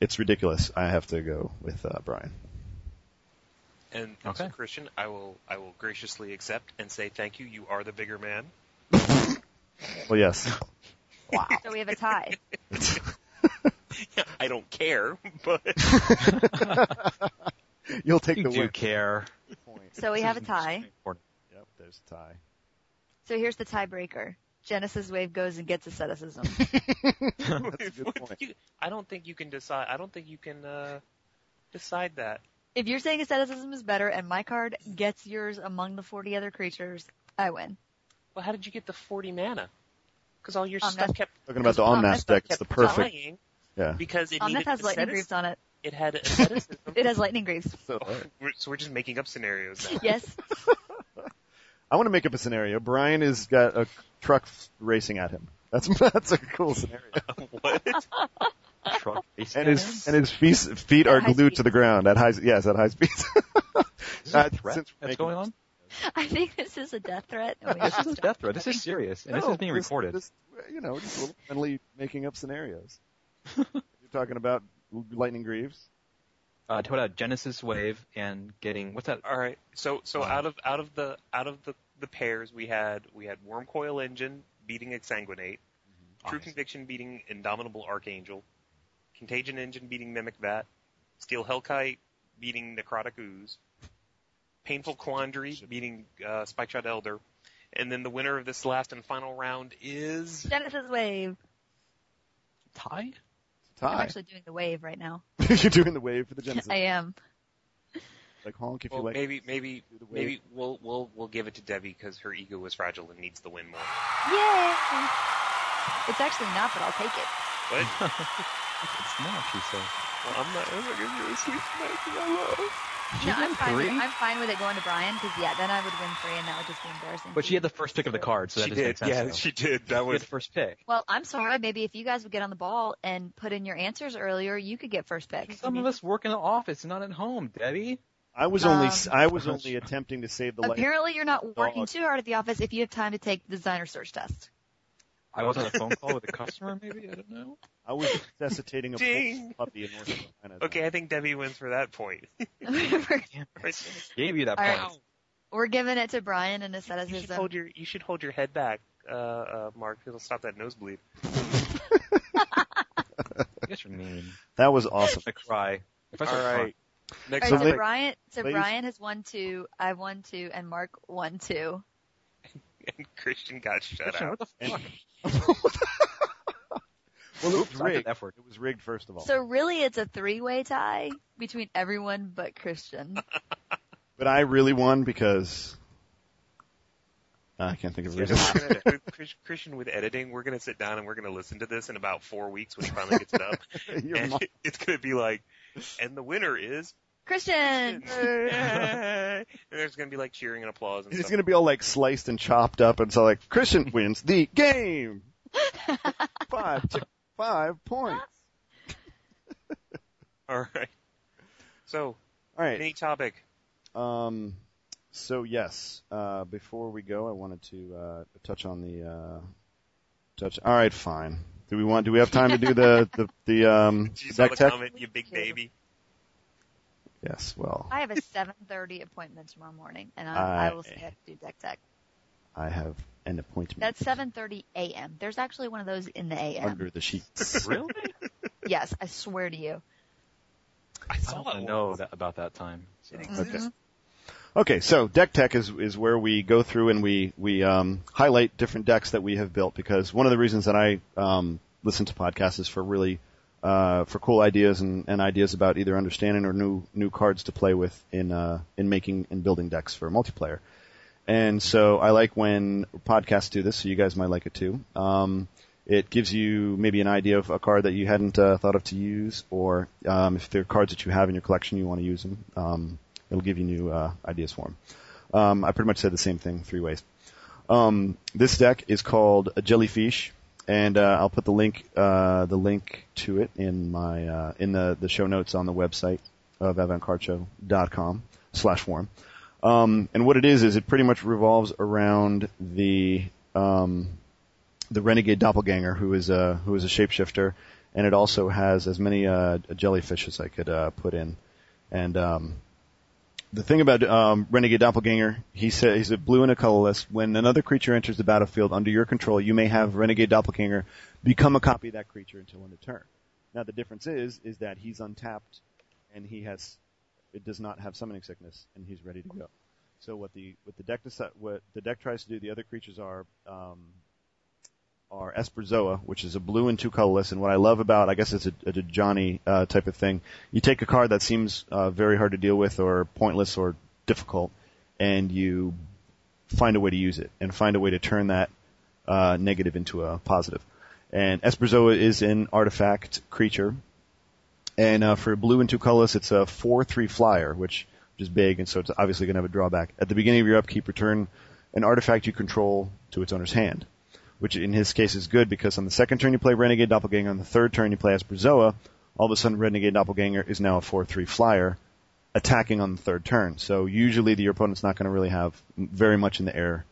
E: It's ridiculous. I have to go with uh, Brian.
F: And, and so
C: Okay.
F: Christian, I will I will graciously accept and say thank you. You are the bigger man.
E: Well, yes.
B: So we have a tie.
F: I don't care, but
E: You'll take
C: you
E: the
C: do
E: win.
C: care.
E: Point.
B: So we have a tie.
E: Yep, there's a tie.
B: So here's the tiebreaker. Genesis Wave goes and gets asceticism.
E: That's a good point.
F: you, I don't think you can decide. I don't think you can uh, decide that.
B: if you're saying asceticism is better and my card gets yours among the 40 other creatures, I win.
G: Well, how did you get the 40 mana? Because all your
B: Um,
G: stuff
B: that's-
G: kept
E: Talking about the
B: Because
E: Omnath
B: Omnath
E: deck, it's the perfect.
F: Dying
E: Yeah.
F: because it
B: Omnath
F: needed
B: has lightning
F: ascetic-
B: greaves on it.
F: It had asceticism.
B: It has lightning greaves.
F: We're- so we're just making up scenarios. Now.
B: Yes.
E: I want to make up a scenario. Brian has got a truck f- racing at him. That's that's a cool scenario.
F: what?
C: Truck face
E: And
C: down.
E: his and his feet, feet are
B: At high
E: glued to
B: speed.
E: the ground at high. Yes, at high speed.
C: Is this
E: uh,
C: a threat
E: since we're
C: that's
E: making
C: going on?
B: I think this is a death threat. Oh and we
C: This
B: should
C: is a
B: stop.
C: death threat. This is serious, and this
E: No,
C: is being
E: just-
C: recorded.
E: just, you know, just a little friendly making up scenarios. You're talking about lightning greaves.
C: Uh, talk about Genesis Wave and getting what's that?
F: All right. So so
C: Wow.
F: out of out of the out of the the pairs we had we had Worm Coil Engine beating Exsanguinate, True
E: Mm-hmm.
C: Obvious.
F: Conviction beating Indomitable Archangel, Contagion Engine beating Mimic Vat, Steel Hellkite beating Necrotic Ooze, Painful Quandary beating uh, Spike Shot Elder, and then the winner of this last and final round is
B: Genesis Wave.
C: tie?
B: I'm
E: Tie.
B: actually doing the wave right now.
E: You're doing the wave for the Genesis.
B: I am.
E: Like honk if
F: well,
E: you like.
F: maybe maybe
E: Do the wave.
F: maybe we'll we'll we'll give it to Debbie because her ego is fragile and needs the win more.
B: Yay! It's actually not, but I'll take it.
F: What?
C: It's not. She said.
F: Well, I'm not ever gonna do a sweet tonight 'cause I love.
B: No, I'm fine, with, I'm fine with it going to Brian because yeah, then I would win three and that would just be embarrassing.
C: But she had the first pick of the card, so that
F: she
C: just
F: did.
C: makes sense.
F: yeah,
C: though.
F: she did. That
C: She had
F: was
C: the first pick.
B: Well, I'm sorry. Maybe if you guys would get on the ball and put in your answers earlier, you could get first pick.
C: Some of us work in the office, not at home, Debbie.
E: I was only
B: Um,
E: I was only attempting to save the lightning.
B: Apparently, you're not working
E: Dog.
B: too hard at the office if you have time to take the designer search test.
C: I was on a phone call with a customer, maybe I don't know.
E: I was resuscitating a
F: Ding.
E: bull puppy in North Carolina.
F: okay. I think Debbie wins for that point.
B: we're,
C: Gave you that
B: All
C: point.
B: right. we're giving it to Brian in
F: You should
B: asceticism.
F: hold your you should hold your head back, uh, uh, Mark. It'll stop that nosebleed.
C: I guess you're mean.
E: That was awesome.
C: I cry. If I
F: All
C: start
F: right.
B: All right,
F: Next
E: So
B: so,
F: up,
E: wait-
B: Brian, so
E: ladies-
B: Brian has won two, I won two, and Mark won two.
F: Christian got shut
C: crying,
F: out.
C: what the
E: And-
C: fuck?
E: Well, it was
C: I did
E: rigged.
C: F word.
E: It was rigged first of all.
B: So really, it's a three-way tie between everyone but Christian.
E: but I really won because I can't think of a
F: Yeah,
E: reason.
F: we're gonna- with Chris- Christian, with editing, we're gonna sit down and we're gonna listen to this in about four weeks when he finally gets it up,
E: Your
F: and
E: mom-
F: it's gonna be like, and the winner is
B: Christian.
F: and there's going to be like cheering and applause. And
E: It's
F: stuff.
E: gonna be all like sliced and chopped up, and so like Christian wins the game. five, to five points.
F: All right. So,
E: All right.
F: any topic?
E: Um, so yes, uh, before we go, I wanted to uh, touch on the uh, touch. All right, fine. Do we want? Do we have time to do the the the um
F: Did you saw
E: deck
F: the
E: tech?
F: comment, you big baby.
E: Yes. Well,
B: I have a 7:30 appointment tomorrow morning, and I, I will stay up to do deck tech.
E: I have an appointment
B: That's 7:30 a.m. There's actually one of those in the a.m.
E: under the sheets.
C: Really?
B: Yes, I swear to you.
F: I
C: I
F: saw that.
C: don't know that, about that time. So.
E: Okay. Okay, so deck tech is is where we go through and we we um, highlight different decks that we have built because one of the reasons that I um, listen to podcasts is for really uh, for cool ideas and, and ideas about either understanding or new new cards to play with in uh, in making and building decks for multiplayer. And so I like when podcasts do this, so you guys might like it too. Um, it gives you maybe an idea of a card that you hadn't uh, thought of to use, or um, if there are cards that you have in your collection you want to use them. Um, it'll give you new uh, ideas for them. Um, I pretty much said the same thing three ways. Um, this deck is called a Jellyfish, and uh, I'll put the link uh, the link to it in my uh, in the, the show notes on the website of avantcardshow.com slash forum. Um, and what it is is it pretty much revolves around the um, the renegade doppelganger who is a who is a shapeshifter, and it also has as many uh, jellyfish as I could uh, put in. And um, the thing about um, renegade doppelganger, he says he's a blue and a colorless. When another creature enters the battlefield under your control, you may have renegade doppelganger become a copy of that creature until end of turn. Now the difference is is that he's untapped, and he has it does not have summoning sickness, and he's ready to go. So what the what the deck deci- what the deck tries to do, the other creatures are um, are Esperzoa, which is a blue and two colorless. And what I love about, I guess it's a, a Johnny uh, type of thing. You take a card that seems uh, very hard to deal with, or pointless, or difficult, and you find a way to use it, and find a way to turn that uh, negative into a positive. And Esperzoa is an artifact creature, and uh, for blue and two colorless, it's a four-three flyer, which which is big, and so it's obviously going to have a drawback. At the beginning of your upkeep, return an artifact you control to its owner's hand which in his case is good because on the second turn you play Renegade Doppelganger, on the third turn you play Esperzoa. All of a sudden, Renegade Doppelganger is now a 4-3 flyer, attacking on the third turn. So usually the, your opponent's not going to really have m- very much in the air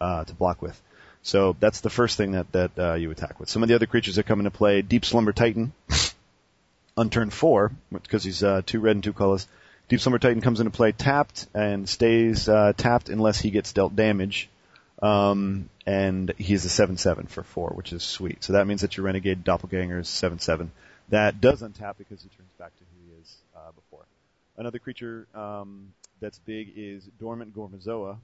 E: uh, to block with. So that's the first thing that that uh, you attack with. Some of the other creatures that come into play: Deep Slumber Titan on turn four, because he's uh, two red and two colors. Deep Slumber Titan comes into play tapped and stays uh, tapped unless he gets dealt damage. Um, and he's a 7-7 for 4, which is sweet. So that means that your Renegade Doppelganger is 7-7. That does untap because he turns back to who he is uh, before. Another creature um, that's big is Dormant Gormazoa.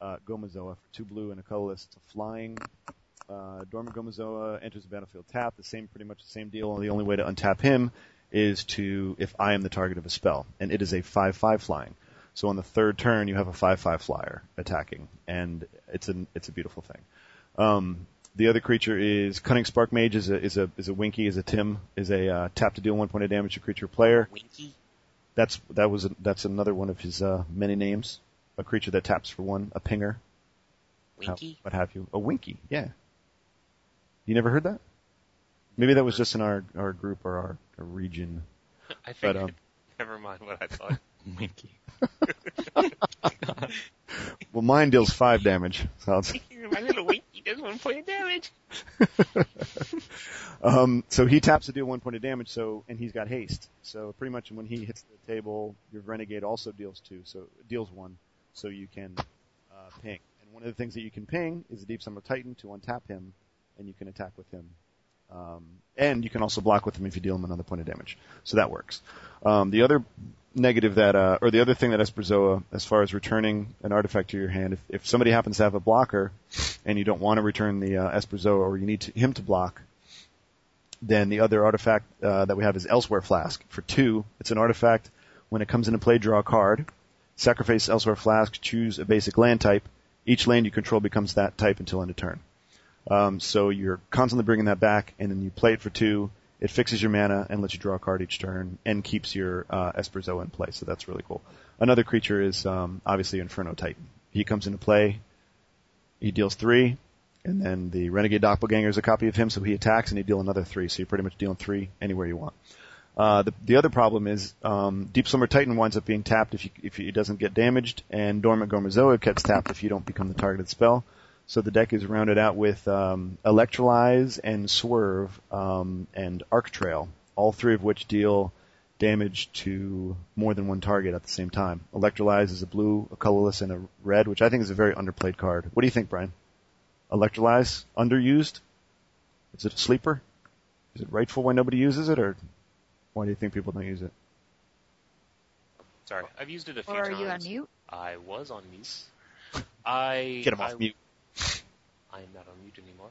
E: Uh, Gomazoa, for two blue and a colorless to flying. Uh, Dormant Gomazoa enters the battlefield tapped. The same, pretty much the same deal. The only way to untap him is to if I am the target of a spell, and it is a five-five flying. So on the third turn, you have a five-five flyer attacking, and it's an it's a beautiful thing. Um, the other creature is Cunning Spark Mage is a is a is a Winky is a Tim is a uh, tap to deal one point of damage to creature player.
F: Winky.
E: That's that was that's another one of his uh, many names. A creature that taps for one, a pinger, how-
F: Winky.
E: what have you? A Winky, yeah. You never heard that? Maybe that was just in our our group or our, our region.
F: I think.
E: But um,
F: Never mind what I thought.
C: Winky.
E: well, mine deals five damage. So it's-
G: My little winky does one point of damage.
E: Um, so he taps to deal one point of damage, so and he's got haste. So pretty much when he hits the table, your renegade also deals two, so deals one, so you can uh, ping. And one of the things that you can ping is a deep summer titan to untap him, and you can attack with him. Um, and you can also block with him if you deal him another point of damage. So that works. Um, the other negative that, uh, or the other thing that Esperzoa, as far as returning an artifact to your hand, if, if somebody happens to have a blocker, and you don't want to return the uh, Esperzoa, or you need to, him to block, then the other artifact uh, that we have is Elsewhere Flask. For two, it's an artifact. When it comes into play, draw a card. Sacrifice Elsewhere Flask, choose a basic land type. Each land you control becomes that type until end of turn. Um, so you're constantly bringing that back, and then you play it for two, It fixes your mana and lets you draw a card each turn and keeps your uh, Esperzo in play, so that's really cool. Another creature is um, obviously Inferno Titan. He comes into play, he deals three, and then the Renegade Doppelganger is a copy of him, so he attacks and he deals another three, so you're pretty much dealing three anywhere you want. Uh, the, the other problem is um, Deep Slumber Titan winds up being tapped if, you, if it doesn't get damaged, and Dormant Gormazoa gets tapped if you don't become the targeted spell. So the deck is rounded out with um, Electrolyze and Swerve um, and Arc Trail, all three of which deal damage to more than one target at the same time. Electrolyze is a blue, a colorless, and a red, which I think is a very underplayed card. What do you think, Brian? Electrolyze, underused? Is it a sleeper? Is it rightful why nobody uses it, or why do you think people don't use it?
F: Sorry, I've used it a few
B: Or are
F: times.
B: you on mute?
F: I was on mute. I
E: Get him off
F: I,
E: mute.
F: I am not on mute anymore.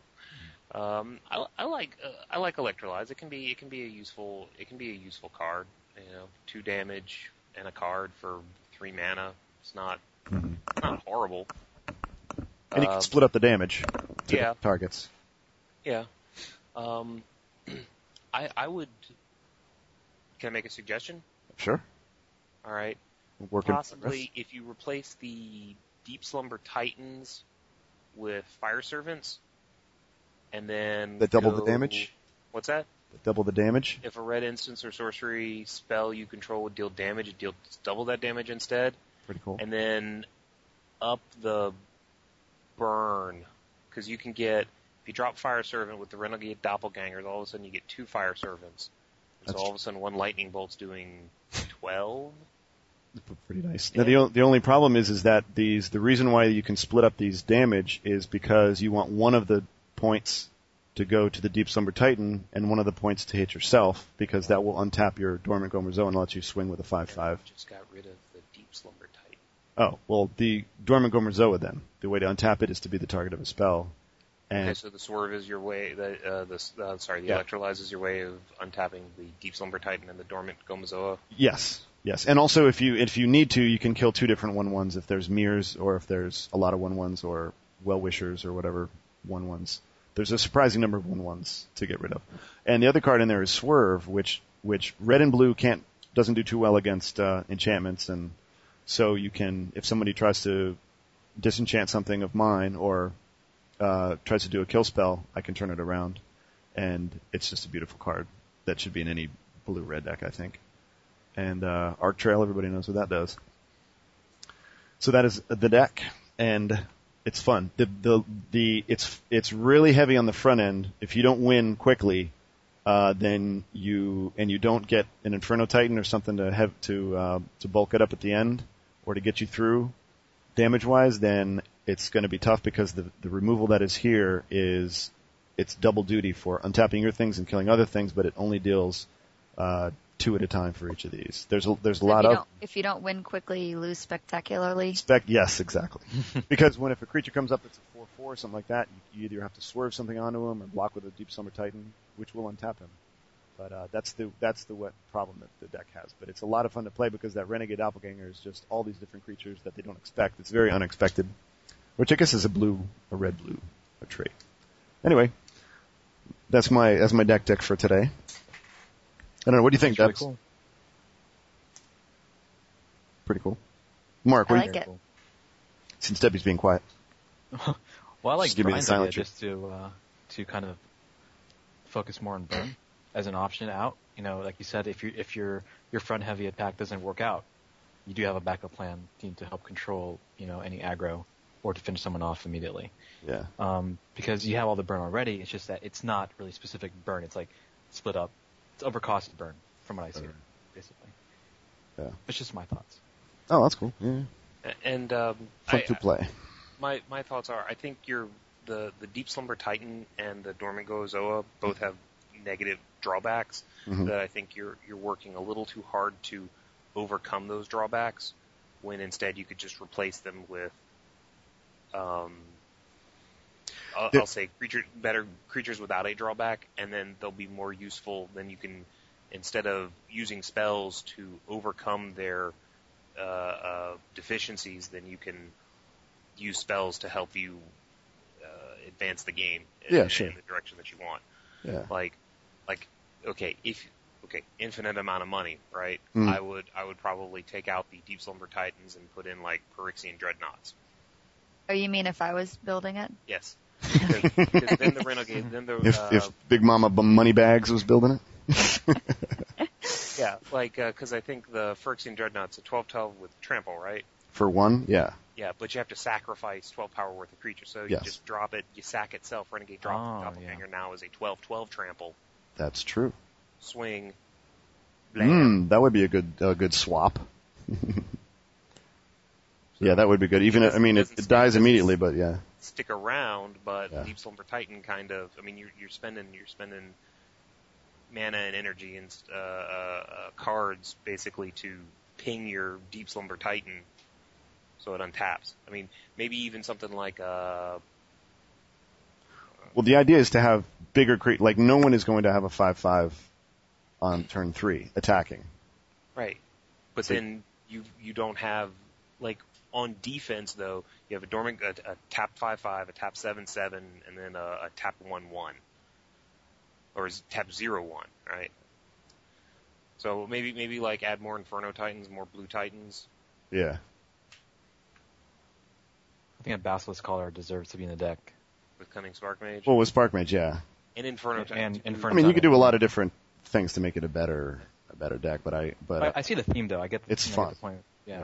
F: Um, I, I like uh, I like Electrolyze. It can be it can be a useful it can be a useful card. You know, two damage and a card for three mana. It's not
E: Mm-hmm.
F: it's not horrible.
E: And you can
F: Um,
E: split up the damage to
F: yeah.
E: the targets.
F: Yeah. Um, I I would. Can I make a suggestion?
E: Sure.
F: All right.
E: Work in progress.
F: Possibly, if you replace the Deep Slumber Titans with Fire Servants, and then
E: That double the
F: go-
E: damage?
F: What's that?
E: Double the damage.
F: If a red instance or sorcery spell you control would deal damage, it deals double that damage instead,
E: Pretty cool.
F: and then up the burn because you can get if you drop Fire Servant with the Renegade Doppelgangers, all of a sudden you get two Fire Servants. And
E: That's
F: so all of a sudden one Lightning Bolt's doing twelve.
E: pretty nice. Now the o- the only problem is is that these the reason why you can split up these damage is because you want one of the points to go to the Deep Slumber Titan and one of the points to hit yourself because that will untap your Dormant Gomer Zone and let you swing with a five five.
F: Just got rid of the Deep Slumber Titan.
E: Oh well, the Dormant Gomerzoa then the way to untap it is to be the target of a spell. And
F: Okay, so the swerve is your way. The uh, the s- uh, sorry, the
E: Yeah.
F: electrolyze is your way of untapping the deep slumber titan and the dormant Gomazoa.
E: Yes, yes, and also if you if you need to, you can kill two different one ones if there's mirrors or if there's a lot of one ones or well wishers or whatever one ones. There's a surprising number of one ones to get rid of, and the other card in there is Swerve, which which red and blue can't doesn't do too well against uh, enchantments, and so you can if somebody tries to disenchant something of mine or uh, tries to do a kill spell, I can turn it around, and it's just a beautiful card that should be in any blue red deck, I think and uh, Arc Trail. Everybody knows what that does. So that is the deck, and it's fun. The the the it's it's really heavy on the front end. If you don't win quickly, uh, then you and you don't get an Inferno Titan or something to have to uh, to bulk it up at the end or to get you through damage wise, then it's going to be tough because the the removal that is here is it's double duty for untapping your things and killing other things, but it only deals uh, two at a time for each of these. There's a, there's a
B: So if
E: lot
B: you
E: of
B: don't- If you don't win quickly, you lose spectacularly.
E: Spec, yes, exactly. because when if a creature comes up that's a four four something like that, you, you either have to swerve something onto him or block with a Deep Summer Titan, which will untap him. But uh, that's the that's the what problem that the deck has. But it's a lot of fun to play because that Renegade Doppelganger is just all these different creatures that they don't expect. It's very unexpected, which I guess is a blue, a red blue, a trait. Anyway, that's my that's my deck deck for today. I don't know. What do you think,
C: That's really
E: Debs?
C: cool.
E: Pretty cool. Mark,
B: I
E: what do
B: like
E: you
B: it.
E: think? Since Debbie's being quiet.
C: Well, I like
E: Just give me the
C: Brian's
E: silent
C: idea
E: treat.
C: just to uh, to kind of focus more on burn as an option out. You know, like you said, if you if your your front heavy attack doesn't work out, you do have a backup plan you need to help control you know any aggro or to finish someone off immediately.
E: Yeah.
C: Um, because you have all the burn already. It's just that it's not really specific burn. It's like split up. It's overcosted burn from what I see, basically.
E: Yeah.
C: It's just my thoughts.
E: Oh, that's cool. Yeah.
F: A- And um,
E: Fun
F: I,
E: to play.
F: my my thoughts are, I think your the the deep slumber titan and the dormant Gomazoa both have negative drawbacks
E: Mhm.
F: that I think you're you're working a little too hard to overcome those drawbacks. When instead you could just replace them with, um, I'll,
E: The-
F: I'll say creature better creatures without a drawback, and then they'll be more useful. Then you can instead of using spells to overcome their uh, uh, deficiencies, then you can use spells to help you uh, advance the game in,
E: Yeah, sure.
F: in the direction that you want.
E: Yeah.
F: Like, like okay, if okay, infinite amount of money, right?
E: Mm.
F: I would I would probably take out the Deep Slumber Titans and put in like Phyrexian Dreadnoughts.
B: Oh, you mean if I was building it?
F: Yes. Because because then the renegade, then the
E: If
F: uh,
E: if Big Mama B- Moneybags was building it.
F: yeah, like because I think the Phyrexian Dreadnoughts a twelve twelve with trample, right?
E: For one, yeah.
F: Yeah, but you have to sacrifice 12 power worth of creature. So you
E: Yes.
F: just drop it, you sack itself, Renegade drop
C: Oh,
F: the Doppelganger now is a 12 12 trample,
E: That's true.
F: swing, blam.
E: Mm, that would be a good a good swap. yeah, that would be good. Even if- I mean, it, it dies immediately, but yeah,
F: stick around, but
E: Yeah.
F: Deep Slumber Titan kind of, I mean, you're, you're spending, you're spending mana and energy and, uh, uh, uh, cards basically to ping your Deep Slumber Titan so it untaps. I mean, maybe even something like, uh,
E: Well, the idea is to have bigger cre- like no one is going to have a five five on turn three attacking.
F: Right. But
E: So-
F: then you you don't have like on defense though you have a dormant a, a tap five five a tap seven seven and then a, a tap one one or is tap zero one right. So maybe maybe like add more Inferno Titans, more Blue Titans.
E: Yeah,
C: I think a Basilisk Caller deserves to be in the deck.
F: With Cunning Spark Mage
E: well, with Spark Mage, yeah.
F: and Inferno Titans.
C: And, and
E: I
C: Inferno
E: mean, you could
C: Titan.
E: do a lot of different things to make it a better a better deck, but I but
C: I, I see the theme though. I get the,
E: It's
C: you know, I
E: fun.
C: get the point. Yeah.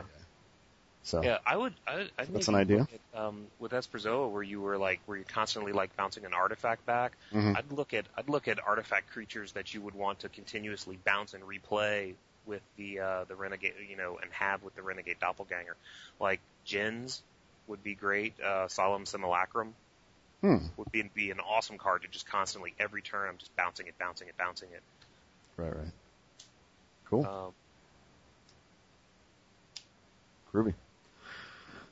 E: so
F: Yeah, I would. I, I think
E: that's an
F: if you
E: idea.
F: look At, um, with Esperzoa, where you were like, where you're constantly like bouncing an artifact back,
E: Mhm.
F: I'd look at I'd look at artifact creatures that you would want to continuously bounce and replay with the uh, the renegade, you know, and have with the renegade doppelganger, like Jins would be great. Uh, Solemn Simulacrum
E: Hmm.
F: would be be an awesome card to just constantly every turn I'm just bouncing it, bouncing it, bouncing it.
E: right, right, cool,
F: Um,
E: groovy.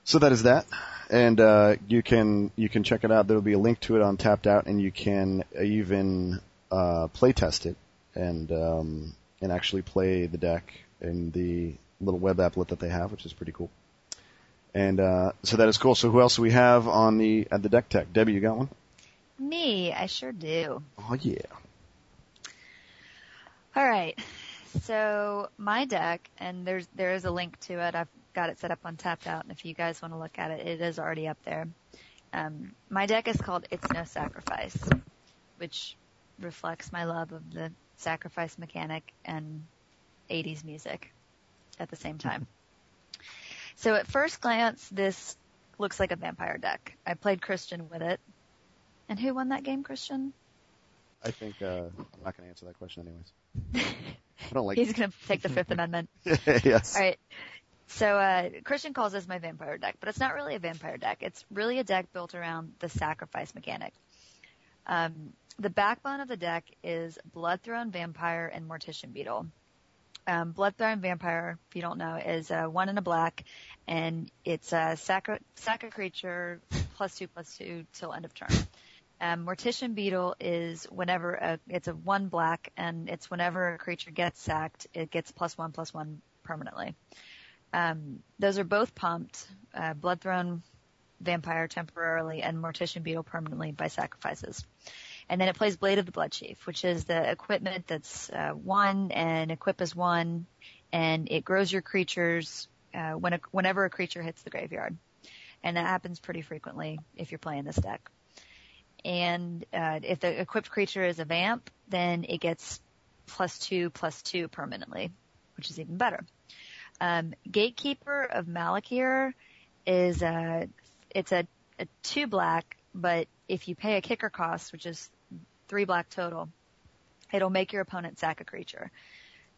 E: So that is that, and uh, you can you can check it out. There will be a link to it on Tapped Out, and you can even uh, play test it and um, and actually play the deck in the little web applet that they have, which is pretty cool. And uh, so that is cool. So who else do we have on the at the deck tech? Debbie, you got one?
B: Me, I sure do.
E: Oh yeah.
B: All right. So my deck, and there's there is a link to it. I've got it set up on Tapped Out, and if you guys want to look at it, it is already up there. Um, my deck is called It's No Sacrifice, which reflects my love of the sacrifice mechanic and 80s music at the same time. so at first glance, this looks like a vampire deck. I played Christian with it, and who won that game, Christian?
E: I think uh, I'm not going to answer that question anyways. I don't like.
B: He's gonna take the Fifth Amendment.
E: yes.
B: All right. So uh, Christian calls this my vampire deck, but it's not really a vampire deck. It's really a deck built around the sacrifice mechanic. Um, the backbone of the deck is Bloodthrone Vampire and Mortician Beetle. Um, Bloodthrone Vampire, if you don't know, is uh, one in a black, and it's a sacra, sacra creature plus two plus two till end of turn. Um, Mortician Beetle is whenever a, it's a one black, and it's whenever a creature gets sacked, it gets plus one plus one permanently. Um, those are both pumped, uh, Bloodthrone Vampire temporarily and Mortician Beetle permanently by sacrifices. And then it plays Blade of the Blood Chief, which is the equipment that's uh, one and equip is one, and it grows your creatures uh, when a, whenever a creature hits the graveyard, and that happens pretty frequently if you're playing this deck. And uh, if the equipped creature is a vamp, then it gets plus two plus two permanently, which is even better um, Gatekeeper of Malakir is a it's a, a two black, but if you pay a kicker cost, which is three black total, it'll make your opponent sack a creature.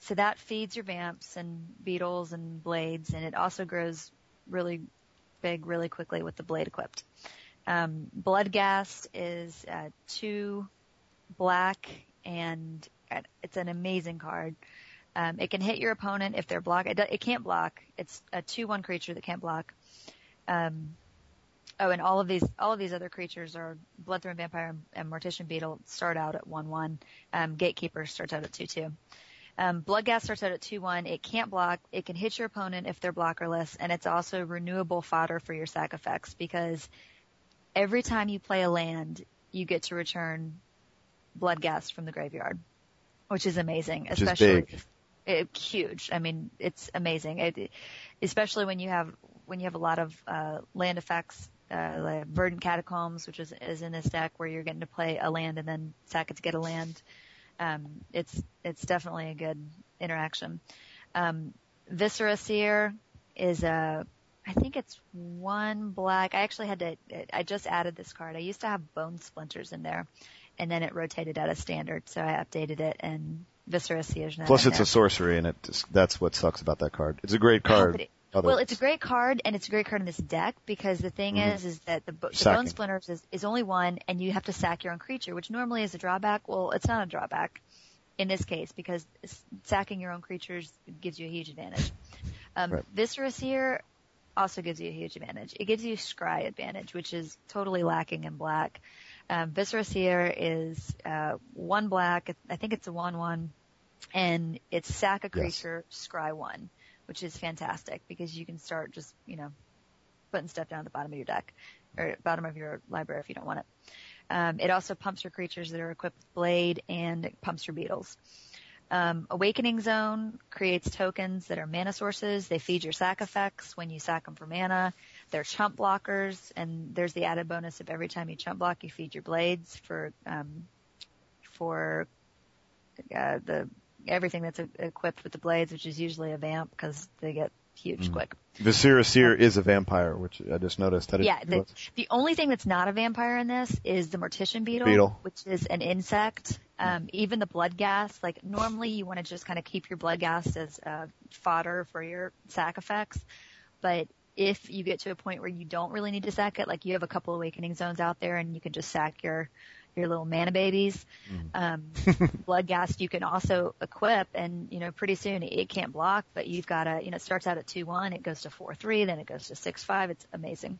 B: So that feeds your vamps and beetles and blades, and it also grows really big really quickly with the blade equipped. Um, Bloodgast is uh, two black, and uh, it's an amazing card. Um, it can hit your opponent if they're block. It, do- it can't block. It's a two-one creature that can't block. Um, oh, and all of these all of these other creatures are Bloodthorn Vampire and, and Mortician Beetle start out at one-one. Um, Gatekeeper starts out at two-two. Um, Bloodgas starts out at two-one. It can't block. It can hit your opponent if they're blockerless, and it's also renewable fodder for your sack effects because every time you play a land, you get to return Bloodgas from the graveyard which is amazing,
E: Which is
B: especially
E: big.
B: it, huge. I mean, it's amazing, it, especially when you have when you have a lot of uh, land effects, uh, like verdant catacombs, which is is in this deck where you're getting to play a land and then sack it to get a land. Um, it's it's definitely a good interaction. Um, Viscera Seer is a I think it's one black. I actually had to. I just added this card. I used to have bone splinters in there, and then it rotated out of standard, so I updated it and Viscera Seer. is now
E: Plus,
B: in
E: it's
B: there.
E: a sorcery, and it just, that's what sucks about that card. It's a great
B: But
E: card.
B: it-
E: Other-
B: Well, it's a great card, and it's a great card in this deck because the thing is, is that the, bo- the
E: Mm-hmm. Sacking.
B: bone splinters is, is only one, and you have to sack your own creature, which normally is a drawback. Well, it's not a drawback in this case because s- sacking your own creatures gives you a huge advantage. Um,
E: Right.
B: Viscera Seer also gives you a huge advantage. It gives you Scry advantage, which is totally lacking in black. Um, Viscera Seer is uh, one black. I think it's a one-one, and it's sack a creature, Scry one, which is fantastic because you can start just you know putting stuff down at the bottom of your deck or bottom of your library if you don't want it. Um, it also pumps your creatures that are equipped with blade and it pumps your beetles. Um, Awakening Zone creates tokens that are mana sources. They feed your sack effects when you sack them for mana. They're chump blockers, and there's the added bonus of every time you chump block, you feed your blades for um, for uh, the everything that's e- equipped with the blades, which is usually a vamp because they get huge quick.
E: Viscera Seer is a vampire, which I just noticed. That it-
B: Yeah, the, the only thing that's not a vampire in this is the mortician beetle,
E: Beetle.
B: which is an insect. Um, even the blood gas, like normally you want to just kind of keep your blood gas as uh, fodder for your sack effects, but if you get to a point where you don't really need to sack it, like you have a couple awakening zones out there and you can just sack your your little mana babies,
E: Hmm.
B: um, blood gas you can also equip and you know pretty soon it can't block but you've got to you know it starts out at 2-1 it goes to 4-3 then it goes to 6-5 it's amazing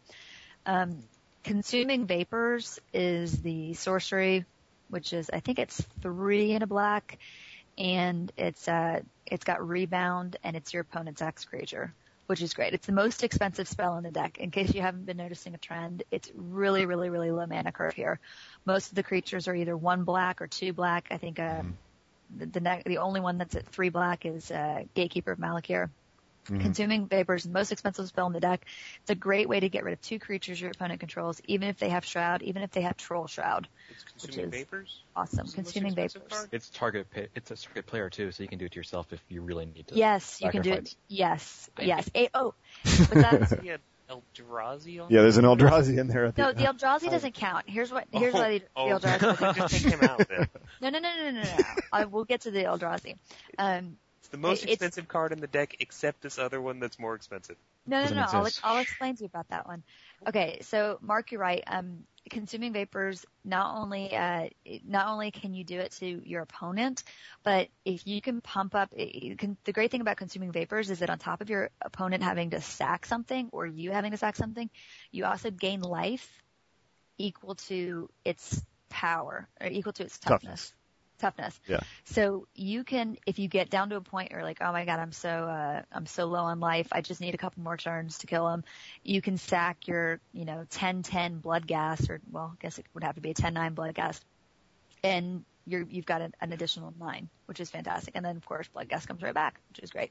B: um, consuming vapors is the sorcery which is i think it's three in a black and it's uh it's got rebound and it's your opponent's x creature which is great. It's the most expensive spell in the deck. In case you haven't been noticing a trend, it's really, really, really low mana curve here. Most of the creatures are either one black or two black. I think uh, the the, ne- the only one that's at three black is uh, Gatekeeper of Malakir. Consuming Vapor is the most expensive spell in the deck. It's a great way to get rid of two creatures your opponent controls, even if they have Shroud, even if they have Troll Shroud.
F: It's consuming
B: is
F: vapors.
B: Awesome.
F: Is it the most
B: Consuming
F: expensive
B: Vapors.
F: card?
C: It's target. pa- It's a target player too, so you can do it to yourself if you really need to.
B: Yes, you can do it.
C: Sacrifice.
B: Yes, yes. A- oh, but that's,
G: He had Eldrazi on.
E: yeah, there's an Eldrazi in there. At the,
B: no, the Eldrazi doesn't count. Here's what. Here's
F: oh,
B: why the,
F: oh,
B: the Eldrazi doesn't
F: just take him out then.
B: No, no, no, no, no, no. no. I will get to the Eldrazi. Um,
F: It's the most
B: It's-
F: expensive card in the deck, except this other one that's more expensive.
B: no, no,
C: Doesn't
B: no. I'll,
C: exist.
B: I'll explain to you about that one. Okay, so Mark, you're right. Um, consuming vapors not only uh, it- not only can you do it to your opponent, but if you can pump up, it- you can, the great thing about consuming vapors is that on top of your opponent having to sack something or you having to sack something, you also gain life equal to its power or equal to its toughness. Toughness.
E: Yeah.
B: So you can, if you get down to a point where like, oh my god, I'm so uh, I'm so low on life, I just need a couple more turns to kill him. You can sack your, you know, 10-10 blood gas, or well, I guess it would have to be a 10-9 blood gas, and you're you've got an, an additional nine, which is fantastic. And then of course, blood gas comes right back, which is great.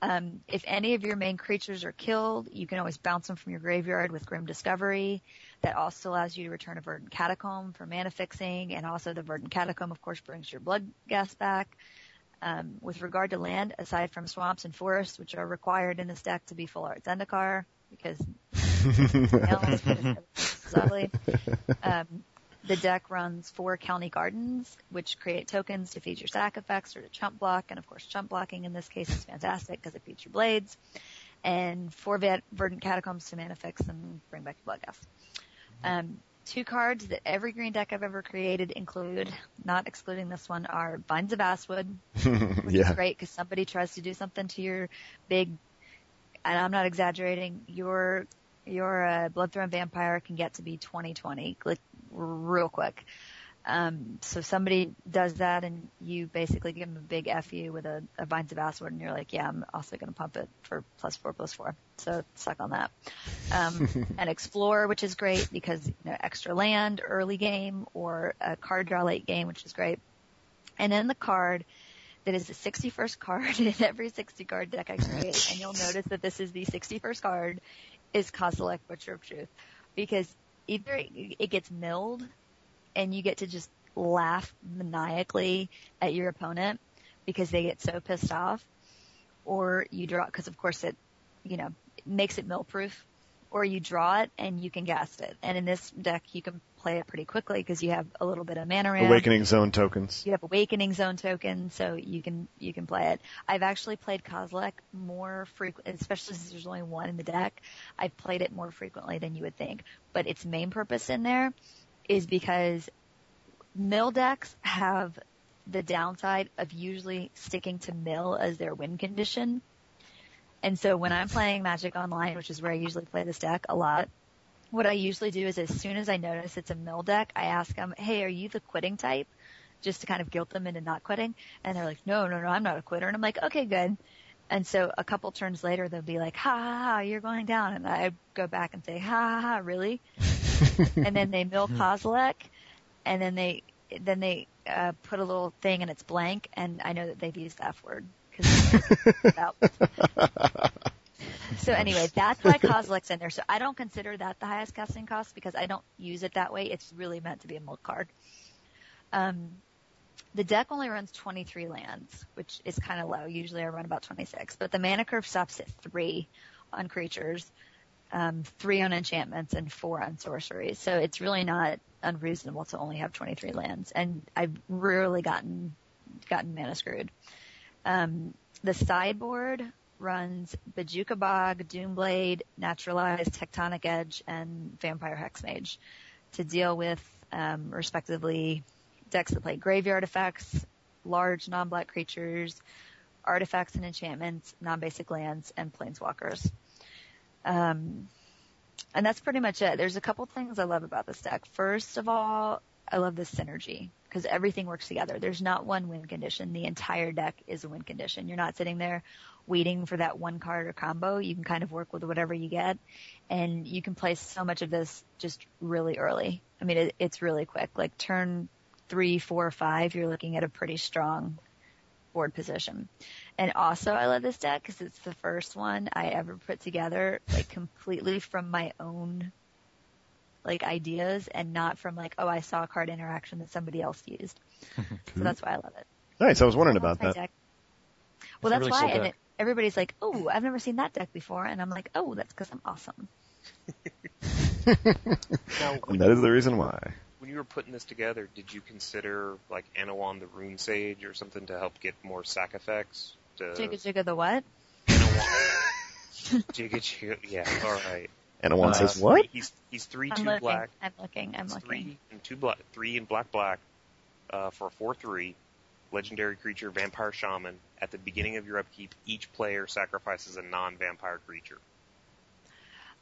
B: Um, if any of your main creatures are killed, you can always bounce them from your graveyard with Grim Discovery. That also allows you to return a Verdant Catacomb for mana fixing, and also the Verdant Catacomb, of course, brings your blood gas back. Um, with regard to land, aside from swamps and forests, which are required in this deck to be full arts Zendikar, because else, exactly. Um, the deck runs four county gardens, which create tokens to feed your sack effects or to chump block. And of course, chump blocking in this case is fantastic because it feeds your blades. And four va- verdant catacombs to mana fix and bring back your blood gas. Um, two cards that every green deck I've ever created include, not excluding this one, are Vines of Asswood, which
E: yeah.
B: is great because somebody tries to do something to your big, and I'm not exaggerating, your your uh, Bloodthorn Vampire can get to be 2020 like, real quick. Um, so somebody does that and you basically give them a big FU with a, a Vines of Assword and you're like, yeah, I'm also going to pump it for plus four, plus four. So suck on that. Um, and Explore, which is great because, you know, extra land early game or a card draw late game, which is great And in the card that is the 61st card in every 60 card deck I create, and you'll notice that this is the 61st card, is Kosalek Butcher of Truth. Because either it, it gets milled and you get to just laugh maniacally at your opponent because they get so pissed off, or you draw, because of course it, you know, makes it mill proof, or you draw it and you can cast it. And in this deck, you can play it pretty quickly because you have a little bit of mana ramp.
E: Awakening Zone tokens.
B: You have Awakening Zone token, so you can you can play it. I've actually played Kozlek more frequently, especially since there's only one in the deck. I've played it more frequently than you would think, but its main purpose in there is because mill decks have the downside of usually sticking to mill as their win condition. And so when I'm playing Magic Online, which is where I usually play this deck a lot, what I usually do is as soon as I notice it's a mill deck, I ask them, hey, are you the quitting type? Just to kind of guilt them into not quitting. And they're like, no, no, no, I'm not a quitter. And I'm like, okay, good. And so a couple turns later, they'll be like, ha ha ha, you're going down. And I go back and say, ha ha ha, really? and then they mill Kozilek and then they, then they, uh, put a little thing and it's blank. And I know that they've used the F word. 'cause so anyway, that's why Kozilek's in there. So I don't consider that the highest casting cost because I don't use it that way. It's really meant to be a milk card. Um, the deck only runs 23 lands, which is kind of low. Usually I run about 26, but the mana curve stops at three on creatures, um, three on enchantments and four on sorceries. So it's really not unreasonable to only have 23 lands. And I've rarely gotten, gotten mana screwed. Um, the sideboard runs Bajuka Bog, Doomblade, Naturalized, Tectonic Edge, and Vampire Hexmage to deal with, um, respectively, decks that play graveyard effects, large non-black creatures, artifacts and enchantments, non-basic lands, and planeswalkers. Um, and that's pretty much it. There's a couple things I love about this deck. First of all, I love the synergy because everything works together. There's not one win condition. The entire deck is a win condition. You're not sitting there waiting for that one card or combo. You can kind of work with whatever you get and you can play so much of this just really early. I mean, it, it's really quick. Like turn three, four, five, you're looking at a pretty strong board position. And also I love this deck because it's the first one I ever put together like completely from my own like ideas and not from like, oh, I saw a card interaction that somebody else used. So that's why I love it.
E: Nice. I was wondering
B: That's
E: about
B: my
E: that.
B: deck. Well,
C: It's
B: that's
C: a
B: why.
C: really cool
B: and
C: deck.
B: it, everybody's like, oh, I've never seen that deck before. And I'm like, oh, that's because I'm awesome.
F: Now, when,
E: And that is the reason why.
F: when you were putting this together, did you consider like Anawan the Rune Sage or something to help get more sack effects? To
B: Jigga jigga the what?
F: Anawan. Jigga jigga. Yeah. All right.
E: And one
C: Uh,
E: says, what?
F: He's he's three
B: I'm
F: two
B: looking.
F: black.
B: I'm looking. I'm
F: It's
B: looking.
F: three and two black, three and black black, uh, for a four three, legendary creature, vampire shaman. At the beginning of your upkeep, each player sacrifices a non-vampire creature.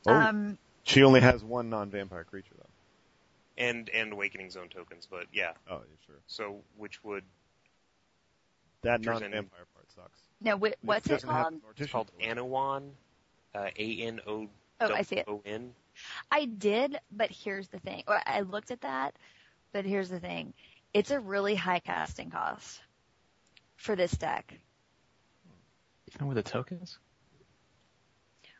E: Oh,
B: Um,
E: she only has one non-vampire creature, though.
F: and and awakening zone tokens. But yeah,
E: Oh, yeah, sure.
F: so which would
E: That
F: Creatures
E: non-vampire
F: and-
E: part sucks.
B: no, wh- what's it um,
E: doesn't have
B: called?
F: it's
E: partition
F: called
E: to it.
F: Anawan, uh, A N O
B: Oh, I see it.
F: O N.
B: I did, but here's the thing. Or I looked at that, but here's the thing. It's a really high casting cost for this deck.
C: Even with the tokens?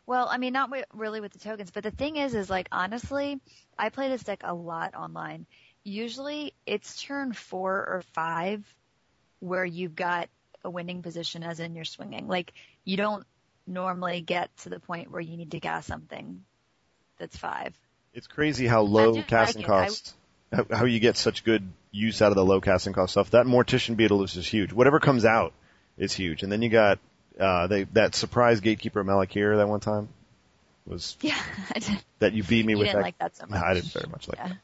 B: Well, I mean, not wi- really with the tokens, but the thing is, is like honestly, I play this deck a lot online. Usually, it's turn four or five where you've got a winning position, as in you're swinging. Like you don't normally get to the point where you need to cast something that's five.
E: It's crazy how low
B: do like
E: casting
B: it. I-
E: costs, how, how you get such good use out of the low casting cost stuff. That Mortician Beetle is just huge. Whatever comes out is huge. And then you got, uh, they, that surprise gatekeeper Malakir that one time was,
B: Yeah, I did.
E: that you beat me
B: you
E: with
B: didn't
E: that.
B: like that so
E: No,
B: much.
E: I didn't very much like
B: Yeah.
E: that.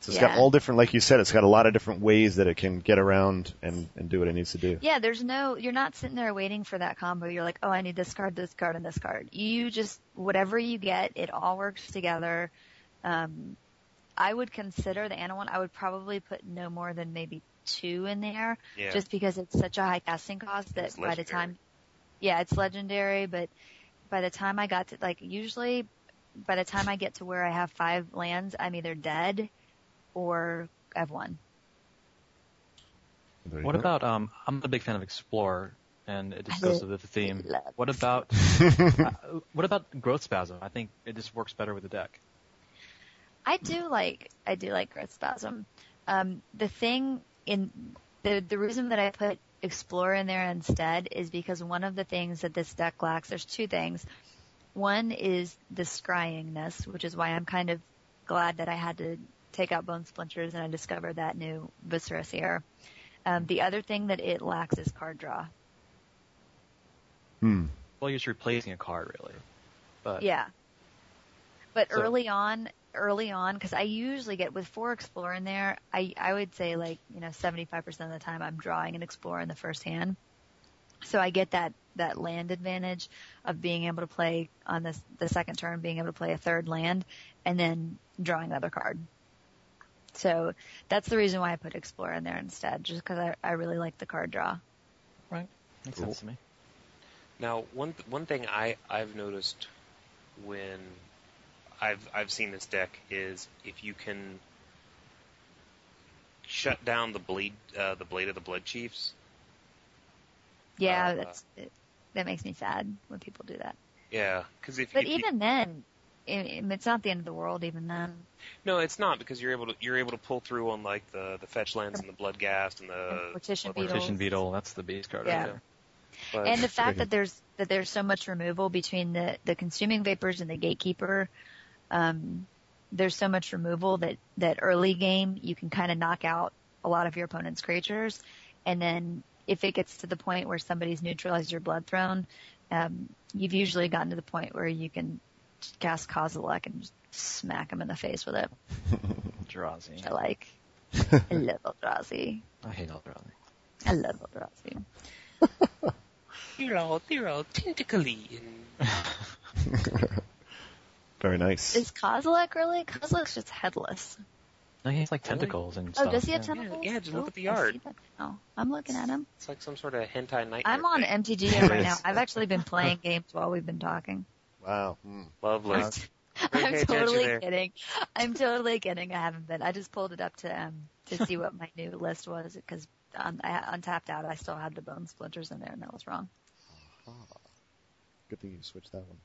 E: So it's got
B: Yeah.
E: all different, like you said, it's got a lot of different ways that it can get around and, and do what it needs to do.
B: Yeah, there's no, you're not sitting there waiting for that combo. You're like, oh, I need this card, this card, and this card. You just, whatever you get, it all works together. Um, I would consider the Anawan, I would probably put no more than maybe two in there,
F: Yeah,
B: just because it's such a high casting cost that
F: It's
B: by the
F: legendary.
B: time, yeah, it's legendary, but by the time I got to, like, usually by the time I get to where I have five lands, I'm either dead or I've won.
E: There you
C: What
E: go.
C: about um? I'm a big fan of Explorer, and it just goes with the theme.
B: love-
C: What about uh, what about Growth Spasm? I think it just works better with the deck.
B: I do like I do like growth spasm. Um, the thing in the the reason that I put explore in there instead is because one of the things that this deck lacks. There's two things. One is the scryingness, which is why I'm kind of glad that I had to take out bone splinters and I discovered that new viscera here. Um, the other thing that it lacks is card draw.
E: Hmm.
C: Well, you're just replacing a card, really. But
B: Yeah. But
C: So-
B: early on, early on, because I usually get with four explore in there, I I would say like you know seventy five percent of the time I'm drawing an explore in the first hand, so I get that that land advantage of being able to play on this the second turn, being able to play a third land, and then drawing another card. So that's the reason why I put explore in there instead, just because I, I really like the card draw.
C: right, makes sense to me.
G: Now, one th- one thing I I've noticed when I've I've seen this deck is if you can shut down the blade uh, the blade of the blood chiefs.
B: Yeah,
G: Uh,
B: that's it, that makes me sad when people do that.
G: Yeah, because if,
B: But
G: if you-
B: even then, i i- it's not the end of the world. Even then,
G: no, it's not because you're able to you're able to pull through on like the the fetch lands and the blood ghast and the
B: And Mortician
G: blood-
B: Beetle.
C: Petition Beetle, that's the beast card
B: Yeah.
C: right there.
G: but-
B: and the fact that there's that there's so much removal between the the consuming vapors and the gatekeeper, um, there's so much removal that that early game you can kind of knock out a lot of your opponent's creatures, and then if it gets to the point where somebody's neutralized your blood throne, um, you've usually gotten to the point where you can just cast Kozilek and just smack them in the face with it.
C: Eldrazi.
B: I like. I love Eldrazi.
C: I hate Eldrazi.
B: I love Eldrazi.
H: They're all, they're all tentacly and
E: Very nice.
B: Is Kozilek really? Kozilek's just headless.
C: No, he has like tentacles and
B: Oh,
C: stuff.
B: does he have
C: yeah.
B: tentacles?
G: yeah, just look
B: Oh,
G: at the
B: I see
G: art.
B: that now. I'm looking at him.
G: it's like some sort of hentai nightmare.
B: I'm on
G: thing.
B: MTGO right now.
E: Yes.
B: I've actually been playing games while we've been talking.
E: Wow. Hmm.
G: Lovely. Pay
B: I'm
G: attention
B: totally
G: there.
B: kidding. I'm totally kidding. I haven't been. I just pulled it up to um to see what my new list was because on, I- on tapped out I still had the bone splinters in there and that was wrong.
E: Good thing you switched that one.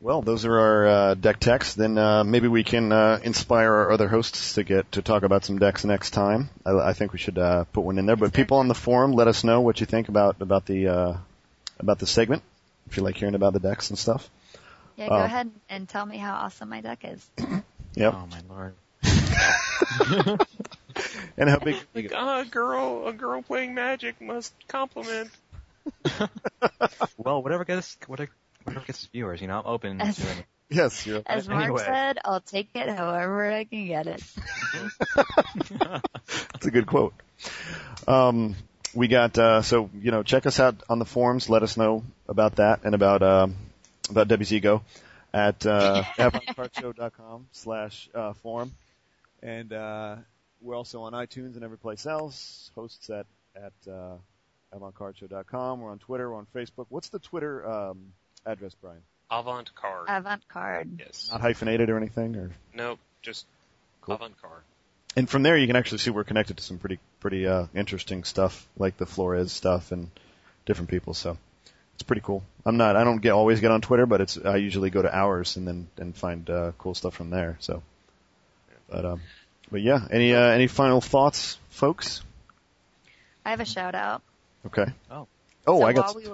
E: Well, those are our uh, deck techs. Then uh, maybe we can uh, inspire our other hosts to get to talk about some decks next time. I, I think we should uh, put one in there. But people on the forum, let us know what you think about about the uh, about the segment. If you like hearing about the decks and stuff.
B: Yeah, go
E: Oh.
B: ahead and tell me how awesome my deck is.
E: Yep.
C: Oh my lord.
E: And how big?
G: Like, ah, a girl, a girl playing magic must compliment.
C: Well, whatever gets whatever, whatever gets viewers, you know, I'm open to
B: As-
C: it.
E: yes, you're.
B: As Mark
C: Anyway.
B: said, I'll take it however I can get it.
E: That's a good quote. Um, we got uh, so you know check us out on the forums. Let us know about that and about um about WZGo at uh, AvalonCartShow.com slash uh, forum, and uh, we're also on iTunes and every place else. Hosts at at uh, AvalonCartShow.com. We're on Twitter. We're on Facebook. What's the Twitter um, address, Brian?
G: Avant card.
B: Avant card.
G: yes.
E: Not hyphenated or anything, or
G: Nope. Just
E: Cool.
G: avant card.
E: and from there you can actually see we're connected to some pretty pretty uh, interesting stuff like the Flores stuff and different people. So it's pretty cool. I'm not I don't get always get on Twitter, but it's I usually go to ours and then and find uh, cool stuff from there. So, but um, but yeah. Any uh, any final thoughts, folks?
B: I have a shout out.
E: Okay.
C: Oh.
E: Oh,
B: so
E: I got.
B: while we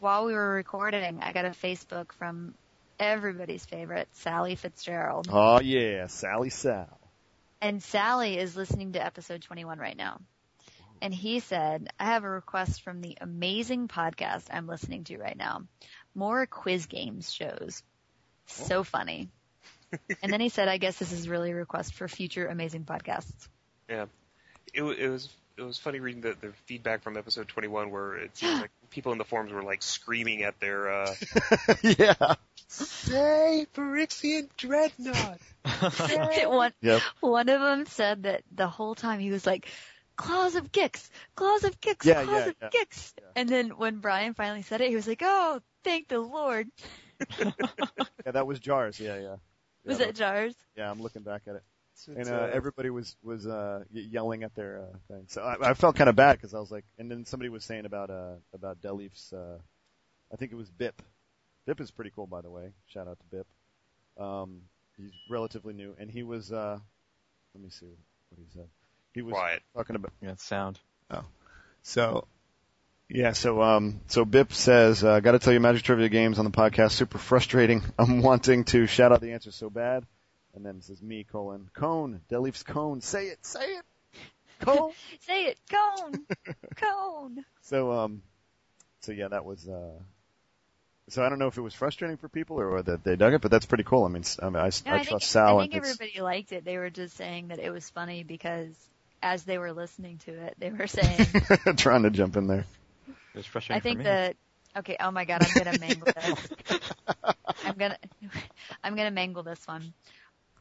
B: while we were recording, I got a Facebook from everybody's favorite Sally Fitzgerald,
E: Oh yeah, Sally Sal.
B: and Sally is listening to episode 21 right now. And he said, "I have a request from the amazing podcast I'm listening to right now. More quiz games shows.
E: Oh.
B: So funny." and then he said, "I guess this is really a request for future amazing podcasts."
G: Yeah. It, wa- it was it was funny reading the, the feedback from episode 21 where it seems like people in the forums were like screaming at their uh,
E: yeah.
H: Say, Phyrexian Dreadnought.
B: one
E: Yep.
B: one of them said that the whole time he was like, "Claws of Gix, claws of Gix,
E: Yeah,
B: claws
E: yeah,
B: of
E: yeah,
B: Gix." And then when Brian finally said it, he was like, "Oh, thank the Lord."
E: Yeah, that was Jars. Yeah, yeah.
B: Was
E: yeah,
B: that Jars?
E: Yeah, I'm looking back at it. It's, and uh, everybody was was uh, y- yelling at their uh, thing. So I, I felt kind of bad because I was like, and then somebody was saying about uh, about Delif's, uh I think it was Bip. Bip is pretty cool, by the way. Shout out to Bip. Um, he's relatively new, and he was. Uh, let me see what he said. He was
F: Quiet.
E: talking about.
C: Yeah, it's sound.
E: So, yeah, so um, so Bip says, uh, "Got to tell you, Magic Trivia games on the podcast super frustrating. I'm wanting to shout out the answer so bad." And then it says, "Me colon cone Delif's cone. Say it, say it, cone."
B: Say it, cone, cone.
E: so um, so yeah, that was uh. So I don't know if it was frustrating for people or that they dug it, but that's pretty cool. I mean, s- I, mean, I, s-
B: No,
E: I
B: I,
E: trust
B: think,
E: Sal.
B: I
E: and
B: think
E: it's-
B: everybody liked it. They were just saying that it was funny because as they were listening to it, they were saying,
E: trying to jump in there.
C: It was frustrating
B: I think
C: for me.
B: that, okay, oh my God, I'm going to mangle this. I'm going to, I'm going to mangle this one.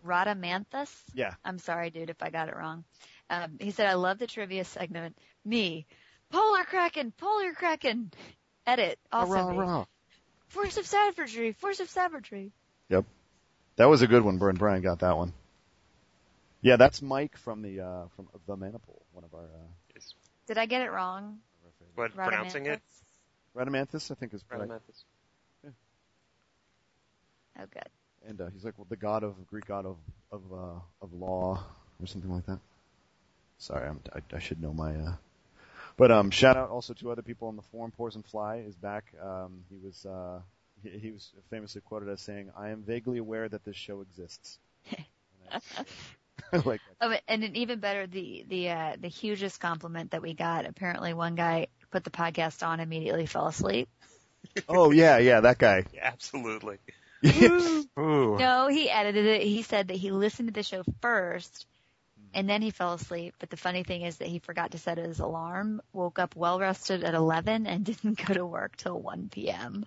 B: Radamanthus?
E: Yeah.
B: I'm sorry, dude, if I got it wrong. Um, he said, I love the trivia segment. Me, Polar Kraken, Polar Kraken. Edit. Also me. Force of savagery, force of savagery.
E: That was a good one, Brian. Brian got that one. Yeah, that's Mike from the uh from the Maniple, one of our uh
G: It's
B: Did I get it wrong?
F: But pronouncing it,
B: Radamanthus?
E: Radamanthus, I think is right.
G: Radamanthus.
B: Oh, good.
E: And uh, he's like well, the god of Greek god of of uh of law or something like that. Sorry, I'm, I, I should know my uh but um shout out also to other people on the forum Pores and Fly is back. Um he was uh he, he was famously quoted as saying, "I am vaguely aware that this show exists." And I, I like that.
B: Oh, and an even better, the the uh, the hugest compliment that we got. Apparently, one guy put the podcast on immediately fell asleep.
E: Oh yeah, yeah, that guy.
F: Yeah, absolutely.
C: Ooh.
B: No, he edited it. He said that he listened to the show first, and then he fell asleep. But the funny thing is that he forgot to set his alarm. Woke up well rested at 11 and didn't go to work till 1 p.m.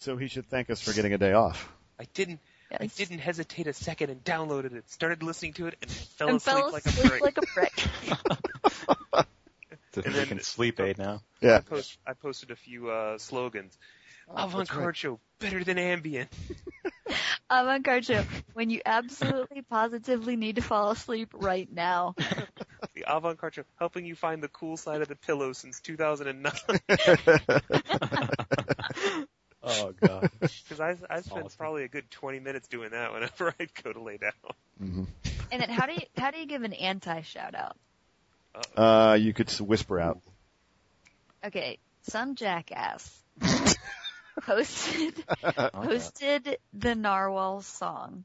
E: So he should thank us for getting a day off.
G: I didn't. I
B: Yes.
G: didn't hesitate a second and downloaded it. Started listening to it and fell
B: And
G: asleep
B: fell
G: like a
B: asleep
G: brick.
B: like a brick.
C: It's a
F: And then-
C: freaking sleep aid now.
E: Yeah.
F: I, post, I posted a few uh, slogans.
B: Oh,
E: that's
G: Avant-garde
E: right.
G: show, better than ambient.
B: Avant-garde show. When you absolutely positively need to fall asleep right now.
G: The avant-garde show, helping you find the cool side of the pillow since 2009.
C: Oh god.
F: Because I, I spent
C: awesome.
F: probably a good 20 minutes doing that whenever I'd go to lay down.
B: And then how do you how do you give an anti shout out?
E: Uh, you could s- whisper out.
B: Okay, some jackass posted posted the narwhal song.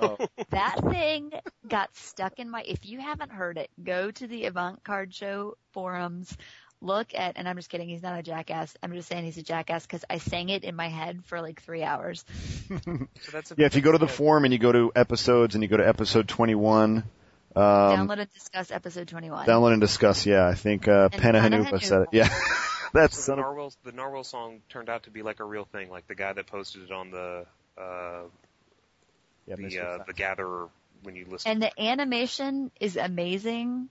F: Oh.
B: That thing got stuck in my. If you haven't heard it, go to the Avant Card Show forums. Look at, and I'm just kidding. He's not a jackass. I'm just saying he's a jackass because I sang it in my head for like three hours.
G: So that's a,
E: Yeah, if you go to the
G: that's a-
E: forum and you go to episodes and you go to episode 21, um,
B: Download and discuss episode 21.
E: download and discuss. Yeah, I think uh,
B: And
E: Pena
B: Pena
E: Hanupa said
B: Hanupa.
E: it. Yeah, that's
F: So
E: son
F: the
E: of.
F: narwhal, the narwhal song turned out to be like a real thing. Like the guy that posted it on the uh,
E: Yeah,
F: the
E: Mr.
F: uh, the gatherer when you listen.
B: and the animation is amazing.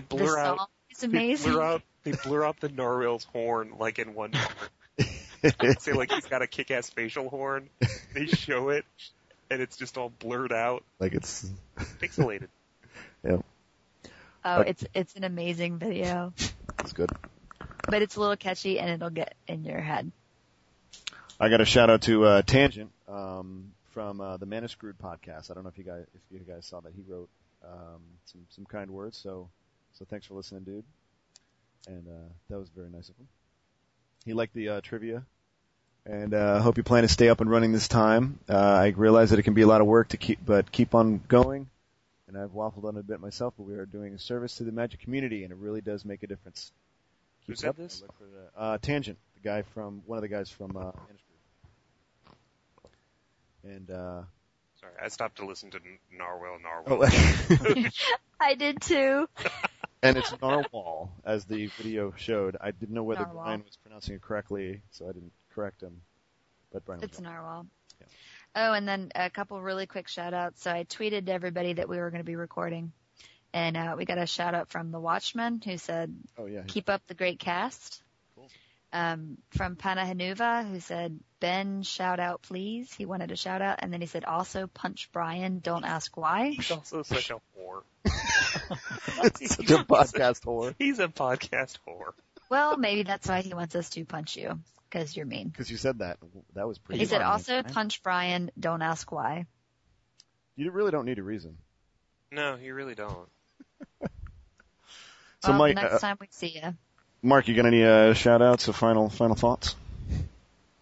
B: The
F: blur out
B: song is
F: they
B: amazing.
F: blur out they blur out the narwhal's horn like in one
E: Fox.
F: say like he's got a kick ass facial horn. They show it and it's just all blurred out,
E: like it's
F: pixelated. Uh,
B: Oh, it's it's an amazing video,
E: it's good.
B: but it's a little catchy and it'll get in your head.
E: I got a shout out to uh, Tangent um, from uh, the Man is Screwed podcast. I don't know if you guys if you guys saw that he wrote um, some some kind words. So so thanks for listening, dude. And uh, that was very nice of him. He liked the uh, trivia, and uh, I hope you plan to stay up and running this time. Uh, I realize that it can be a lot of work to keep, but keep on going. And I've waffled on it a bit myself, but we are doing a service to the magic community, and it really does make a difference. Keep
F: Who
E: it
F: said
E: up.
F: this?
E: Look for the- Uh, Tangent, the guy from one of the guys from uh, Man is Screwed. And uh
F: Sorry, I stopped to listen to N- Narwhal Narwhal.
E: oh,
B: I did too.
E: and it's narwhal as the video showed. I didn't know whether
B: Narwhal.
E: Brian was pronouncing it correctly, so I didn't correct him. But Brian was
B: It's
E: wrong.
B: narwhal. Oh, and then a couple really quick shout outs. So I tweeted to everybody that we were going to be recording. And uh, we got a shout out from The Watchman who said,
E: Oh yeah.
B: Keep up the great cast. um, from Panahanuva who said, Ben, shout out, please. He wanted a shout out. And then he said, also punch Brian. Don't ask why.
F: He's also such a whore.
E: Such a podcast whore.
F: He's a podcast whore.
B: Well, maybe that's why he wants us to punch you because you're mean.
E: Because you said that. That was pretty.
B: He said,
E: ironic,
B: also
E: right?
B: punch Brian. Don't ask why.
E: You really don't need a reason.
F: No, you really don't.
E: So
B: well,
E: Mike,
B: Oh, next
E: uh,
B: time we see you.
E: Mark, you got any uh, shout outs or final final thoughts?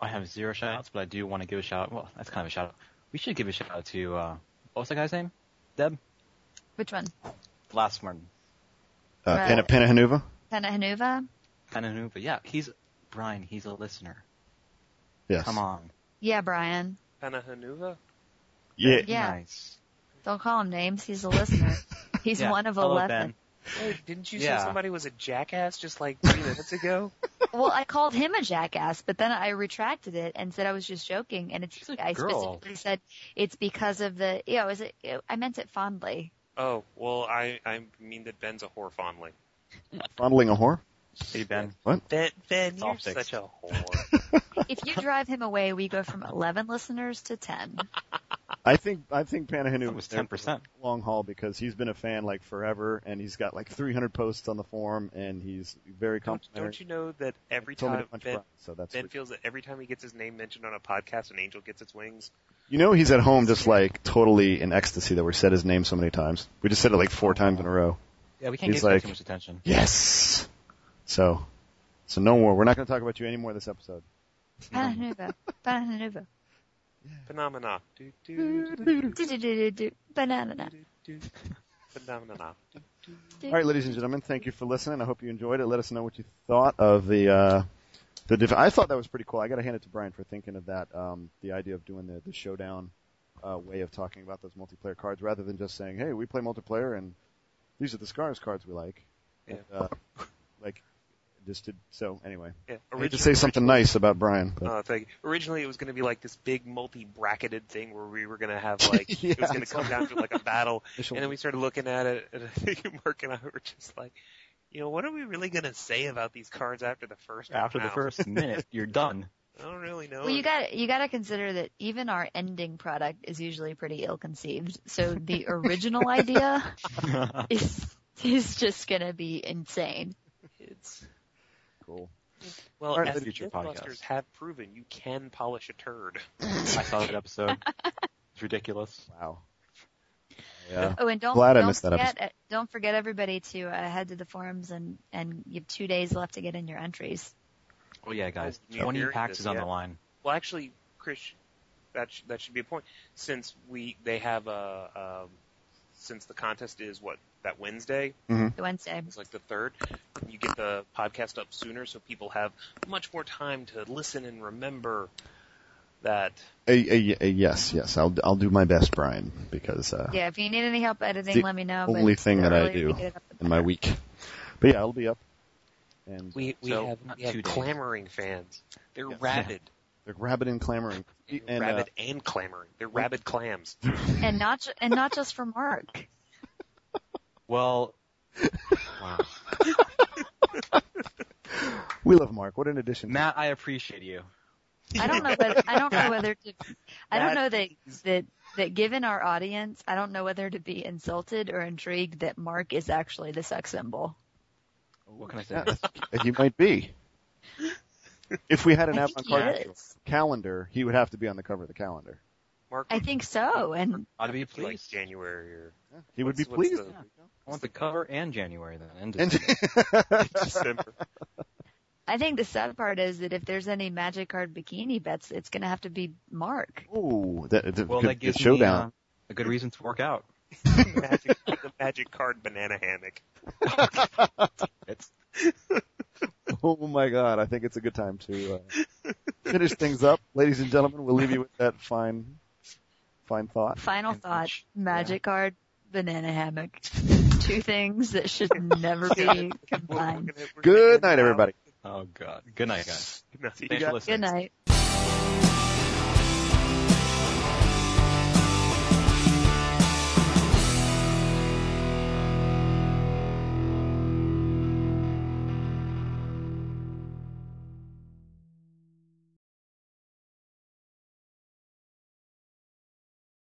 C: I have zero shout-outs, but I do want to give a shout. Well, that's kind of a shout-out. We should give a shout-out to uh, what was that guy's name? Deb,
B: Which one?
C: the last one,
E: Uh,
B: Right.
E: Penna Pennahanuva?
B: Panahanuva?
C: Panahanuva. Yeah, he's Brian. He's a listener.
E: Yes.
C: Come on.
B: Yeah, Brian.
F: Panahanuva?
E: Yeah.
B: Yeah.
C: Nice.
B: Don't call him names. He's a listener. He's
C: Yeah.
B: one of
C: Hello,
B: 11.
C: Ben.
F: Wait, didn't you
C: Yeah.
F: say somebody was a jackass just like three minutes ago?
B: Well, I called him a jackass, but then I retracted it and said I was just joking. And it's
C: She's a
B: I
C: girl.
B: specifically said it's because of the you know, is it, I meant it fondly.
F: Oh, well, I, I mean that Ben's a whore fondly.
E: Fondling a whore?
C: Hey Ben.
F: Ben, ben
C: It's all
F: you're
C: fixed.
F: such a whore.
B: If you drive him away, we go from 11 listeners to 10.
E: I think I think Panahanuva
C: That was 10%.
E: long haul because he's been a fan like forever and he's got like 300 posts on the forum and he's very
F: don't,
E: complimentary.
F: don't you know that every
E: Told me to
F: time
E: punch
F: Ben,
E: Brian, so that's
F: ben
E: what-
F: feels that every time he gets his name mentioned on a podcast, an angel gets its wings?
E: You know he's at home just like totally in ecstasy that we said his name so many times. We just said it like four times in a row.
C: Yeah, we can't
E: He's
C: give him
E: like-
C: too much attention.
E: Yes. So, so no more. We're not going to talk about you anymore this episode.
B: Panahanuva, Panahanuva,
F: Phenomena. Do, do, do,
B: do-do-do-do-do, banana.
F: do, do. Phenomena.
E: All right, ladies and gentlemen, thank you for listening. I hope you enjoyed it. Let us know what you thought of the uh, the. Diff- I thought that was pretty cool. I got to hand it to Brian for thinking of that. Um, the idea of doing the the showdown uh, way of talking about those multiplayer cards rather than just saying, "Hey, we play multiplayer and these are the scars cards we like." And, uh, like just did so anyway.
F: Yeah,
E: I hate to say something nice about Brian. But.
F: Oh, thank you. Originally, it was going to be like this big multi-bracketed thing where we were going to have like it was
E: Yeah,
F: going to come down to like a battle,
E: Official-
F: and then we started looking at it, and I think Mark and I were just like, you know, what are we really going to say about these cards after the first?
C: After the
F: round?
C: first minute, you're done.
F: I don't really know.
B: Well, you got you got to consider that even our ending product is usually pretty ill-conceived. So the original idea is is just gonna be insane.
F: it's
E: cool.
F: well,
E: Part of
F: as
C: the future
F: Mythbusters
C: podcast.
F: have proven, you can polish a turd.
C: I saw that episode. It's ridiculous.
E: Wow. Yeah.
B: Oh, and don't
E: Glad I
B: don't
E: missed that
B: forget uh, don't forget everybody to uh, head to the forums and and you have two days left to get in your entries.
C: Oh yeah, guys.
F: Oh, you
C: Twenty
F: hearing
C: packs
F: this
C: is on
F: yet?
C: the line.
F: Well, actually, Chris, that sh- that should be a point since we they have a um, since the contest is what that Wednesday.
B: The Wednesday.
F: It's like the third. You get the podcast up sooner, so people have much more time to listen and remember that.
E: A, a, a yes, yes. I'll I'll do my best, Brian, because uh,
B: Yeah, if you need any help editing,
E: The
B: let me know. but
E: only thing
B: the
E: that I
B: earlier we
E: do
B: get it up, the
E: in my
B: better.
E: week. But yeah, it'll be up. And
F: We we
C: So,
F: have
C: not
F: we have
C: two days.
F: clamoring fans. They're
E: Yeah.
F: rabid,
E: they're rabid and clamoring. And, uh,
F: rabid and clamoring. They're rabid clams.
B: and not ju- and not just for Mark.
C: Well, wow.
E: we love Mark. What an addition.
C: Matt, I appreciate you.
B: I don't know. Whether, I don't know whether to. I don't know that that that given our audience, I don't know whether to be insulted or intrigued that Mark is actually the sex symbol.
C: What can I say?
E: Yeah, he might be. If we had an
B: I
E: app
B: think
E: on
B: he is.
E: calendar, he would have to be on the cover of the calendar.
F: Mark
B: I think so, and
C: I'd be
F: would like
C: pleased.
F: January or
E: He would be
F: what's- what's
E: pleased.
F: the-
C: I want the cover and January then. And
E: And-
C: December.
F: December.
B: I think the sad part is that if there's any magic card bikini bets, it's going to have to be Mark.
E: Ooh, that, that
C: well,
E: good,
C: that
E: good
C: gives
F: um,
C: me uh,
E: showdown.
C: a good reason to work out.
F: magic, the magic card banana hammock.
C: It's
E: Oh my god, I think it's a good time to uh, finish things up. Ladies and gentlemen, we'll leave you with that fine, fine thought.
B: Final
C: And
B: thought:
C: which-
B: magic card, banana hammock. Two things that should never be combined.
E: Good night, everybody.
C: oh god. Good night, guys.
F: Good night.
C: Thanks for listening.
B: Good night.